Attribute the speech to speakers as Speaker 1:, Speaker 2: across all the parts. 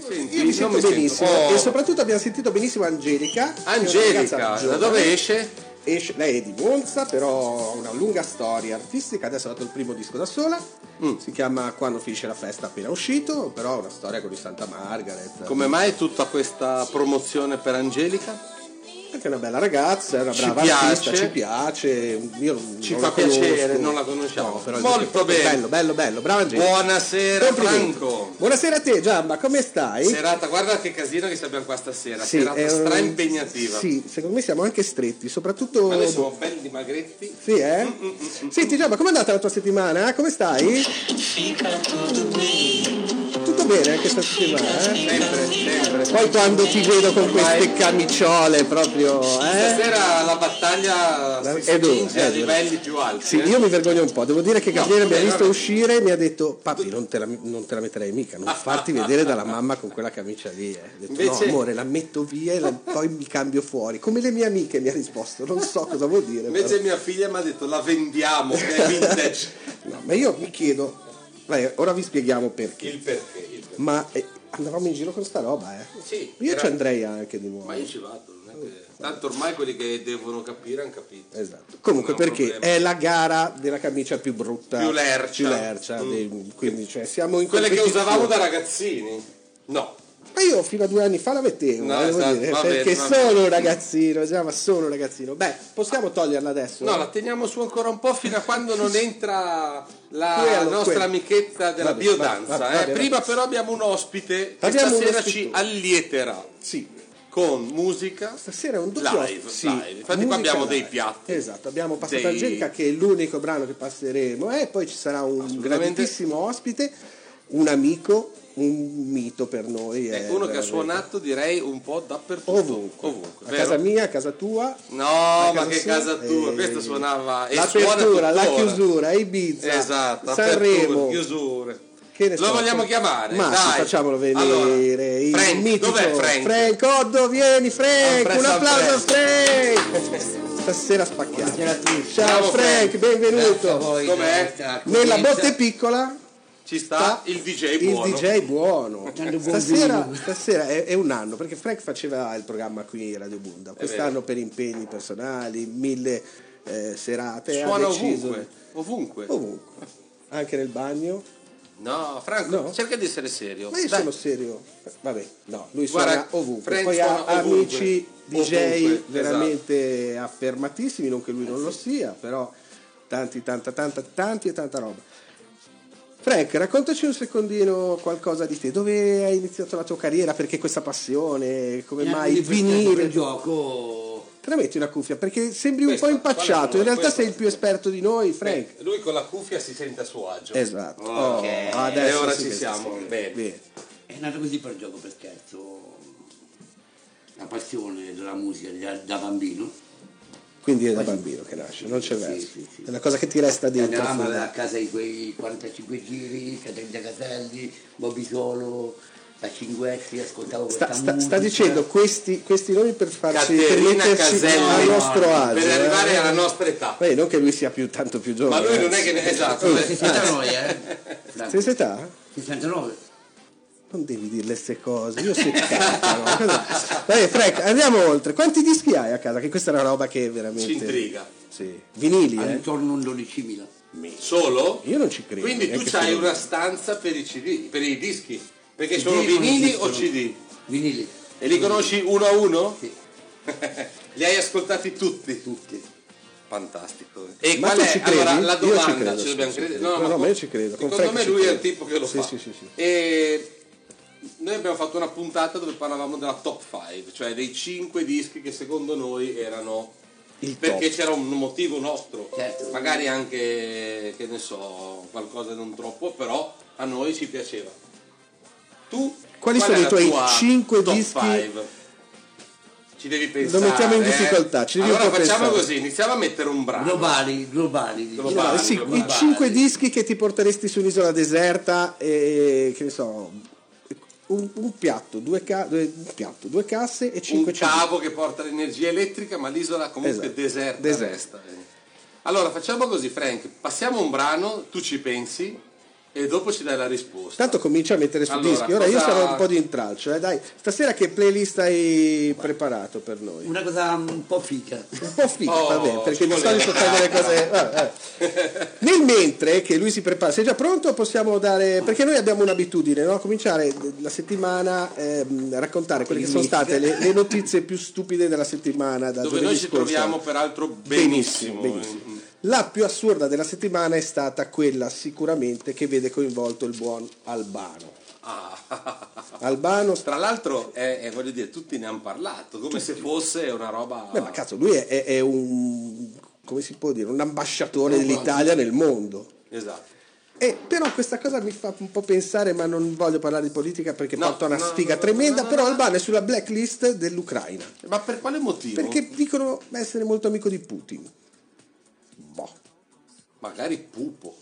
Speaker 1: senti?
Speaker 2: Io mi sento
Speaker 1: Non mi
Speaker 2: benissimo
Speaker 1: sento. Oh.
Speaker 2: e soprattutto abbiamo sentito benissimo Angelica. che è una
Speaker 1: Angelica,
Speaker 2: ragazza
Speaker 1: da
Speaker 2: giovane.
Speaker 1: dove esce?
Speaker 2: Esce- lei è di Monza, però ha una lunga storia artistica. Adesso ha dato il primo disco da sola.
Speaker 1: Mm.
Speaker 2: Si chiama Quando finisce la festa, appena uscito. Però ha una storia con il Santa Margaret.
Speaker 1: Come mai tutta questa promozione per Angelica?
Speaker 2: Perché è una bella ragazza, è una
Speaker 1: Ci
Speaker 2: brava
Speaker 1: piace.
Speaker 2: artista, ci piace. Io non-
Speaker 1: Ci
Speaker 2: non
Speaker 1: fa
Speaker 2: la conosco.
Speaker 1: piacere, non la conosciamo.
Speaker 2: No, però il
Speaker 1: Molto
Speaker 2: disco è
Speaker 1: bene.
Speaker 2: Bello, bello, bello. Brava Angelica.
Speaker 1: Buonasera
Speaker 2: Complimenti.
Speaker 1: Franco.
Speaker 2: Buonasera a te, Giamba, come stai?
Speaker 1: Serata, guarda che casino che abbiamo qua stasera,
Speaker 2: Sì,
Speaker 1: serata
Speaker 2: è un-
Speaker 1: straimpegnativa.
Speaker 2: Sì, secondo me siamo anche stretti, soprattutto.
Speaker 1: Ma noi siamo belli dimagretti.
Speaker 2: Sì, eh? Senti, Giamba, com'è andata la tua settimana? Come stai? Tutto bene anche questa settimana, eh?
Speaker 1: Sempre, sempre.
Speaker 2: Poi quando ti vedo con
Speaker 1: Ormai-
Speaker 2: queste camiciole proprio, eh?
Speaker 1: Stasera la battaglia si
Speaker 2: È dura,
Speaker 1: spinge
Speaker 2: è
Speaker 1: a
Speaker 2: dura.
Speaker 1: livelli più alti.
Speaker 2: Sì,
Speaker 1: eh.
Speaker 2: io mi vergogno un po', devo dire che Gabriele mi ha
Speaker 1: vabbè,
Speaker 2: visto
Speaker 1: vabbè.
Speaker 2: uscire e mi ha detto papi non te, la, non te la metterei mica, non farti vedere dalla mamma con quella camicia lì. eh." Ho detto
Speaker 1: Invece-
Speaker 2: no amore la metto via e la- poi mi cambio fuori, come le mie amiche mi ha risposto, non so cosa vuol dire.
Speaker 1: Invece mia figlia mi ha detto la vendiamo, che è vintage.
Speaker 2: però. No, ma io mi chiedo, Vai, ora vi spieghiamo perché,
Speaker 1: il perché? Il perché.
Speaker 2: ma eh, andavamo in giro con sta roba eh.
Speaker 1: Sì,
Speaker 2: Io
Speaker 1: era-
Speaker 2: ci andrei anche di nuovo.
Speaker 1: Ma io ci vado, non è che... Tanto ormai quelli che devono capire hanno capito.
Speaker 2: Esatto. Comunque
Speaker 1: Non è un
Speaker 2: perché
Speaker 1: problema.
Speaker 2: è la gara della camicia più brutta,
Speaker 1: Più lercia. Mm.
Speaker 2: più lercia, dei- quindi cioè siamo in
Speaker 1: Quelle che
Speaker 2: competizione.
Speaker 1: usavamo da ragazzini. No.
Speaker 2: Ma io fino a due anni fa la mettevo,
Speaker 1: No,
Speaker 2: volevo
Speaker 1: esatto,
Speaker 2: dire,
Speaker 1: va bene,
Speaker 2: perché
Speaker 1: va bene.
Speaker 2: sono un ragazzino, già, ma sono un ragazzino. Beh, possiamo toglierla adesso?
Speaker 1: No, la teniamo su ancora un po' fino a quando non entra la
Speaker 2: Quello,
Speaker 1: nostra
Speaker 2: quello.
Speaker 1: amichetta della
Speaker 2: Va bene,
Speaker 1: biodanza.
Speaker 2: va- va-
Speaker 1: eh.
Speaker 2: va bene.
Speaker 1: Prima però abbiamo un ospite che
Speaker 2: Abbiamo un
Speaker 1: stasera
Speaker 2: ospite.
Speaker 1: ci allieterà
Speaker 2: Sì.
Speaker 1: con musica.
Speaker 2: Stasera è un doppio
Speaker 1: Live,
Speaker 2: sì,
Speaker 1: live. Infatti qua
Speaker 2: musica
Speaker 1: abbiamo
Speaker 2: live.
Speaker 1: dei piatti.
Speaker 2: Esatto, abbiamo passato
Speaker 1: Dei-
Speaker 2: Angelica che è l'unico brano che passeremo e poi ci sarà un
Speaker 1: Assolutamente.
Speaker 2: grandissimo ospite, un amico, un mito per noi.
Speaker 1: È uno
Speaker 2: eh,
Speaker 1: che ha
Speaker 2: veramente.
Speaker 1: suonato direi un po' dappertutto.
Speaker 2: ovunque,
Speaker 1: Ovunque,
Speaker 2: a
Speaker 1: vero?
Speaker 2: casa mia, a casa tua.
Speaker 1: No,
Speaker 2: a
Speaker 1: ma
Speaker 2: casa
Speaker 1: che
Speaker 2: sua,
Speaker 1: casa tua,
Speaker 2: e-
Speaker 1: questo suonava e suona
Speaker 2: l'apertura, la
Speaker 1: tuttora.
Speaker 2: chiusura, Ibiza,
Speaker 1: Esatto, aperture,
Speaker 2: Sanremo,
Speaker 1: chiusure.
Speaker 2: Che ne
Speaker 1: Lo
Speaker 2: so,
Speaker 1: vogliamo
Speaker 2: poi-
Speaker 1: chiamare?
Speaker 2: Ma sì,
Speaker 1: Dai.
Speaker 2: facciamolo venire.
Speaker 1: Allora,
Speaker 2: il
Speaker 1: Frank,
Speaker 2: mitico
Speaker 1: dov'è Frank?
Speaker 2: Oddo, vieni Frank!
Speaker 1: Sempre
Speaker 2: Un
Speaker 1: San
Speaker 2: applauso a Frank! Stasera spacchiamo.
Speaker 3: Buonasera a tutti.
Speaker 2: Ciao
Speaker 1: Bravo,
Speaker 2: Frank,
Speaker 1: Frank.
Speaker 3: Grazie a
Speaker 2: benvenuto.
Speaker 1: Com'è?
Speaker 3: voi della vostra accoglienza.
Speaker 2: Nella botte piccola
Speaker 1: Ci sta il DJ buono.
Speaker 2: il DJ buono.
Speaker 3: Dando buon
Speaker 2: Stasera,
Speaker 3: vino.
Speaker 2: stasera è, è un anno perché Frank faceva il programma qui in Radio Bunda. Quest'anno per impegni personali, mille eh, serate.
Speaker 1: Suona
Speaker 2: ha deciso Oh.
Speaker 1: ovunque, ovunque.
Speaker 2: ovunque, anche nel bagno.
Speaker 1: No, Franco,
Speaker 2: No?
Speaker 1: cerca di essere serio.
Speaker 2: Ma io
Speaker 1: Dai.
Speaker 2: sono serio. Vabbè, no, lui
Speaker 1: Guarda,
Speaker 2: suona ovunque.
Speaker 1: Frank
Speaker 2: Poi
Speaker 1: suona
Speaker 2: ha
Speaker 1: ovunque.
Speaker 2: amici DJ
Speaker 1: Ovunque, esatto.
Speaker 2: veramente affermatissimi, non che lui non lo sia, però tanti, tanta, tanta, tanti e tanta roba. Frank, raccontaci un secondino qualcosa di te, dove hai iniziato la tua carriera, perché questa passione, come
Speaker 3: Mi hanno
Speaker 2: mai il
Speaker 3: presentato
Speaker 2: vinile?
Speaker 3: quel gioco
Speaker 2: Te la metti una cuffia perché sembri un
Speaker 1: Questa,
Speaker 2: po'
Speaker 1: quale
Speaker 2: impacciato,
Speaker 1: sono?
Speaker 2: in realtà
Speaker 1: Questa.
Speaker 2: sei il più esperto di noi, Frank.
Speaker 1: Beh, Eh, lui con la cuffia si sente a suo agio.
Speaker 2: Esatto.
Speaker 1: Ok.
Speaker 2: Oh,
Speaker 1: e ora
Speaker 2: si
Speaker 1: ci
Speaker 2: sente,
Speaker 1: siamo.
Speaker 2: sì.
Speaker 1: Bene.
Speaker 2: Bene.
Speaker 3: è nato così per gioco per scherzo la passione della musica da, da bambino
Speaker 2: Quindi è da bambino che nasce, non c'è
Speaker 3: Sì,
Speaker 2: verso.
Speaker 3: sì, sì.
Speaker 2: È una cosa che ti resta dentro.
Speaker 3: andavamo
Speaker 2: fuori.
Speaker 3: a casa di quei 45 giri Caterina Caselli Bobby Solo la Cinguetti ascoltavo
Speaker 2: Sta,
Speaker 3: questa
Speaker 2: sta-
Speaker 3: musica
Speaker 2: sta dicendo questi, questi nomi per farci per
Speaker 1: Caterina
Speaker 2: metterci
Speaker 1: Caselli.
Speaker 2: al nostro agio.
Speaker 1: Per arrivare
Speaker 2: eh.
Speaker 1: alla nostra età.
Speaker 2: Beh, non che lui sia più tanto più
Speaker 1: Ma
Speaker 2: giovane.
Speaker 1: lui non è
Speaker 2: ragazzi.
Speaker 1: che ne... Esatto.
Speaker 2: Oh,
Speaker 1: eh.
Speaker 3: 69 eh Franco.
Speaker 2: Stessa età?
Speaker 3: 69
Speaker 2: Non devi dire queste cose, io 70. no? Cosa- Vabbè, Frank, andiamo oltre. Quanti dischi hai a casa? Che questa è una roba che veramente.
Speaker 1: Ci intriga.
Speaker 2: Sì. Vinili, eh?
Speaker 3: intorno a un 12.000
Speaker 1: Solo?
Speaker 2: Io non ci credo.
Speaker 1: Quindi tu
Speaker 2: neanche
Speaker 1: c'hai
Speaker 2: se-
Speaker 1: una stanza per i CD, per i dischi. Perché
Speaker 3: CD
Speaker 1: sono
Speaker 3: non
Speaker 1: vinili o
Speaker 3: esistono.
Speaker 1: CD?
Speaker 3: vinili
Speaker 1: E li conosci uno a uno?
Speaker 3: Sì.
Speaker 1: li hai ascoltati tutti?
Speaker 3: tutti
Speaker 1: Fantastico. E
Speaker 2: Ma
Speaker 1: qual
Speaker 2: tu
Speaker 1: è
Speaker 2: ci credi?
Speaker 1: allora la
Speaker 2: Io ci
Speaker 1: domanda?
Speaker 2: credo,
Speaker 1: ci
Speaker 2: sì,
Speaker 1: dobbiamo
Speaker 2: ci
Speaker 1: credere?
Speaker 2: credo. No,
Speaker 1: ma
Speaker 2: no,
Speaker 1: con-
Speaker 2: ma io ci credo, con
Speaker 1: Secondo
Speaker 2: Frank
Speaker 1: me
Speaker 2: ci
Speaker 1: lui è
Speaker 2: credo.
Speaker 1: il tipo che lo
Speaker 2: Sì,
Speaker 1: fa.
Speaker 2: sì, sì, sì.
Speaker 1: E noi abbiamo fatto una puntata dove parlavamo della top 5, cioè dei 5 dischi che secondo noi erano
Speaker 2: Il
Speaker 1: perché
Speaker 2: top.
Speaker 1: c'era un motivo nostro,
Speaker 3: Certo.
Speaker 1: magari anche che ne so, qualcosa non troppo, però a noi ci piaceva. Tu
Speaker 2: Quali
Speaker 1: qual
Speaker 2: sono
Speaker 1: è
Speaker 2: i
Speaker 1: la
Speaker 2: tuoi
Speaker 1: tua
Speaker 2: cinque
Speaker 1: top
Speaker 2: dischi?
Speaker 1: five? Ci devi pensare.
Speaker 2: mettiamo in
Speaker 1: eh.
Speaker 2: difficoltà, ci devi un
Speaker 1: allora
Speaker 2: po'
Speaker 1: facciamo
Speaker 2: pensare.
Speaker 1: così, iniziamo a mettere un brano.
Speaker 3: globali globali diciamo.
Speaker 1: Globali,
Speaker 2: Sì,
Speaker 1: Guarda,
Speaker 2: Ah. i
Speaker 1: guarda.
Speaker 2: cinque dischi che ti porteresti su un'isola deserta e che ne so, un, un piatto, due ca- due- un piatto, due casse e
Speaker 1: un
Speaker 2: cinque CD.
Speaker 1: cavo che porta l'energia elettrica, ma l'isola comunque
Speaker 2: Esatto.
Speaker 1: deserta.
Speaker 2: Deserta.
Speaker 1: resta. Allora facciamo così, Frank, passiamo un brano, tu ci pensi E dopo ci dai la risposta.
Speaker 2: Tanto comincio a mettere su
Speaker 1: Allora,
Speaker 2: dischi. Ora io
Speaker 1: cosa-
Speaker 2: sarò un po' di intralcio, eh, dai. Stasera che playlist hai preparato per noi?
Speaker 3: Una cosa un po' figa.
Speaker 2: Un po' figa,
Speaker 1: Oh,
Speaker 2: vabbè, perché
Speaker 1: ci
Speaker 2: di
Speaker 1: voleva.
Speaker 2: solito fai delle cose. vabbè. Nel mentre che lui si prepara, sei già pronto? Possiamo dare. Perché noi abbiamo un'abitudine, no? Cominciare la settimana ehm, a raccontare quelle che sono state le, le notizie più stupide della settimana. Da
Speaker 1: Dove
Speaker 2: giovedì
Speaker 1: noi ci
Speaker 2: scorso.
Speaker 1: troviamo peraltro benissimo.
Speaker 2: benissimo. La più assurda della settimana è stata quella sicuramente che vede coinvolto il buon Albano.
Speaker 1: Ah.
Speaker 2: Albano sta.
Speaker 1: Tra l'altro, eh, eh, voglio dire, tutti ne hanno parlato, come se fosse una roba...
Speaker 2: Beh, ma cazzo, lui è, è- è un. come si può dire? Un ambasciatore dell'Italia nel mondo.
Speaker 1: Esatto.
Speaker 2: E però questa cosa mi fa un po' pensare, ma non voglio parlare di politica perché
Speaker 1: No,
Speaker 2: porta una
Speaker 1: no, no,
Speaker 2: sfiga
Speaker 1: no, no,
Speaker 2: tremenda,
Speaker 1: no,
Speaker 2: però
Speaker 1: no.
Speaker 2: Albano è sulla blacklist dell'Ucraina,
Speaker 1: Ma per quale motivo?
Speaker 2: perché dicono essere molto amico di Putin. Boh.
Speaker 1: Magari pupo.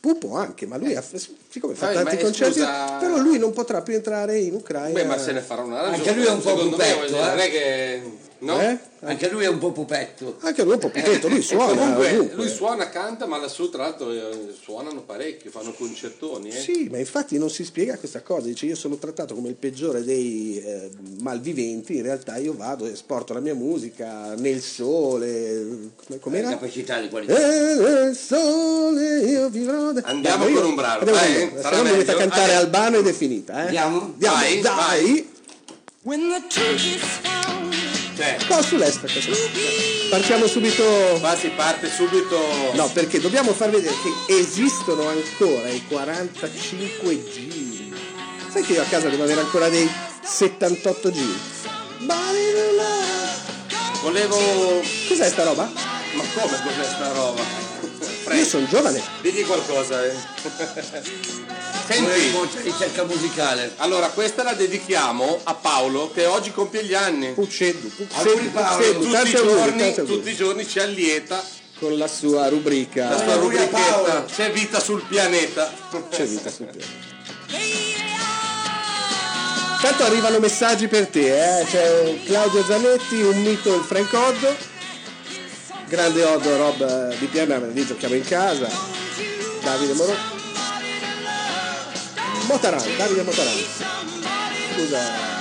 Speaker 2: Pupo anche, ma lui ha, siccome fa
Speaker 1: Vabbè,
Speaker 2: tanti
Speaker 1: ma,
Speaker 2: concerti,
Speaker 1: scusa-
Speaker 2: però lui non potrà più entrare in Ucraina.
Speaker 1: Beh, ma se ne farà una ragione.
Speaker 3: Anche lui è un po'
Speaker 1: Secondo me,
Speaker 3: pupetto,
Speaker 1: voglio dire,
Speaker 3: eh.
Speaker 1: Non è che... No? Eh,
Speaker 2: Eh?
Speaker 3: Anche lui è un po' pupetto.
Speaker 2: Anche lui è un po' pipetto, lui suona.
Speaker 1: Comunque,
Speaker 2: ovunque.
Speaker 1: lui suona, canta, ma lassù tra l'altro eh, suonano parecchio, fanno concertoni. Eh.
Speaker 2: Sì, ma infatti non si spiega questa cosa. Dice: Io sono trattato come il peggiore dei eh, malviventi. In realtà, io vado e esporto la mia musica nel sole. Come, com'era?
Speaker 3: Capacità di qualità.
Speaker 2: Eh, nel sole io vivrò. de-
Speaker 1: Andiamo
Speaker 2: Dai,
Speaker 1: con un brano,
Speaker 2: andiamo con
Speaker 1: dai,
Speaker 2: un brano.
Speaker 1: sarà
Speaker 2: Se no, dovete
Speaker 1: meglio.
Speaker 2: cantare
Speaker 1: Dai.
Speaker 2: Albano ed è finita. Eh?
Speaker 3: Andiamo?
Speaker 1: Vai,
Speaker 2: dai,
Speaker 1: vai.
Speaker 4: When the truth is found
Speaker 1: Cioè,
Speaker 2: Un po' sull'estero.
Speaker 4: to be
Speaker 2: Partiamo subito.
Speaker 1: qua si parte subito...
Speaker 2: No, perché dobbiamo far vedere che esistono ancora i 45 giri. Sai che io a casa devo avere ancora dei 78 giri. Barilula.
Speaker 1: Volevo...
Speaker 2: Cos'è sta roba?
Speaker 1: Ma come cos'è sta roba? Prego.
Speaker 2: Io sono giovane.
Speaker 1: Digli qualcosa, eh.
Speaker 3: Lui è
Speaker 1: Senti,
Speaker 3: molto ricerca musicale.
Speaker 1: allora questa la dedichiamo a Paolo che oggi compie gli anni.
Speaker 2: Puccedu,
Speaker 3: Auguri
Speaker 2: Puccedu,
Speaker 3: Paolo.
Speaker 2: Puccedu,
Speaker 1: Tutti i,
Speaker 2: tanti auguri,
Speaker 1: giorni,
Speaker 2: tanti
Speaker 1: tutti
Speaker 2: auguri.
Speaker 1: i giorni ci allieta
Speaker 2: Con la sua
Speaker 1: la
Speaker 2: rubrica
Speaker 1: sua
Speaker 3: auguri a
Speaker 1: rubrichetta
Speaker 3: Paolo.
Speaker 1: C'è vita sul pianeta.
Speaker 2: C'è vita sul piano.
Speaker 4: Lady on
Speaker 2: Tanto arrivano messaggi per te, eh. C'è Claudio Zanetti, un mito il Frank Oddo. Grande Oddo Rob eh, di Piana, lì giochiamo in casa. Davide Moro. Motaran, Davide Motaran. Scusa.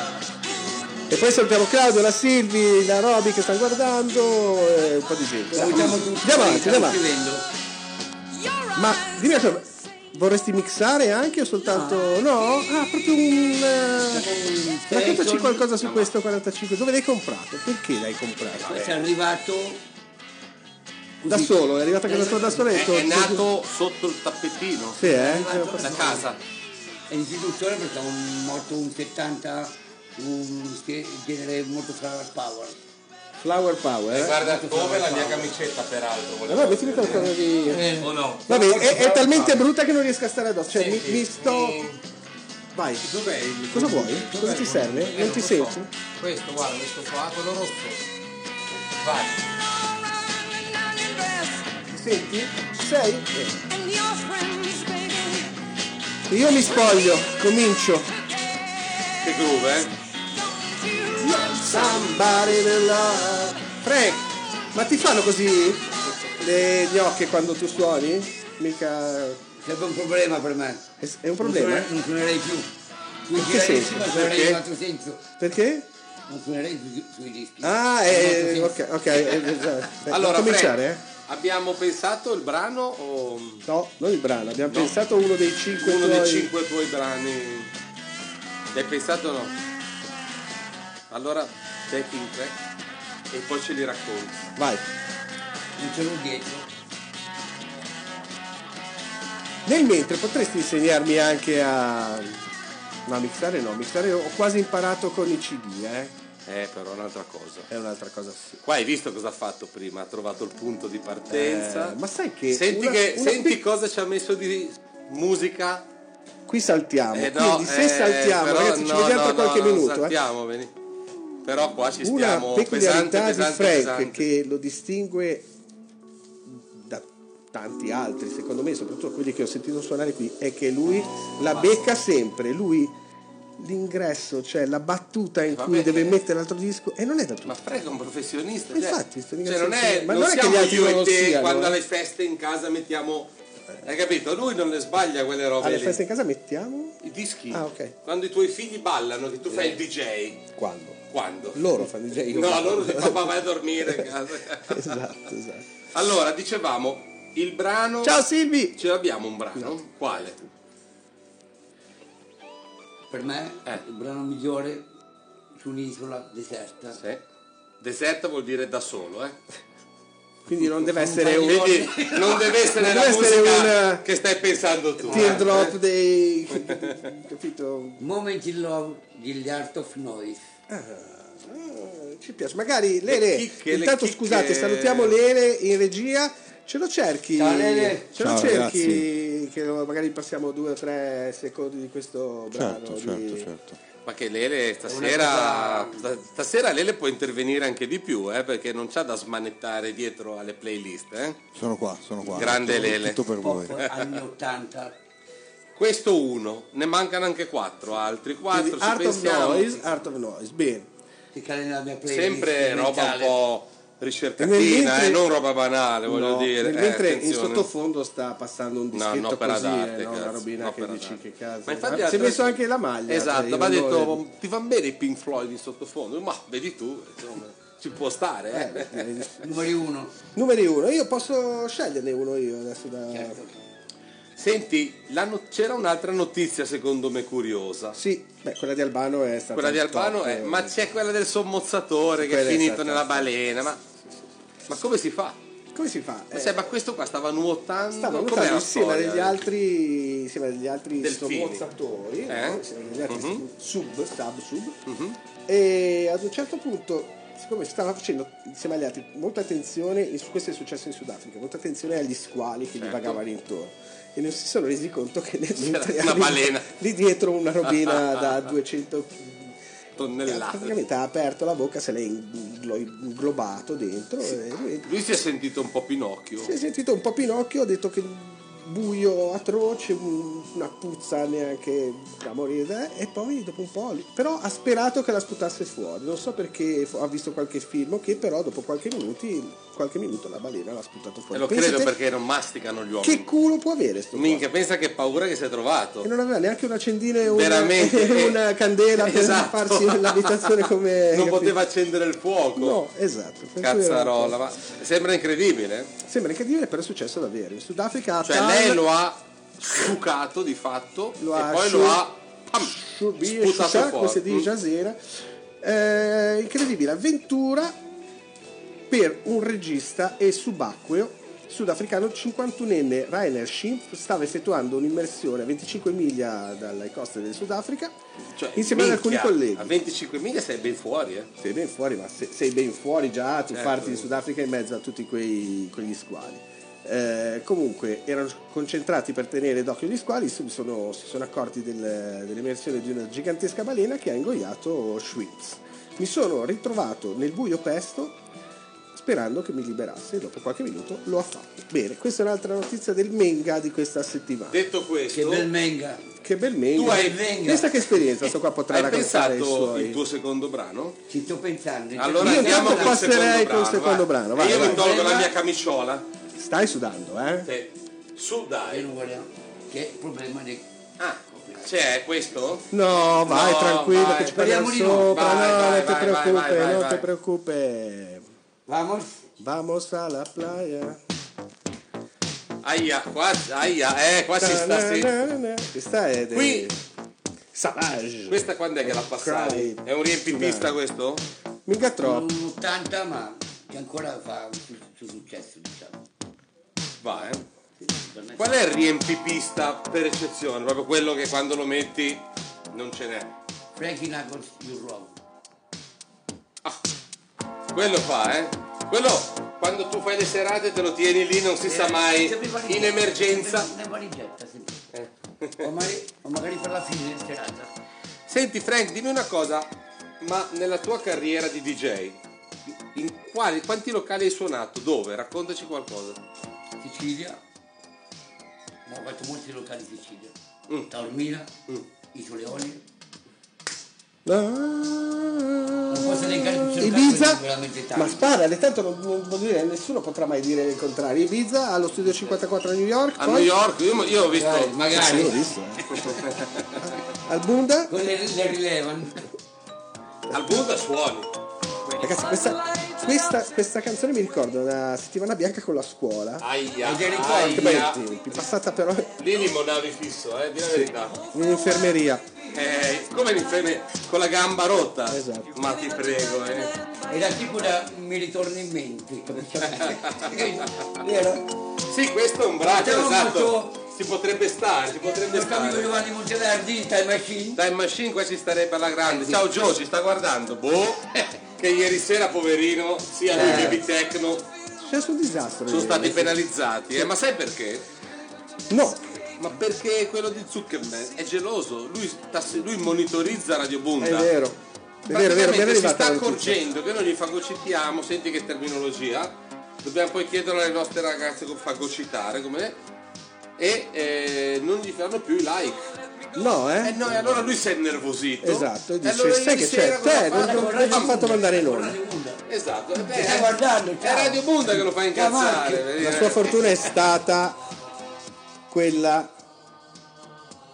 Speaker 2: E poi salutiamo Claudio, la Silvi, la Roby che stanno guardando, e un po' di gente.
Speaker 3: Salutiamo tutti.
Speaker 2: Andiamo avanti,
Speaker 3: stiamo
Speaker 2: andiamo avanti.
Speaker 3: scrivendo.
Speaker 4: your
Speaker 2: Ma
Speaker 4: eyes
Speaker 2: dimmi una cosa, vorresti mixare anche o soltanto. No? Ah, proprio un. eh, Raccontaci qualcosa su questo 45. Dove l'hai comprato? Perché l'hai comprato?
Speaker 3: Questo è arrivato...
Speaker 2: Da
Speaker 3: così.
Speaker 2: solo, è arrivata
Speaker 3: Eh,
Speaker 2: casa tua da sola e hai
Speaker 1: È,
Speaker 2: detto-
Speaker 1: è nato sotto il tappetino
Speaker 2: Sì, eh?
Speaker 1: da casa.
Speaker 3: È l'istituzione perché è un, molto un 70, un che- genere molto flower power.
Speaker 2: Flower Power. eh?
Speaker 1: Guarda dove la mia camicetta peraltro. volevo
Speaker 2: Allora, mettimi qualcosa di.
Speaker 1: dire. O no?
Speaker 2: Vabbè, è, è talmente brutta che non riesco a stare addosso. Cioè, mi, mi sto. Vai.
Speaker 5: Dov'è il...
Speaker 2: Cosa vuoi? Cosa ti serve?
Speaker 5: Eh,
Speaker 2: Non ti
Speaker 5: lo
Speaker 2: senti?
Speaker 5: so. Questo, guarda, questo qua, quello rosso.
Speaker 1: Vai.
Speaker 4: and not in dress,
Speaker 2: Ti senti? Ci sei? Eh.
Speaker 4: and your friends, baby,
Speaker 2: Io mi spoglio, comincio.
Speaker 1: Che groove, eh?
Speaker 4: don't you
Speaker 2: Somebody to love. Frank, ma ti fanno così le gnocche quando tu suoni? Mica.
Speaker 3: Sarebbe un problema per me.
Speaker 2: È è un problema?
Speaker 3: Non, suonerei- non suonerei più. Sui
Speaker 2: che
Speaker 3: giri
Speaker 2: senso?
Speaker 3: ma suonerei
Speaker 2: Perché?
Speaker 3: in un altro senso.
Speaker 2: Perché?
Speaker 3: Non suonerei su- sui dischi.
Speaker 2: Ah,
Speaker 3: è
Speaker 2: eh, ok, ok. eh, già. Beh,
Speaker 1: Allora,
Speaker 2: per cominciare,
Speaker 1: Frank, abbiamo pensato il brano o
Speaker 2: eh? No, non il brano, abbiamo pensato uno dei cinque.
Speaker 1: uno
Speaker 2: tuoi-
Speaker 1: dei cinque tuoi brani? L'hai pensato o no? Allora, take in tre e poi ce li racconti.
Speaker 2: Vai.
Speaker 3: Non ce l'ho dietro.
Speaker 2: Nel mentre potresti insegnarmi anche a. No, mixare no, mixare ho quasi imparato con i CD, eh?
Speaker 1: Eh, però è un'altra cosa.
Speaker 2: È un'altra cosa sì.
Speaker 1: Qua hai visto cosa ha fatto prima, ha trovato il punto di partenza.
Speaker 2: Eh, ma sai che
Speaker 1: Senti,
Speaker 2: una-
Speaker 1: che-
Speaker 2: una
Speaker 1: senti
Speaker 2: pic-
Speaker 1: cosa ci ha messo di musica?
Speaker 2: Qui saltiamo,
Speaker 1: Eh,
Speaker 2: quindi se
Speaker 1: eh,
Speaker 2: saltiamo,
Speaker 1: però
Speaker 2: ragazzi, ci
Speaker 1: no,
Speaker 2: vediamo
Speaker 1: no,
Speaker 2: tra
Speaker 1: no,
Speaker 2: qualche
Speaker 1: non
Speaker 2: minuto. eh.
Speaker 1: saltiamo, veni. Però qua ci
Speaker 2: Una
Speaker 1: stiamo pesante,
Speaker 2: peculiarità
Speaker 1: pesante,
Speaker 2: di Frank
Speaker 1: pesante.
Speaker 2: che lo distingue da tanti altri, secondo me, soprattutto quelli che ho sentito suonare qui, è che lui la becca sempre, lui l'ingresso, cioè la battuta in
Speaker 1: Va
Speaker 2: cui
Speaker 1: bene.
Speaker 2: deve mettere l'altro disco e non è da tutti.
Speaker 1: Ma Frank è un professionista,
Speaker 2: Ma
Speaker 1: cioè,
Speaker 2: Eh, infatti, sto
Speaker 1: cioè non è,
Speaker 2: ringraziando- ma
Speaker 1: non
Speaker 2: non è che
Speaker 1: siamo
Speaker 2: gli altri
Speaker 1: io
Speaker 2: non
Speaker 1: e
Speaker 2: lo
Speaker 1: te
Speaker 2: siano,
Speaker 1: quando
Speaker 2: eh.
Speaker 1: alle feste in casa mettiamo Hai capito? Lui non le sbaglia quelle robe
Speaker 2: Alle
Speaker 1: lì.
Speaker 2: feste in casa mettiamo?
Speaker 1: I dischi.
Speaker 2: Ah, ok. Eh.
Speaker 1: Quando i tuoi figli ballano, che tu fai il DJ.
Speaker 2: Quando?
Speaker 1: Quando?
Speaker 2: Loro fanno i DJ. io
Speaker 1: No,
Speaker 2: faccio-
Speaker 1: loro dicono papà vai a dormire. a casa."
Speaker 2: esatto, esatto.
Speaker 1: allora, dicevamo, il brano...
Speaker 2: Ciao Silvi!
Speaker 1: Ce l'abbiamo un brano? Quale?
Speaker 3: Per me
Speaker 1: Eh.
Speaker 3: il brano migliore su un'isola deserta.
Speaker 1: Sì. Deserta vuol dire da solo, eh.
Speaker 2: Quindi non deve essere un
Speaker 1: Quindi non deve essere
Speaker 2: Non
Speaker 1: la
Speaker 2: deve essere
Speaker 1: musica
Speaker 2: un- eh,
Speaker 1: che stai pensando tu. eh.
Speaker 2: teardrop dei... capito?
Speaker 3: Moment in Love di The Art of Noise.
Speaker 2: Ah, ci piace. Magari Lele,
Speaker 1: chicche, le
Speaker 2: intanto
Speaker 1: chicche.
Speaker 2: scusate, salutiamo Lele in regia. Ce lo cerchi,
Speaker 3: Ciao, Lele.
Speaker 2: ce lo
Speaker 6: Ciao,
Speaker 2: cerchi che lo- magari passiamo due o tre secondi di questo brano.
Speaker 6: Certo,
Speaker 2: di-
Speaker 6: certo, certo.
Speaker 1: Ma che Lele stasera, stasera Lele può intervenire anche di più, eh, perché non c'ha da smanettare dietro alle playlist. eh.
Speaker 6: Sono qua, sono qua.
Speaker 1: Grande
Speaker 6: Tutto-
Speaker 1: Lele.
Speaker 6: Tutto per voi.
Speaker 3: Pop
Speaker 2: eh.
Speaker 3: anni 80.
Speaker 1: Questo uno, ne mancano anche quattro, altri
Speaker 2: Quindi
Speaker 1: quattro.
Speaker 2: Art
Speaker 1: Ci
Speaker 2: of
Speaker 1: pensiamo.
Speaker 2: Noise, Art of Noise, bene.
Speaker 3: Che cade nella mia playlist.
Speaker 1: Sempre roba un
Speaker 3: mentale.
Speaker 1: po'
Speaker 2: Nel
Speaker 1: ricercatina,
Speaker 2: mentre-
Speaker 1: eh, non roba banale, voglio
Speaker 2: No,
Speaker 1: dire.
Speaker 2: nel
Speaker 1: eh,
Speaker 2: mentre in
Speaker 1: attenzione.
Speaker 2: sottofondo sta passando un
Speaker 1: No,
Speaker 2: dischetto
Speaker 1: no, per
Speaker 2: così, eh,
Speaker 1: adarte,
Speaker 2: no,
Speaker 1: cazzo,
Speaker 2: una robina
Speaker 1: no,
Speaker 2: che
Speaker 1: per
Speaker 2: dici
Speaker 1: adarte.
Speaker 2: che cazzo.
Speaker 1: Ma infatti
Speaker 2: si è
Speaker 1: l'altra-
Speaker 2: messo anche la maglia.
Speaker 1: Esatto,
Speaker 2: cioè,
Speaker 1: mi ha
Speaker 2: non
Speaker 1: detto
Speaker 2: voglio-
Speaker 1: ti fanno bene i Pink Floyd in sottofondo? Ma vedi tu, insomma, ci può stare, eh.
Speaker 2: Eh, eh,
Speaker 3: Numero uno.
Speaker 2: Numeri uno, io posso sceglierne uno io adesso da...
Speaker 3: Certo.
Speaker 1: Senti, la no- c'era un'altra notizia secondo me curiosa.
Speaker 2: Sì, beh, quella di Albano è stata...
Speaker 1: Quella di
Speaker 2: il top,
Speaker 1: Albano è,
Speaker 2: eh.
Speaker 1: ma c'è quella del sommozzatore che
Speaker 2: Quella
Speaker 1: è
Speaker 2: è
Speaker 1: finito
Speaker 2: stata-
Speaker 1: nella balena, ma, ma come si fa?
Speaker 2: Come si fa?
Speaker 1: Ma,
Speaker 2: Eh,
Speaker 1: sai, ma questo qua stava nuotando,
Speaker 2: Stavano
Speaker 1: com'è
Speaker 2: notando
Speaker 1: la
Speaker 2: insieme
Speaker 1: storia? eh.
Speaker 2: agli altri, insieme agli altri
Speaker 1: Delfini.
Speaker 2: sommozzatori,
Speaker 1: Eh?
Speaker 2: no? insieme agli altri
Speaker 1: Mhm.
Speaker 2: sub, sub, sub, e ad un certo punto, siccome stava facendo insieme agli altri molta attenzione, e su- questo è successo in Sudafrica, molta attenzione agli squali che gli vagavano intorno e non si sono resi conto che nel
Speaker 1: Certo.
Speaker 2: mentre
Speaker 1: una
Speaker 2: erano lì-
Speaker 1: balena.
Speaker 2: lì dietro una robina da 200
Speaker 1: Tonnellate.
Speaker 2: praticamente ha aperto la bocca se l'è inglo- inglobato dentro e lui
Speaker 1: Lui si è sentito un po' Pinocchio.
Speaker 2: si è sentito un po' Pinocchio, ha detto che buio atroce, un- una puzza neanche da morire eh, e poi dopo un po'... lì- Però ha sperato che la sputasse fuori, non so perché fu- ha visto qualche film che però dopo qualche, minuti, qualche minuto la balena l'ha sputato
Speaker 1: E
Speaker 2: fuori.
Speaker 1: Eh, lo
Speaker 2: Pensate
Speaker 1: credo perché non masticano gli uomini.
Speaker 2: Che culo può avere sto qua?
Speaker 1: Minchia, pensa che paura che si è trovato.
Speaker 2: E non aveva neanche un accendino e una,
Speaker 1: Veramente.
Speaker 2: una candela per
Speaker 1: Esatto.
Speaker 2: farsi nell'abitazione come...
Speaker 1: Non
Speaker 2: capito?
Speaker 1: poteva accendere il fuoco.
Speaker 2: No, esatto. per cui era un po'-
Speaker 1: Cazzarola, ma sembra incredibile.
Speaker 2: Sembra incredibile, però è successo davvero. In Sudafrica a
Speaker 1: Cioè
Speaker 2: Tal-
Speaker 1: lei lo ha succato di fatto
Speaker 2: Lo
Speaker 1: e
Speaker 2: ha
Speaker 1: poi
Speaker 2: sciu-
Speaker 1: lo ha pam,
Speaker 2: Sciubie,
Speaker 1: sputato
Speaker 2: Sciuscià, come si
Speaker 1: fuori.
Speaker 2: dice a sera. Eh, incredibile avventura per un regista e subacqueo sudafricano 51enne Rainer Schimpf stava effettuando un'immersione a 25 miglia dalle coste del Sudafrica
Speaker 1: Cioè,
Speaker 2: insieme ad alcuni
Speaker 1: minchia,
Speaker 2: colleghi
Speaker 1: A 25 miglia sei ben fuori, eh.
Speaker 2: sei ben fuori, ma se- sei ben fuori già a
Speaker 1: Certo.
Speaker 2: tuffarti in Sudafrica in mezzo a tutti quei, quegli squali. Eh, comunque erano concentrati per tenere d'occhio gli squali, sub sono- si sono accorti del- dell'emersione di una gigantesca balena che ha ingoiato Schwitz. Mi sono ritrovato nel buio pesto sperando che mi liberasse e dopo qualche minuto lo ha fatto. Bene, questa è un'altra notizia del Menga di questa settimana.
Speaker 1: Detto
Speaker 3: Che
Speaker 1: questo,
Speaker 3: bel menga.
Speaker 2: che bel Menga.
Speaker 1: Tu hai-
Speaker 3: Menga.
Speaker 2: Pensa che esperienza, sto qua potrà
Speaker 1: hai
Speaker 2: raccontare i
Speaker 1: pensato
Speaker 2: suoi...
Speaker 1: il tuo secondo brano?
Speaker 3: Ci sto pensando. Cioè,
Speaker 1: Allora
Speaker 2: Io
Speaker 1: andiamo
Speaker 2: intanto
Speaker 1: col
Speaker 2: passerei
Speaker 1: secondo
Speaker 2: col
Speaker 1: brano.
Speaker 2: secondo brano, vai,
Speaker 1: E io
Speaker 2: vai.
Speaker 1: mi tolgo la
Speaker 3: Vai.
Speaker 1: mia camicciola.
Speaker 2: Stai sudando, eh?
Speaker 1: Sì. Su
Speaker 3: Io
Speaker 1: dai.
Speaker 3: non voglio- Che è il problema di...
Speaker 1: Ah, c'è questo?
Speaker 2: No, vai
Speaker 1: No,
Speaker 2: tranquillo
Speaker 1: vai,
Speaker 2: che ci prendiamo
Speaker 3: speriamo di no.
Speaker 2: sopra,
Speaker 1: Vai,
Speaker 2: no,
Speaker 1: vai,
Speaker 2: non ti
Speaker 1: vai, vai,
Speaker 2: preoccupe,
Speaker 1: vai, vai,
Speaker 2: non
Speaker 1: vai.
Speaker 2: ti preoccupe.
Speaker 3: Vamos?
Speaker 2: Vamos alla playa.
Speaker 1: Aia, qua, aia, eh, qua ci sta sì.
Speaker 2: Na, na, na. Questa è del
Speaker 1: Qui-
Speaker 2: eh, Savage.
Speaker 1: Questa quando è che la passavi?
Speaker 2: Cry.
Speaker 1: È un riempipista questo?
Speaker 2: Mica troppo.
Speaker 3: Un 80 ma che ancora fa un su- su- successo diciamo.
Speaker 1: Va, eh. Qual è il riempipista per eccezione? Proprio quello che quando lo metti non ce n'è.
Speaker 3: Frankie Knuckles, You Wrong.
Speaker 1: Quello fa, eh. Quello quando tu fai le serate te lo tieni lì, non si sa mai.
Speaker 3: Eh, Sempre valigetta,
Speaker 1: In emergenza.
Speaker 3: sempre Una valigetta sempre. o, magari, o magari per la fine serata.
Speaker 1: Senti Frank, dimmi una cosa, ma nella tua carriera di DJ, in quali, quanti locali hai suonato? Dove? Raccontaci qualcosa.
Speaker 3: Sicilia. Ma ho fatto molti locali in Sicilia.
Speaker 1: Mm.
Speaker 3: Taormina, Isoleoni.
Speaker 2: Na, na,
Speaker 3: Ho Ma se ne inca- se ne
Speaker 2: Ibiza,
Speaker 3: inca- veramente tanto.
Speaker 2: ma sparale, tanto non, non vuol dire- nessuno potrà mai dire il contrario. Ibiza allo studio 54 a New York,
Speaker 1: A
Speaker 2: poi
Speaker 1: New York, io, io ho visto.
Speaker 3: Dai,
Speaker 2: Sì, l'ho
Speaker 3: magari
Speaker 2: visto, eh. al Bunda.
Speaker 3: con le, le rilevano.
Speaker 1: Al Buddha suoni.
Speaker 2: Ragazzi, questa, questa, questa canzone mi ricorda una settimana bianca con la scuola.
Speaker 1: Aia.
Speaker 3: E te ricordi?
Speaker 2: Che
Speaker 1: aia.
Speaker 2: bei tempi, passata però
Speaker 1: Lì limonavi fisso, eh, di la verità.
Speaker 2: in infermeria.
Speaker 1: Eh, come l'inferme con la gamba rotta.
Speaker 2: Esatto.
Speaker 1: Ma ti prego, eh.
Speaker 3: Era tipo da mi ritorno in mente. Cioè, Vero?
Speaker 1: Sì, questo è un braccio,
Speaker 3: Facciamo
Speaker 1: esatto.
Speaker 3: molto-
Speaker 1: Si potrebbe stare, si potrebbe
Speaker 3: Questo amico
Speaker 1: stare.
Speaker 3: Giovanni Monteverdi, time machine.
Speaker 1: Dai Machine qua ci starebbe alla grande. Ciao Gio, ci sta guardando. Boh, che ieri sera, poverino, sia lui che
Speaker 3: Eh.
Speaker 1: Bitecno
Speaker 2: C'è stato un disastro.
Speaker 1: sono
Speaker 2: ieri.
Speaker 1: stati penalizzati. Eh, ma sai perché?
Speaker 2: No,
Speaker 1: Ma perché quello di Zuckerman è geloso, lui, tass- lui monitorizza Radio Bunda.
Speaker 2: è vero. È vero, è vero, mi
Speaker 1: Praticamente
Speaker 2: è
Speaker 1: si
Speaker 2: arrivata
Speaker 1: sta
Speaker 2: la notizia.
Speaker 1: accorgendo che noi gli fagocitiamo, senti che terminologia, dobbiamo poi chiederlo alle nostre ragazze con fagocitare come e eh, non gli fanno più i like.
Speaker 2: No, eh?
Speaker 1: Eh no, e allora lui si è nervosito.
Speaker 2: Esatto, e dice,
Speaker 1: allora
Speaker 2: sai
Speaker 1: ieri
Speaker 2: che
Speaker 1: sera
Speaker 2: c'è?
Speaker 1: cosa
Speaker 2: Te,
Speaker 1: fa?
Speaker 2: non- non- non ti ho fatto mandare in onda.
Speaker 1: Esatto, eh beh,
Speaker 3: stai
Speaker 1: eh,
Speaker 3: guardando,
Speaker 2: cioè.
Speaker 3: ciao.
Speaker 1: È Radio Bunda che lo fa incazzare. eh.
Speaker 3: Marco.
Speaker 1: per
Speaker 2: La
Speaker 1: dire.
Speaker 2: sua fortuna è stata quella
Speaker 1: Cosa
Speaker 2: di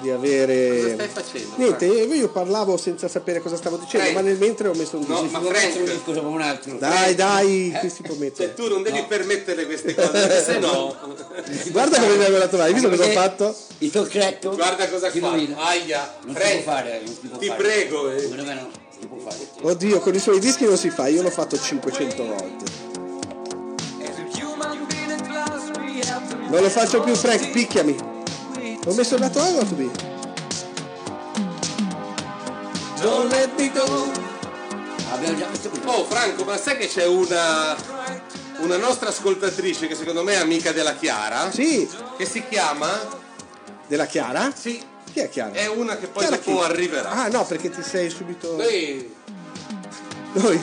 Speaker 1: stai
Speaker 2: avere...
Speaker 1: facendo?
Speaker 2: eh. Niente, io io parlavo senza sapere cosa stavo dicendo,
Speaker 1: Frank.
Speaker 2: ma nel mentre ho messo un
Speaker 1: Eh. No,
Speaker 2: disegno.
Speaker 1: ma
Speaker 3: Un
Speaker 1: Frank,
Speaker 3: disco dopo un altro.
Speaker 2: Dai, dai, qui si può
Speaker 1: cioè,
Speaker 2: mettere.
Speaker 1: tu non devi permettere queste cose, perché se no.
Speaker 2: Guarda come mi ha guardato male, hai visto cosa ho
Speaker 3: Eh,
Speaker 2: fatto?
Speaker 3: Il tocchetto.
Speaker 1: Guarda cosa
Speaker 3: si
Speaker 1: fa.
Speaker 3: rovina.
Speaker 1: Aia,
Speaker 3: Non si può
Speaker 1: Frank,
Speaker 3: fare, non si può
Speaker 1: ti
Speaker 3: fare.
Speaker 1: prego, eh.
Speaker 3: Secondo me no, non si può fare.
Speaker 2: Oddio, con i suoi dischi non si fa, io l'ho fatto 500 volte. Non lo faccio più Frank, picchiami. Ho messo il lato A o il lato B? Don't let me go.
Speaker 3: Abbiamo già questo qui.
Speaker 1: Oh Franco, ma sai che c'è una, una nostra ascoltatrice che secondo me è amica della Chiara?
Speaker 2: Sì,
Speaker 1: Che si chiama?
Speaker 2: della Chiara?
Speaker 1: Sì,
Speaker 2: Chi è Chiara?
Speaker 1: è una che Eh, poi
Speaker 2: Chiara
Speaker 1: dopo
Speaker 2: chi?
Speaker 1: arriverà.
Speaker 2: Ah no, perché ti sei subito...
Speaker 1: Noi
Speaker 2: Noi.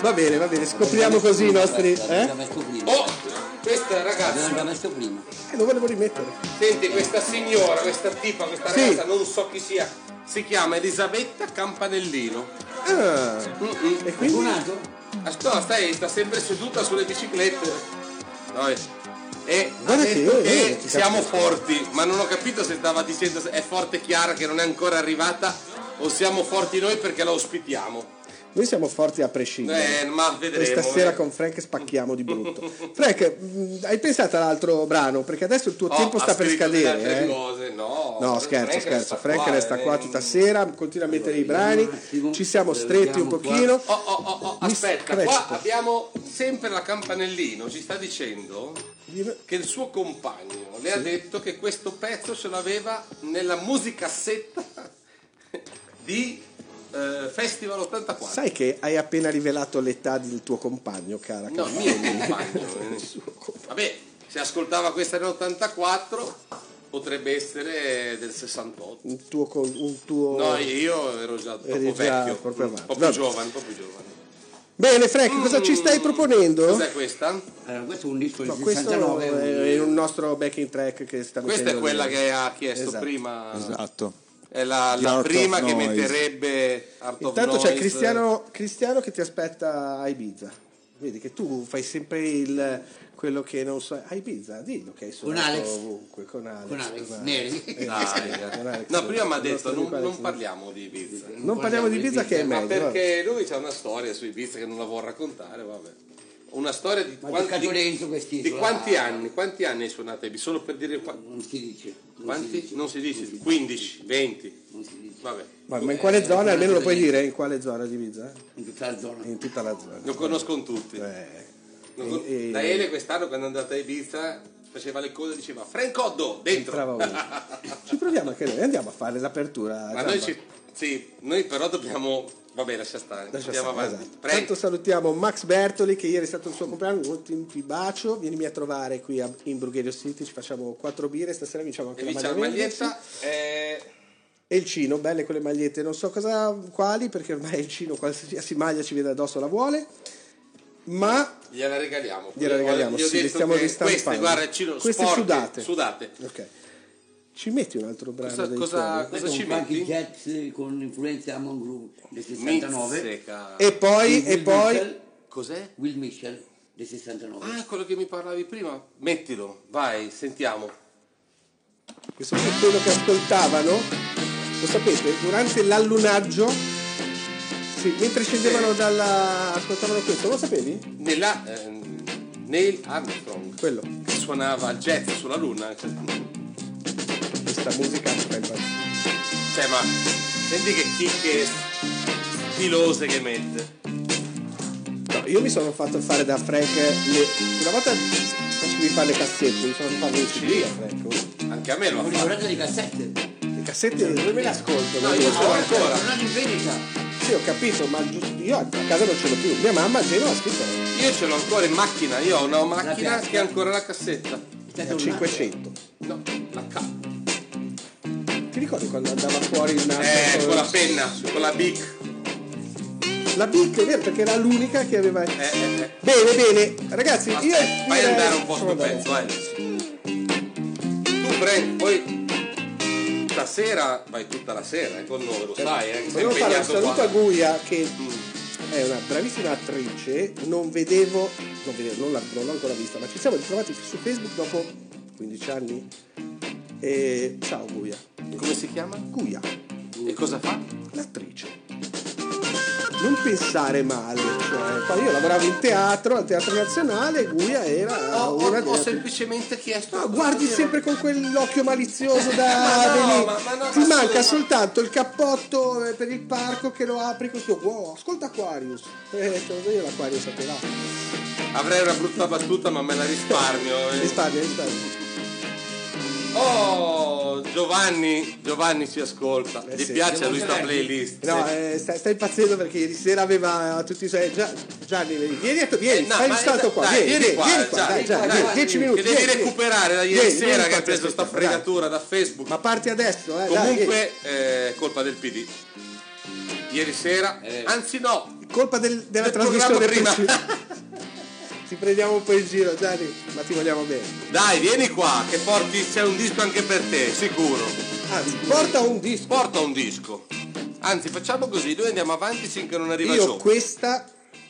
Speaker 2: va bene, va bene, scopriamo così i nostri...
Speaker 3: L'abbiamo già
Speaker 2: Eh?
Speaker 3: messo prima.
Speaker 1: Oh, questa
Speaker 3: L'abbiamo
Speaker 1: ragazza,
Speaker 3: già messo prima.
Speaker 2: Eh, Lo volevo rimettere.
Speaker 1: senti, questa signora, questa tipa, questa
Speaker 2: Sì.
Speaker 1: ragazza, non so chi sia, si chiama Elisabetta Campanellino.
Speaker 2: Ah,
Speaker 1: Mm-mm.
Speaker 2: e quindi...
Speaker 3: Fortunato?
Speaker 1: Ah, No, stai, sta sempre seduta sulle biciclette. No, eh. E ha
Speaker 2: Guarda
Speaker 1: detto
Speaker 2: che-
Speaker 1: che
Speaker 2: eh, ti
Speaker 1: siamo
Speaker 2: capisco.
Speaker 1: forti, ma non ho capito se stava dicendo se è forte Chiara che non è ancora arrivata o siamo forti noi perché la ospitiamo.
Speaker 2: Noi siamo forti a prescindere.
Speaker 1: Eh, ma vedremo.
Speaker 2: Questa sera
Speaker 1: eh.
Speaker 2: con Frank spacchiamo di brutto. Frank, mh, hai pensato all'altro brano? Perché adesso il tuo
Speaker 1: Oh,
Speaker 2: tempo
Speaker 1: ha
Speaker 2: sta per
Speaker 1: scritto delle altre
Speaker 2: scadere. eh.
Speaker 1: cose, No,
Speaker 2: No, scherzo, scherzo. Frank resta
Speaker 1: eh.
Speaker 2: qua tutta sera, continua a mettere i brani.
Speaker 3: attimo,
Speaker 2: Ci siamo
Speaker 3: lo
Speaker 2: stretti un
Speaker 3: vediamo qua.
Speaker 2: pochino.
Speaker 1: Oh, oh, oh, oh,
Speaker 2: Mi
Speaker 1: aspetta,
Speaker 2: scretto.
Speaker 1: qua abbiamo sempre la campanellino, ci sta dicendo che il suo compagno le ha detto che questo pezzo ce l'aveva nella musicassetta di eh, Festival 84.
Speaker 2: Sai che hai appena rivelato l'età del tuo compagno, cara.
Speaker 1: No, il
Speaker 2: cara.
Speaker 1: mio compagno. eh. Vabbè, se ascoltava questa nell'84 potrebbe essere del 68.
Speaker 2: Un tuo. co- un tuo-
Speaker 1: No, io ero già troppo
Speaker 2: Eri già
Speaker 1: vecchio,
Speaker 2: proprio
Speaker 1: un
Speaker 2: avanti.
Speaker 1: po' più
Speaker 2: Vabbè.
Speaker 1: giovane, un po' più giovane.
Speaker 2: Bene, Frank, cosa ci stai proponendo?
Speaker 1: Mm. Cos'è questa?
Speaker 3: Allora, Eh, questo è un disco
Speaker 2: No,
Speaker 3: del
Speaker 2: questo
Speaker 3: 69.
Speaker 2: è
Speaker 3: un-
Speaker 2: un nostro backing track che sta
Speaker 1: Questa è
Speaker 2: mettendo
Speaker 1: quella
Speaker 2: lì.
Speaker 1: che ha chiesto
Speaker 2: Esatto.
Speaker 1: prima.
Speaker 6: Esatto.
Speaker 1: È la,
Speaker 6: Di
Speaker 1: la
Speaker 6: Art of
Speaker 1: prima che
Speaker 6: Noise.
Speaker 1: metterebbe Art of
Speaker 2: Intanto c'è
Speaker 1: Noise.
Speaker 2: Cristiano, Cristiano che ti aspetta a Ibiza. Vedi che tu fai sempre il quello che non sai. A Ibiza, dillo che hai suonato
Speaker 3: Alex.
Speaker 2: ovunque, con Alex.
Speaker 3: Con Alex
Speaker 2: esatto.
Speaker 3: Neri.
Speaker 2: Eh,
Speaker 1: Dai,
Speaker 2: sì, con Alex.
Speaker 1: Ah, no, prima mi ha
Speaker 2: Il nostro
Speaker 1: detto non,
Speaker 2: amico Alex
Speaker 1: non
Speaker 2: Neri.
Speaker 1: parliamo di Ibiza.
Speaker 2: Non parliamo di Ibiza che è
Speaker 1: Ma
Speaker 2: meglio. vabbè.
Speaker 1: perché lui c'ha una storia su Ibiza che non la vuol raccontare, vabbè. Una storia di,
Speaker 3: Ma
Speaker 1: quanti-
Speaker 3: giocato dentro quest'isola.
Speaker 1: di quanti anni? Quanti anni hai suonato a Ibiza? Solo per dire qua-
Speaker 3: Non si dice. non si
Speaker 1: quanti?
Speaker 3: dice,
Speaker 1: Non si dice, 15, 20.
Speaker 3: Non si dice.
Speaker 1: Vabbè.
Speaker 2: Ma, ma in quale
Speaker 3: Eh,
Speaker 2: zona? Almeno lo
Speaker 3: eh,
Speaker 2: puoi dire, in quale zona di Ibiza?
Speaker 3: In tutta la zona.
Speaker 2: In tutta la zona.
Speaker 1: Lo conoscono tutti.
Speaker 2: Eh.
Speaker 1: Non con-
Speaker 2: E- e-
Speaker 1: La Ele quest'anno quando è andata a Ibiza faceva le cose e diceva Francoddo dentro.
Speaker 2: Entrava ovunque. Ci proviamo anche noi, andiamo a fare l'apertura.
Speaker 1: Ma
Speaker 2: Giamba.
Speaker 1: noi ci. Sì, noi però dobbiamo. Vabbè, lascia stare.
Speaker 2: Lascia
Speaker 1: andiamo
Speaker 2: stare,
Speaker 1: avanti.
Speaker 2: esatto.
Speaker 1: Prego.
Speaker 2: Tanto salutiamo Max Bertoli che ieri è stato il suo compleanno, un ti bacio, vienimi a trovare qui a- in Brugherio City, ci facciamo quattro birre, stasera vinciamo anche
Speaker 1: E
Speaker 2: la
Speaker 1: vince
Speaker 2: maglia
Speaker 1: la
Speaker 2: verde,
Speaker 1: maglietta. eh,
Speaker 2: sì. E il Cino, belle quelle magliette, non so cosa quali perché ormai il Cino qualsiasi maglia ci vede addosso la vuole, ma
Speaker 1: gliela regaliamo.
Speaker 2: Gliela regaliamo,
Speaker 1: Gli ho
Speaker 2: sì, li
Speaker 1: detto
Speaker 2: stiamo
Speaker 1: che
Speaker 2: ristampando.
Speaker 1: Queste, guarda, Ciro,
Speaker 2: Queste
Speaker 1: sporche,
Speaker 2: sudate.
Speaker 1: sudate.
Speaker 2: ok. Ci metti un altro brano
Speaker 1: Cosa-
Speaker 2: dei
Speaker 1: cosa-
Speaker 2: tuoi?
Speaker 1: cosa
Speaker 3: Con
Speaker 1: ci
Speaker 3: qualche
Speaker 1: metti?
Speaker 3: jazz con influenza Amon Groove del 69.
Speaker 1: Mizzica.
Speaker 2: E poi,
Speaker 3: Will
Speaker 2: e poi...
Speaker 3: Mitchell-
Speaker 1: Cos'è?
Speaker 3: Will Mitchell del 69.
Speaker 1: Ah, quello che mi parlavi prima. Mettilo, vai, sentiamo.
Speaker 2: Questo qui è quello che ascoltavano, lo sapete, durante l'allunaggio, sì, mentre scendevano dalla... ascoltavano questo, lo sapevi?
Speaker 1: Nella, ehm, Neil Armstrong
Speaker 2: Quello,
Speaker 1: che suonava il jazz sulla luna. Cioè,
Speaker 2: questa musica mi fa impazzire.
Speaker 1: cioè, ma senti che chicche stilose che mette.
Speaker 2: No, io mi sono fatto fare da Frank le- una volta facevi fare le cassette, mi sono fatto fare le CD a Frank. oh.
Speaker 1: Anche a me lo
Speaker 3: Ho
Speaker 1: ha fatto.
Speaker 3: ricordato di cassette.
Speaker 2: Le cassette dove me le ascolto?
Speaker 1: No,
Speaker 2: Non
Speaker 1: io
Speaker 2: lo
Speaker 1: sono
Speaker 2: so.
Speaker 1: ancora.
Speaker 3: Sono andato in vendita.
Speaker 2: Sì, ho capito, ma giusto io a casa non ce l'ho più. Mia mamma a Genova ha scritto
Speaker 1: Io ce l'ho ancora in macchina, io ho una macchina
Speaker 3: piastra.
Speaker 1: che ha ancora la cassetta.
Speaker 3: È stato
Speaker 2: a
Speaker 3: un
Speaker 2: 500.
Speaker 1: No, la K.
Speaker 2: Ti ricordi quando andava fuori il naso?
Speaker 1: Eh,
Speaker 2: con-
Speaker 1: con la penna, con la Bic.
Speaker 2: La Bic, è vero, perché era l'unica che aveva...
Speaker 1: Eh, eh, eh.
Speaker 2: Bene, bene, ragazzi, io...
Speaker 1: Aspetta, fai
Speaker 2: direi-
Speaker 1: andare un po'
Speaker 2: Facciamo
Speaker 1: sto
Speaker 2: andare.
Speaker 1: pezzo, eh. Tu prendi, poi stasera vai tutta la sera, è con noi, lo sai, eh, che sei
Speaker 2: Volevo fare un
Speaker 1: impegnato
Speaker 2: saluto
Speaker 1: qua.
Speaker 2: a Guia che
Speaker 1: Mm.
Speaker 2: è una bravissima attrice, non vedevo, non, vedevo, non, la- non l'ho ancora vista, ma ci siamo ritrovati su Facebook dopo 15 anni. E ciao Guia.
Speaker 1: Come si chiama?
Speaker 2: Guia,
Speaker 1: E cosa fa?
Speaker 2: l'attrice. Non pensare male, cioè, poi io lavoravo in teatro, al Teatro Nazionale, Guia era
Speaker 1: Ho, ho-
Speaker 2: una
Speaker 1: ho
Speaker 2: delle-
Speaker 1: semplicemente chiesto.
Speaker 2: No, guardi sempre con quell'occhio malizioso da
Speaker 1: Ma no,
Speaker 2: venire.
Speaker 1: ma- ma no,
Speaker 2: Ti
Speaker 1: ma
Speaker 2: manca
Speaker 1: scusa, ma-
Speaker 2: soltanto il cappotto eh, per il parco che lo apri così. Wow, ascolta Aquarius. Eh, te lo so io l'Aquarius sapeva.
Speaker 1: Avrei una brutta battuta ma me la risparmio. eh.
Speaker 2: Risparmia, risparmia.
Speaker 1: Oh, Giovanni, Giovanni ci ascolta.
Speaker 2: Eh
Speaker 1: Gli
Speaker 2: sì.
Speaker 1: piace a lui sta
Speaker 3: Giovanni.
Speaker 1: playlist.
Speaker 2: No,
Speaker 1: Sì.
Speaker 2: eh, stai, stai impazzendo perché ieri sera aveva eh, tutti i suoi. Gia- Gianni, vieni, vieni, a to- vieni,
Speaker 1: Eh, no,
Speaker 2: fai un
Speaker 1: ma-
Speaker 2: salto qua.
Speaker 1: dai,
Speaker 2: Vieni,
Speaker 1: vieni
Speaker 2: vieni,
Speaker 1: qua,
Speaker 2: vieni qua,
Speaker 1: Gianni,
Speaker 2: dai, Gianni,
Speaker 1: dai,
Speaker 2: vieni, 10 minuti.
Speaker 1: Che devi
Speaker 2: vieni,
Speaker 1: recuperare da
Speaker 2: vieni.
Speaker 1: ieri
Speaker 2: Vieni,
Speaker 1: sera
Speaker 2: vieni
Speaker 1: che
Speaker 2: qua,
Speaker 1: ha preso sta
Speaker 2: aspetta, dai.
Speaker 1: fregatura da Facebook.
Speaker 2: Ma parti adesso, eh. dai, vieni.
Speaker 1: Comunque, eh, colpa del PD. Ieri sera,
Speaker 2: Eh.
Speaker 1: anzi no,
Speaker 2: colpa del- della
Speaker 1: del
Speaker 2: trasmissione
Speaker 1: programma prima.
Speaker 2: Ti prendiamo un po' in giro, Gianni, ma ti vogliamo bene.
Speaker 1: dai, vieni qua, che porti, c'è un disco anche per te, sicuro. Ah,
Speaker 2: Anzi, porta un disco.
Speaker 1: Porta un disco. Anzi, facciamo così, noi andiamo avanti finché non arriva
Speaker 2: Io
Speaker 1: Gio.
Speaker 2: questa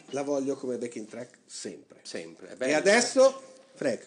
Speaker 2: la voglio come backing track sempre.
Speaker 1: Sempre. è
Speaker 2: E
Speaker 1: bello.
Speaker 2: adesso, Frank,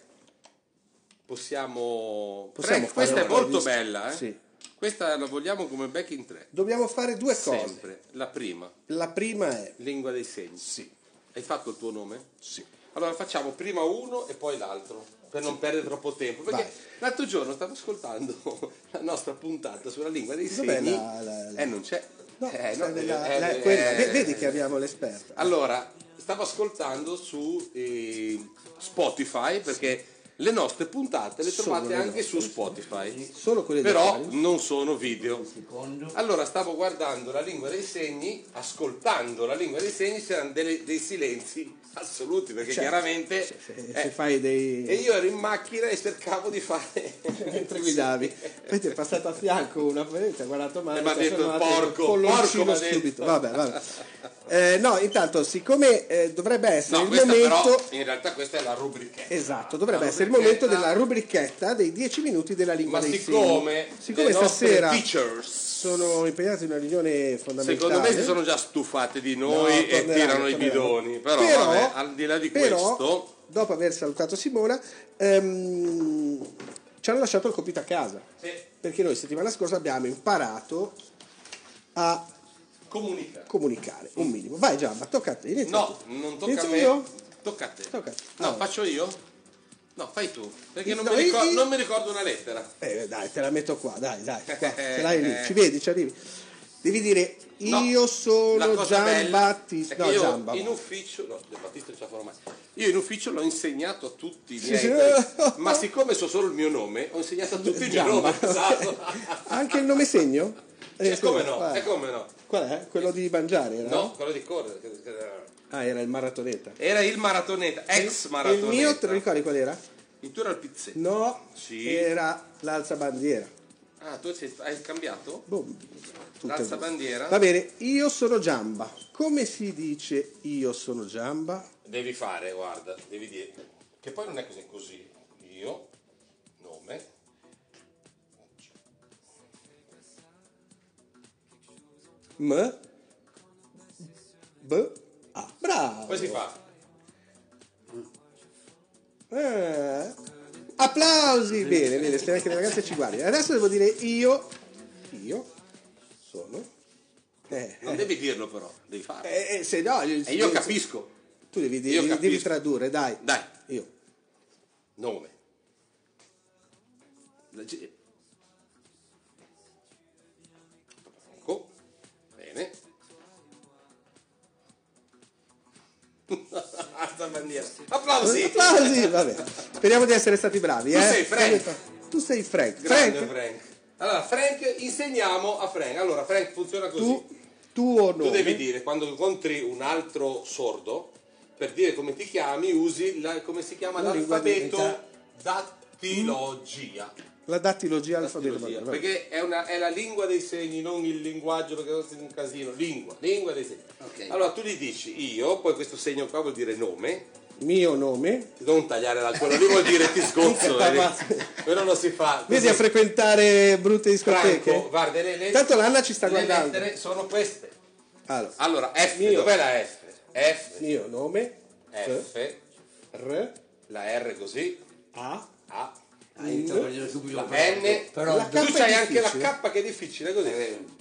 Speaker 1: possiamo...
Speaker 2: Possiamo
Speaker 1: Frank,
Speaker 2: fare
Speaker 1: questa è
Speaker 2: un
Speaker 1: molto
Speaker 2: disco.
Speaker 1: bella, eh?
Speaker 2: Sì.
Speaker 1: Questa la vogliamo come back in tre.
Speaker 2: dobbiamo fare due cose.
Speaker 1: Sempre. La prima,
Speaker 2: La prima è
Speaker 1: lingua dei segni.
Speaker 2: sì,
Speaker 1: Hai fatto il tuo nome?
Speaker 2: sì.
Speaker 1: Allora facciamo prima uno e poi l'altro per non perdere troppo tempo. Perché
Speaker 2: Vai.
Speaker 1: l'altro giorno stavo ascoltando la nostra puntata sulla lingua dei
Speaker 2: Dov'è
Speaker 1: segni.
Speaker 2: la- la- la-
Speaker 1: Eh, non c'è.
Speaker 2: No,
Speaker 1: Eh,
Speaker 2: sta
Speaker 1: no,
Speaker 2: nella-
Speaker 1: eh,
Speaker 2: la-
Speaker 1: eh,
Speaker 2: quella.
Speaker 1: eh,
Speaker 2: Ve- Vedi che abbiamo l'esperta.
Speaker 1: Allora, stavo ascoltando su eh, Spotify perché le nostre puntate le
Speaker 2: Sono
Speaker 1: trovate
Speaker 2: le
Speaker 1: anche su
Speaker 2: nostre.
Speaker 1: Spotify.
Speaker 2: Solo quelle di
Speaker 1: Però
Speaker 2: Aquarius.
Speaker 1: non sono video.
Speaker 3: secondo.
Speaker 1: Allora stavo guardando la lingua dei segni, ascoltando la lingua dei segni c'erano delle- dei silenzi assoluti perché
Speaker 2: Certo.
Speaker 1: chiaramente
Speaker 2: Se, se-
Speaker 1: eh,
Speaker 2: se fai dei...
Speaker 1: e io ero in macchina e cercavo di fare
Speaker 2: mentre guidavi poi ti è passato a fianco una parente ha guardato male
Speaker 1: E mi Eh, ha
Speaker 2: ti
Speaker 1: detto,
Speaker 2: fermato,
Speaker 1: "Porco, porco",
Speaker 2: polloncino
Speaker 1: mi ha detto.
Speaker 2: subito vabbè vabbè Eh, no intanto siccome eh, dovrebbe essere
Speaker 1: No,
Speaker 2: il
Speaker 1: questa
Speaker 2: momento
Speaker 1: però in realtà questa è la rubrichetta.
Speaker 2: Esatto, dovrebbe
Speaker 1: La
Speaker 2: essere il
Speaker 1: rubrichetta-
Speaker 2: momento della rubrichetta dei 10 minuti della lingua
Speaker 1: Ma
Speaker 2: dei
Speaker 1: siccome,
Speaker 2: segni. siccome
Speaker 1: le nostre
Speaker 2: stasera
Speaker 1: teachers
Speaker 2: sono impegnati in una riunione fondamentale.
Speaker 1: secondo me si sono già stufate di
Speaker 2: No,
Speaker 1: noi e
Speaker 2: torneranno,
Speaker 1: tirano i
Speaker 2: torneranno.
Speaker 1: bidoni, però, vabbè, al di là di
Speaker 2: però,
Speaker 1: questo
Speaker 2: dopo aver salutato Simona, ehm, ci hanno lasciato il compito a casa. Perché noi settimana scorsa abbiamo imparato a
Speaker 1: comunica.
Speaker 2: comunicare un minimo. Vai Giamba, tocca a te. inizia
Speaker 1: No,
Speaker 2: tu.
Speaker 1: non tocca
Speaker 2: Certo. Inizio
Speaker 1: a me.
Speaker 2: io?
Speaker 1: Tocca a te.
Speaker 2: Tocca a te.
Speaker 1: No,
Speaker 2: Allora.
Speaker 1: faccio io? No, fai tu, perché non,
Speaker 2: No,
Speaker 1: mi,
Speaker 2: io-
Speaker 1: ricor-
Speaker 2: io-
Speaker 1: non mi ricordo una lettera.
Speaker 2: Eh, dai, te la metto qua, dai, dai, qua, ce l'hai lì, ci vedi, ci arrivi. Devi dire
Speaker 1: No,
Speaker 2: io
Speaker 1: la
Speaker 2: sono
Speaker 1: cosa
Speaker 2: Gian
Speaker 1: bella
Speaker 2: Battista.
Speaker 1: è che
Speaker 2: No,
Speaker 1: io
Speaker 2: Gian Battista.
Speaker 1: in ufficio, no, Gian Battista non ce la farò mai. Io in ufficio l'ho insegnato a tutti i
Speaker 2: Sì,
Speaker 1: miei,
Speaker 2: sì.
Speaker 1: colleghi, ma siccome so solo il mio nome, ho insegnato a tutti il mio
Speaker 2: Giamba.
Speaker 1: nome. esatto.
Speaker 2: Anche il nome segno?
Speaker 1: E
Speaker 2: Eh,
Speaker 1: come
Speaker 2: scusa, eh.
Speaker 1: no?
Speaker 2: vai.
Speaker 1: E come no?
Speaker 2: Qual è? Quello di mangiare, era?
Speaker 1: No, quello di correre. che- che-
Speaker 2: Ah, era il maratoneta.
Speaker 1: Era il maratoneta, ex
Speaker 2: Il
Speaker 1: maratoneta.
Speaker 2: mio, te lo ricordi qual era?
Speaker 1: Il tuo era il pizzetto.
Speaker 2: No,
Speaker 1: Sì.
Speaker 2: era l'alzabandiera.
Speaker 1: Ah, tu sei- hai cambiato?
Speaker 2: Boom. Boh, Tutte
Speaker 1: L'alzabandiera?
Speaker 2: Va bene, io sono Giamba. Come si dice io sono Giamba?
Speaker 1: Devi fare, guarda, devi dire. Che poi non è così così. Io, nome,
Speaker 2: M B A. Bravo.
Speaker 1: Poi si fa.
Speaker 2: Eh. Applausi! Bene, bene, speriamo che le ragazze ci guardino. Adesso devo dire io. Io sono. Eh,
Speaker 1: Non devi dirlo però, devi farlo.
Speaker 2: eh, eh, se no.
Speaker 1: E io capisco.
Speaker 2: Tu devi,
Speaker 1: Io
Speaker 2: devi,
Speaker 1: capisco.
Speaker 2: devi tradurre, dai.
Speaker 1: Dai,
Speaker 2: Io.
Speaker 1: nome. La ge- Ecco. Bene. Alza bandiera. Applausi.
Speaker 2: Applausi! Vabbè. Speriamo di essere stati bravi.
Speaker 1: Tu
Speaker 2: eh.
Speaker 1: sei Frank.
Speaker 2: Tu sei Frank.
Speaker 1: Grande
Speaker 2: Frank,
Speaker 1: Frank. Allora, Frank, insegniamo a Frank. Allora, Frank funziona così.
Speaker 2: tu, tuo nome.
Speaker 1: Tu devi dire, quando incontri un altro sordo, per dire come ti chiami, usi la- come si chiama
Speaker 2: La lingua
Speaker 1: l'alfabeto
Speaker 2: diretta.
Speaker 1: dattilogia.
Speaker 2: La dattilogia alfabeto.
Speaker 1: Dattilogia,
Speaker 2: vabbè, vabbè.
Speaker 1: Perché è, una- è la lingua dei segni, non il linguaggio, perché è un casino. Lingua, lingua dei segni.
Speaker 3: Ok.
Speaker 1: Allora tu gli dici io, poi questo segno qua vuol dire nome,
Speaker 2: Mio nome.
Speaker 1: non tagliare la coda, lui vuol dire ti sgozzo.
Speaker 2: Minchia,
Speaker 1: eh.
Speaker 2: papà.
Speaker 1: Quello non si fa.
Speaker 2: Vedi a
Speaker 1: Così.
Speaker 2: frequentare brutte discoteche?
Speaker 1: Franco, guarda le lettere.
Speaker 2: Tanto l'Anna ci sta
Speaker 1: le
Speaker 2: guardando.
Speaker 1: lettere sono queste.
Speaker 2: Allora,
Speaker 1: Allora, F,
Speaker 2: Mio.
Speaker 1: dov'è la F? F,
Speaker 2: mio nome. F,
Speaker 1: F,
Speaker 2: R,
Speaker 1: la R così,
Speaker 2: A.
Speaker 1: A,
Speaker 3: Aiuto a prendere subito
Speaker 1: la N,
Speaker 3: Però
Speaker 2: La
Speaker 1: tu
Speaker 2: K è
Speaker 1: c'hai anche la
Speaker 2: difficile.
Speaker 1: K che è difficile così.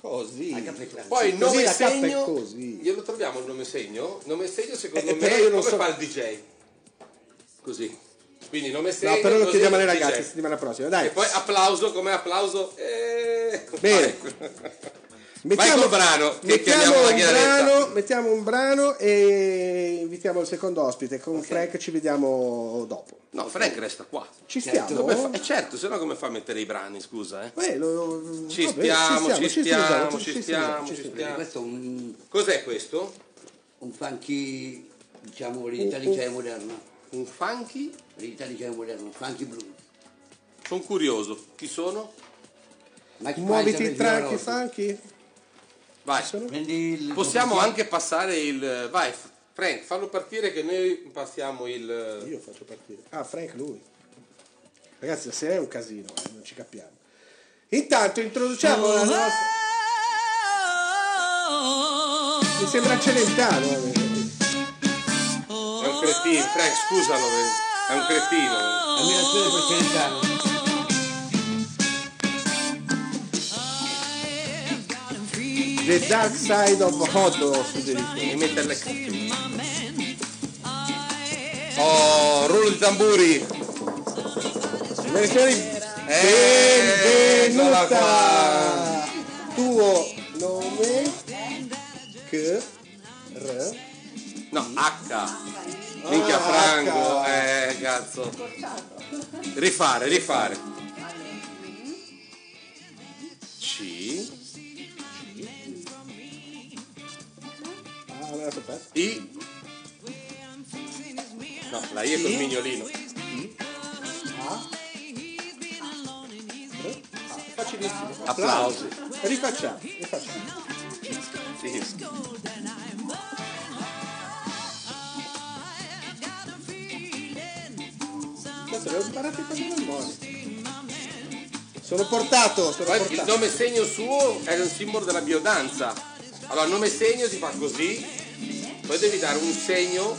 Speaker 2: Così.
Speaker 3: Hai capito?
Speaker 1: Poi il
Speaker 2: Così
Speaker 1: nome
Speaker 2: la K è
Speaker 1: segno,
Speaker 2: così.
Speaker 1: glielo troviamo il nome segno? Nome segno secondo
Speaker 2: Eh,
Speaker 1: me
Speaker 2: però io non
Speaker 1: come
Speaker 2: so-
Speaker 1: fa il DJ? Così. Quindi nome segno.
Speaker 2: No, però lo
Speaker 1: così,
Speaker 2: chiediamo alle
Speaker 1: DJ.
Speaker 2: ragazze la settimana prossima, dai.
Speaker 1: E poi applauso, come applauso? Eh,
Speaker 2: Bene.
Speaker 1: Vai col brano, che
Speaker 2: mettiamo,
Speaker 1: chiamiamo la
Speaker 2: un
Speaker 1: chiaretta.
Speaker 2: brano, mettiamo un brano e invitiamo il secondo ospite. Con Frank ci vediamo dopo.
Speaker 1: No, Frank resta qua.
Speaker 2: Ci
Speaker 1: Certo.
Speaker 2: stiamo?
Speaker 1: Come fa- eh, certo, se no come fa a mettere i brani, scusa, eh?
Speaker 2: Beh, lo-
Speaker 1: Ci
Speaker 2: vabbè,
Speaker 1: stiamo, ci stiamo,
Speaker 2: ci
Speaker 1: ci
Speaker 2: stiamo,
Speaker 1: stiamo, ci
Speaker 2: stiamo.
Speaker 1: stiamo.
Speaker 3: Questo è un,
Speaker 1: Cos'è questo?
Speaker 3: un funky, diciamo, l'italica moderna.
Speaker 1: Un funky?
Speaker 3: L'italica moderna, un funky blues.
Speaker 1: Sono curioso. Chi sono?
Speaker 3: Mike
Speaker 2: Muoviti
Speaker 3: Tyson,
Speaker 2: tranchi,
Speaker 3: Junior Rock.
Speaker 2: funky.
Speaker 1: Vai.
Speaker 2: sono?
Speaker 3: Prendi il
Speaker 1: Possiamo anche passare il... Vai, Frank, fallo partire che noi passiamo il...
Speaker 2: Io faccio partire. Ah, Frank lui. Ragazzi, la sera è un casino, eh, non ci capiamo. Intanto introduciamo la nostra. Mi sembra Celentano.
Speaker 1: È
Speaker 2: eh.
Speaker 1: un cretino, Frank, scusalo. eh. È un cretino.
Speaker 3: Ammirazione per Celentano.
Speaker 2: The Dark Side of Hot suggerisco.
Speaker 1: Devi mettere le Oh, rullo di tamburi.
Speaker 2: Versione
Speaker 1: Eh, eccola
Speaker 2: benvenuta.
Speaker 1: qua.
Speaker 2: Tuo nome K R
Speaker 1: No, H. Minchia Franco.
Speaker 2: H.
Speaker 1: Eh, cazzo. Rifare, rifare. C.
Speaker 2: Ah, me la so persa.
Speaker 1: I No, la I è col mignolino.
Speaker 2: Facilissimo.
Speaker 1: Applausi.
Speaker 2: Rifacciamo, rifacciamo.
Speaker 1: Sì.
Speaker 2: Adesso le ho imparate cose a memoria. Sono portato, sono
Speaker 1: Poi diciamo il
Speaker 2: portato.
Speaker 1: nome segno suo è un simbolo della biodanza. Allora, il nome segno si fa così, poi devi dare un segno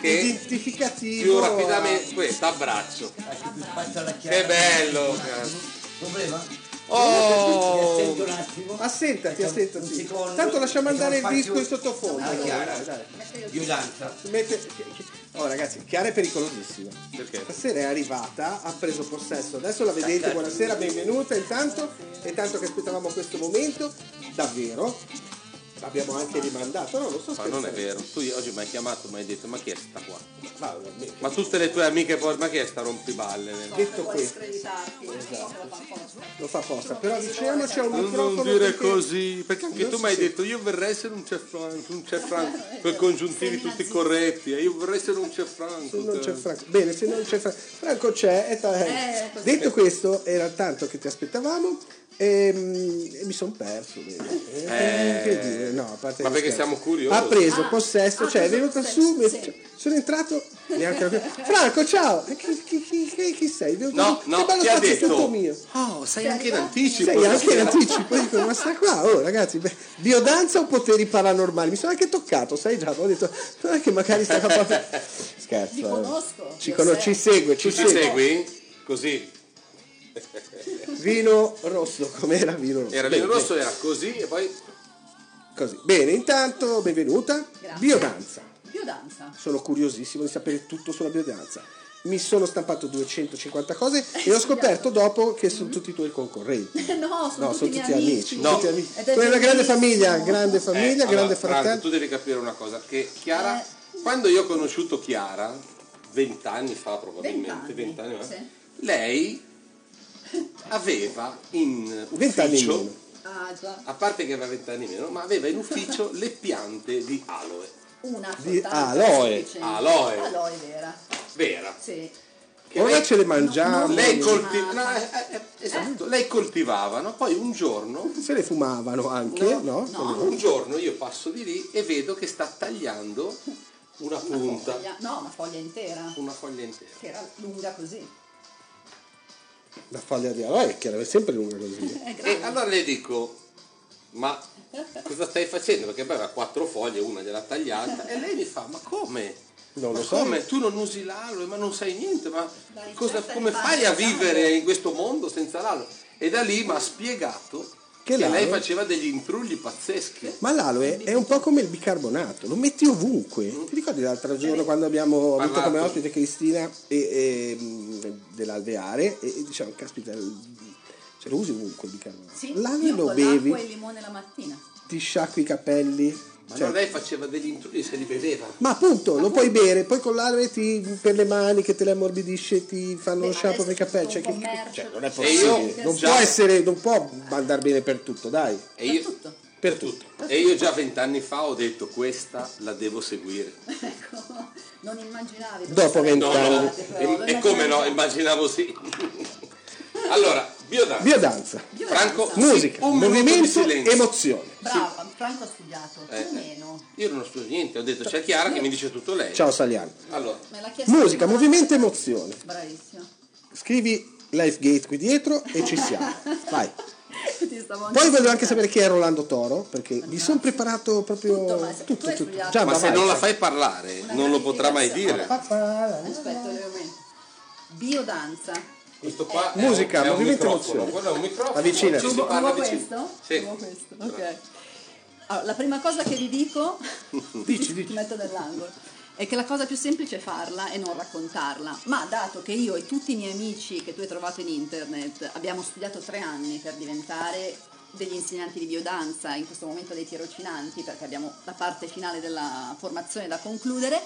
Speaker 1: che
Speaker 2: Identificativo.
Speaker 1: più rapidamente. Questo, abbraccio.
Speaker 3: Ecco, più spazio alla chiave.
Speaker 1: Che bello! cazzo.
Speaker 3: Problema? Mi
Speaker 1: Oh!
Speaker 3: assento un attimo.
Speaker 2: Assentati,
Speaker 3: Aspetta un-
Speaker 2: assentati.
Speaker 3: un secondo.
Speaker 2: Tanto lasciamo andare il
Speaker 3: Faccio-
Speaker 2: disco in sottofondo.
Speaker 3: Ah, Chiara.
Speaker 2: Dai, dai.
Speaker 3: Violanza.
Speaker 2: Mette- Oh ragazzi, Chiara è pericolosissima.
Speaker 1: Perché?
Speaker 2: Stasera è arrivata, ha preso possesso. Adesso la vedete,
Speaker 1: Certo.
Speaker 2: buonasera, benvenuta intanto. E tanto che aspettavamo questo momento, davvero. L'abbiamo anche rimandato, no? Lo so
Speaker 1: Ma non è vero, tu oggi mi hai chiamato, mi hai detto, ma chi è sta qua?
Speaker 2: Ma, vabbè,
Speaker 1: Ma tutte le tue amiche poi, ma chi è sta rompiballe?
Speaker 2: detto questo, Esatto.
Speaker 6: screditarti, se eh, lo fa apposta.
Speaker 2: lo fa apposta. Però diciamo c'è un
Speaker 1: Non,
Speaker 2: microfono.
Speaker 1: non dire
Speaker 2: perché-
Speaker 1: così, perché anche tu mi hai detto io vorrei essere un c'è Franco, un c'è Franco, con congiuntivi tutti corretti, eh, io vorrei essere un c'è Franco.
Speaker 2: Se non c'è
Speaker 1: te.
Speaker 2: Franco. Bene, se non c'è Franco. Franco c'è. e ta- Detto questo, era tanto che ti aspettavamo. E, mm, e mi sono perso vedi. Eh, che dire, no, a parte
Speaker 1: ma
Speaker 2: gli
Speaker 1: perché
Speaker 2: scherzi.
Speaker 1: siamo curiosi.
Speaker 2: Ah, ha preso possesso
Speaker 6: ha
Speaker 2: cioè è
Speaker 6: preso
Speaker 2: venuta
Speaker 6: possesso,
Speaker 2: su mi-
Speaker 6: sì.
Speaker 2: sono entrato Neanche la- Franco, ciao! Eh, Chi, chi- chi- chi- chi sei?
Speaker 1: No,
Speaker 2: che
Speaker 1: no,
Speaker 2: bello
Speaker 1: ti ha
Speaker 2: spazio sotto
Speaker 1: detto.
Speaker 2: mio.
Speaker 1: Oh, sei anche in anticipo. eh.
Speaker 2: Sei anche in
Speaker 1: stasera.
Speaker 2: anticipo, dico, ma sta qua, oh ragazzi, beh, biodanza o poteri paranormali? Mi sono anche toccato, sai già, ho detto, non è che magari sta qua proprio... Scherzo.
Speaker 6: Li
Speaker 2: eh.
Speaker 6: conosco,
Speaker 2: Ci,
Speaker 6: lo
Speaker 2: cono-
Speaker 6: sai.
Speaker 2: ci segue, ci
Speaker 1: Tu ci
Speaker 2: segue.
Speaker 1: segui? Così.
Speaker 2: Vino rosso, com'era vino rosso?
Speaker 1: Era
Speaker 2: Bene,
Speaker 1: vino rosso, era così e poi
Speaker 2: bene, Così. Bene, intanto, benvenuta.
Speaker 6: Grazie.
Speaker 2: Biodanza.
Speaker 6: Biodanza.
Speaker 2: Sono curiosissimo di sapere tutto sulla biodanza. Mi sono stampato 250 cose e ho scoperto dopo che sono tutti i tuoi concorrenti.
Speaker 6: No, sono
Speaker 2: No, sono
Speaker 6: tutti miei
Speaker 2: tutti amici.
Speaker 1: No.
Speaker 2: tutti amici.
Speaker 6: Ed è
Speaker 2: Quella grande
Speaker 6: bellissimo.
Speaker 2: famiglia, grande famiglia,
Speaker 1: Eh,
Speaker 2: grande
Speaker 1: allora, Franco,
Speaker 2: fratello.
Speaker 1: tu devi capire una cosa, che Chiara, quando io ho conosciuto Chiara, vent'anni fa probabilmente,
Speaker 6: Vent'anni,
Speaker 1: vent'anni fa, lei aveva in
Speaker 2: Vent'anni in
Speaker 1: ufficio,
Speaker 2: meno.
Speaker 6: Ah, già.
Speaker 1: a parte che aveva vent'anni in meno, ma aveva in ufficio le piante di aloe,
Speaker 6: Una
Speaker 2: Di
Speaker 6: soltanto
Speaker 2: aloe.
Speaker 6: è sufficiente.
Speaker 1: Aloe.
Speaker 6: Aloe vera.
Speaker 1: vera.
Speaker 6: Sì.
Speaker 1: Che
Speaker 2: Ora
Speaker 1: lei-
Speaker 2: ce le mangiamo.
Speaker 6: No,
Speaker 1: lei,
Speaker 6: Ah.
Speaker 1: colti- no, eh, eh, esatto, lei coltivava, no? poi un giorno
Speaker 2: Se le fumavano anche, no?
Speaker 6: no.
Speaker 1: Un giorno io passo di lì e vedo che sta tagliando una punta,
Speaker 6: Foglia- No, una foglia intera.
Speaker 1: una foglia intera.
Speaker 6: Che era lunga così.
Speaker 2: La foglia di aloe, che era sempre lunga così.
Speaker 6: È grande.
Speaker 1: E allora le dico, ma cosa stai facendo? Perché poi aveva quattro foglie, una gliel'ha tagliata e lei mi fa, ma come?
Speaker 2: Non
Speaker 1: Ma
Speaker 2: lo so.
Speaker 1: come? Tu non usi l'aloe, ma non sai niente, ma
Speaker 6: Dai,
Speaker 1: cosa-
Speaker 6: cerca di
Speaker 1: come
Speaker 6: fare
Speaker 1: fai a
Speaker 6: l'aloe."
Speaker 1: vivere in questo mondo senza l'aloe? E da lì mi ha spiegato
Speaker 2: Che
Speaker 1: che, lei
Speaker 2: l'aloe-
Speaker 1: faceva degli intrugli pazzeschi.
Speaker 2: Ma l'aloe è un po' come il bicarbonato, lo metti ovunque. Ti ricordi l'altro giorno quando abbiamo avuto
Speaker 1: Parlato.
Speaker 2: come ospite Cristina e, e, mh, dell'alveare e, e diciamo, caspita, il- ce lo usi ovunque il bicarbonato.
Speaker 6: Sì,
Speaker 2: l'aloe
Speaker 6: io
Speaker 2: lo
Speaker 6: con
Speaker 2: bevi,
Speaker 6: l'acqua e il limone la mattina.
Speaker 2: ti sciacqui i capelli.
Speaker 1: Ma
Speaker 2: cioè-
Speaker 1: no, lei faceva degli intrugli e se li beveva.
Speaker 2: ma appunto, lo puoi bere, poi con l'aloe ti, per le mani che te le ammorbidisce ti fanno
Speaker 6: Beh,
Speaker 2: lo
Speaker 6: ma
Speaker 2: shampoo per i
Speaker 6: adesso
Speaker 2: capelli. Cioè,
Speaker 6: tutto un
Speaker 2: che-
Speaker 6: commercio,
Speaker 2: cioè, non è
Speaker 6: tutto
Speaker 1: E io-
Speaker 2: possibile. Non
Speaker 1: già-
Speaker 2: può essere, non può andare bene per tutto, dai.
Speaker 1: E io,
Speaker 6: tutto.
Speaker 2: Per
Speaker 1: tutto. E io già vent'anni fa ho detto questa la devo seguire.
Speaker 6: Ecco, non immaginavi. dove
Speaker 2: Dopo
Speaker 6: saremmo
Speaker 1: No,
Speaker 2: vent'anni.
Speaker 1: no,
Speaker 6: arrivati, però,
Speaker 1: e,
Speaker 6: lo
Speaker 1: e come no,
Speaker 6: immaginavo.
Speaker 1: immaginavo sì. Allora, biodanza.
Speaker 2: Biodanza,
Speaker 6: Violenza.
Speaker 1: Franco,
Speaker 2: musica,
Speaker 1: un minuto di
Speaker 2: movimento,
Speaker 1: silenzio.
Speaker 2: emozione.
Speaker 6: Brava, Franco ha studiato, più
Speaker 1: Eh,
Speaker 6: o meno.
Speaker 1: Io non ho studiato niente, ho detto c'è Chiara che mi dice tutto lei.
Speaker 2: Ciao Saliano.
Speaker 1: Allora,
Speaker 6: Me l'ha chiesto
Speaker 2: Musica,
Speaker 6: prima.
Speaker 2: movimento, emozione.
Speaker 6: Bravissimo.
Speaker 2: Scrivi Lifegate qui dietro e ci siamo. Vai.
Speaker 6: Ti stavo
Speaker 2: Poi voglio anche
Speaker 6: anticipando.
Speaker 2: sapere chi è Rolando Toro, perché mi sono preparato proprio
Speaker 6: Tutto, ma se-
Speaker 2: tutto.
Speaker 6: tu hai
Speaker 2: tutto.
Speaker 6: studiato.
Speaker 2: Già,
Speaker 1: ma
Speaker 2: ma
Speaker 1: se
Speaker 2: vai.
Speaker 1: non la fai parlare non lo potrà mai dire.
Speaker 6: Aspetta un momento. Biodanza.
Speaker 1: Questo qua è
Speaker 2: Musica,
Speaker 1: un, è un
Speaker 2: movimento,
Speaker 1: microfono,
Speaker 2: emozione.
Speaker 1: quello è un microfono.
Speaker 2: Avvicina.
Speaker 1: ci si
Speaker 6: Provo-
Speaker 1: parla
Speaker 6: provo
Speaker 1: vicino.
Speaker 6: questo?
Speaker 1: Sì.
Speaker 6: Provo questo, ok. Allora, la prima cosa che vi dico,
Speaker 2: Dici,
Speaker 6: ti
Speaker 2: dici.
Speaker 6: metto nell'angolo, è che la cosa più semplice è farla e non raccontarla. Ma dato che io e tutti i miei amici che tu hai trovato in internet abbiamo studiato tre anni per diventare degli insegnanti di biodanza, in questo momento dei tirocinanti, perché abbiamo la parte finale della formazione da concludere,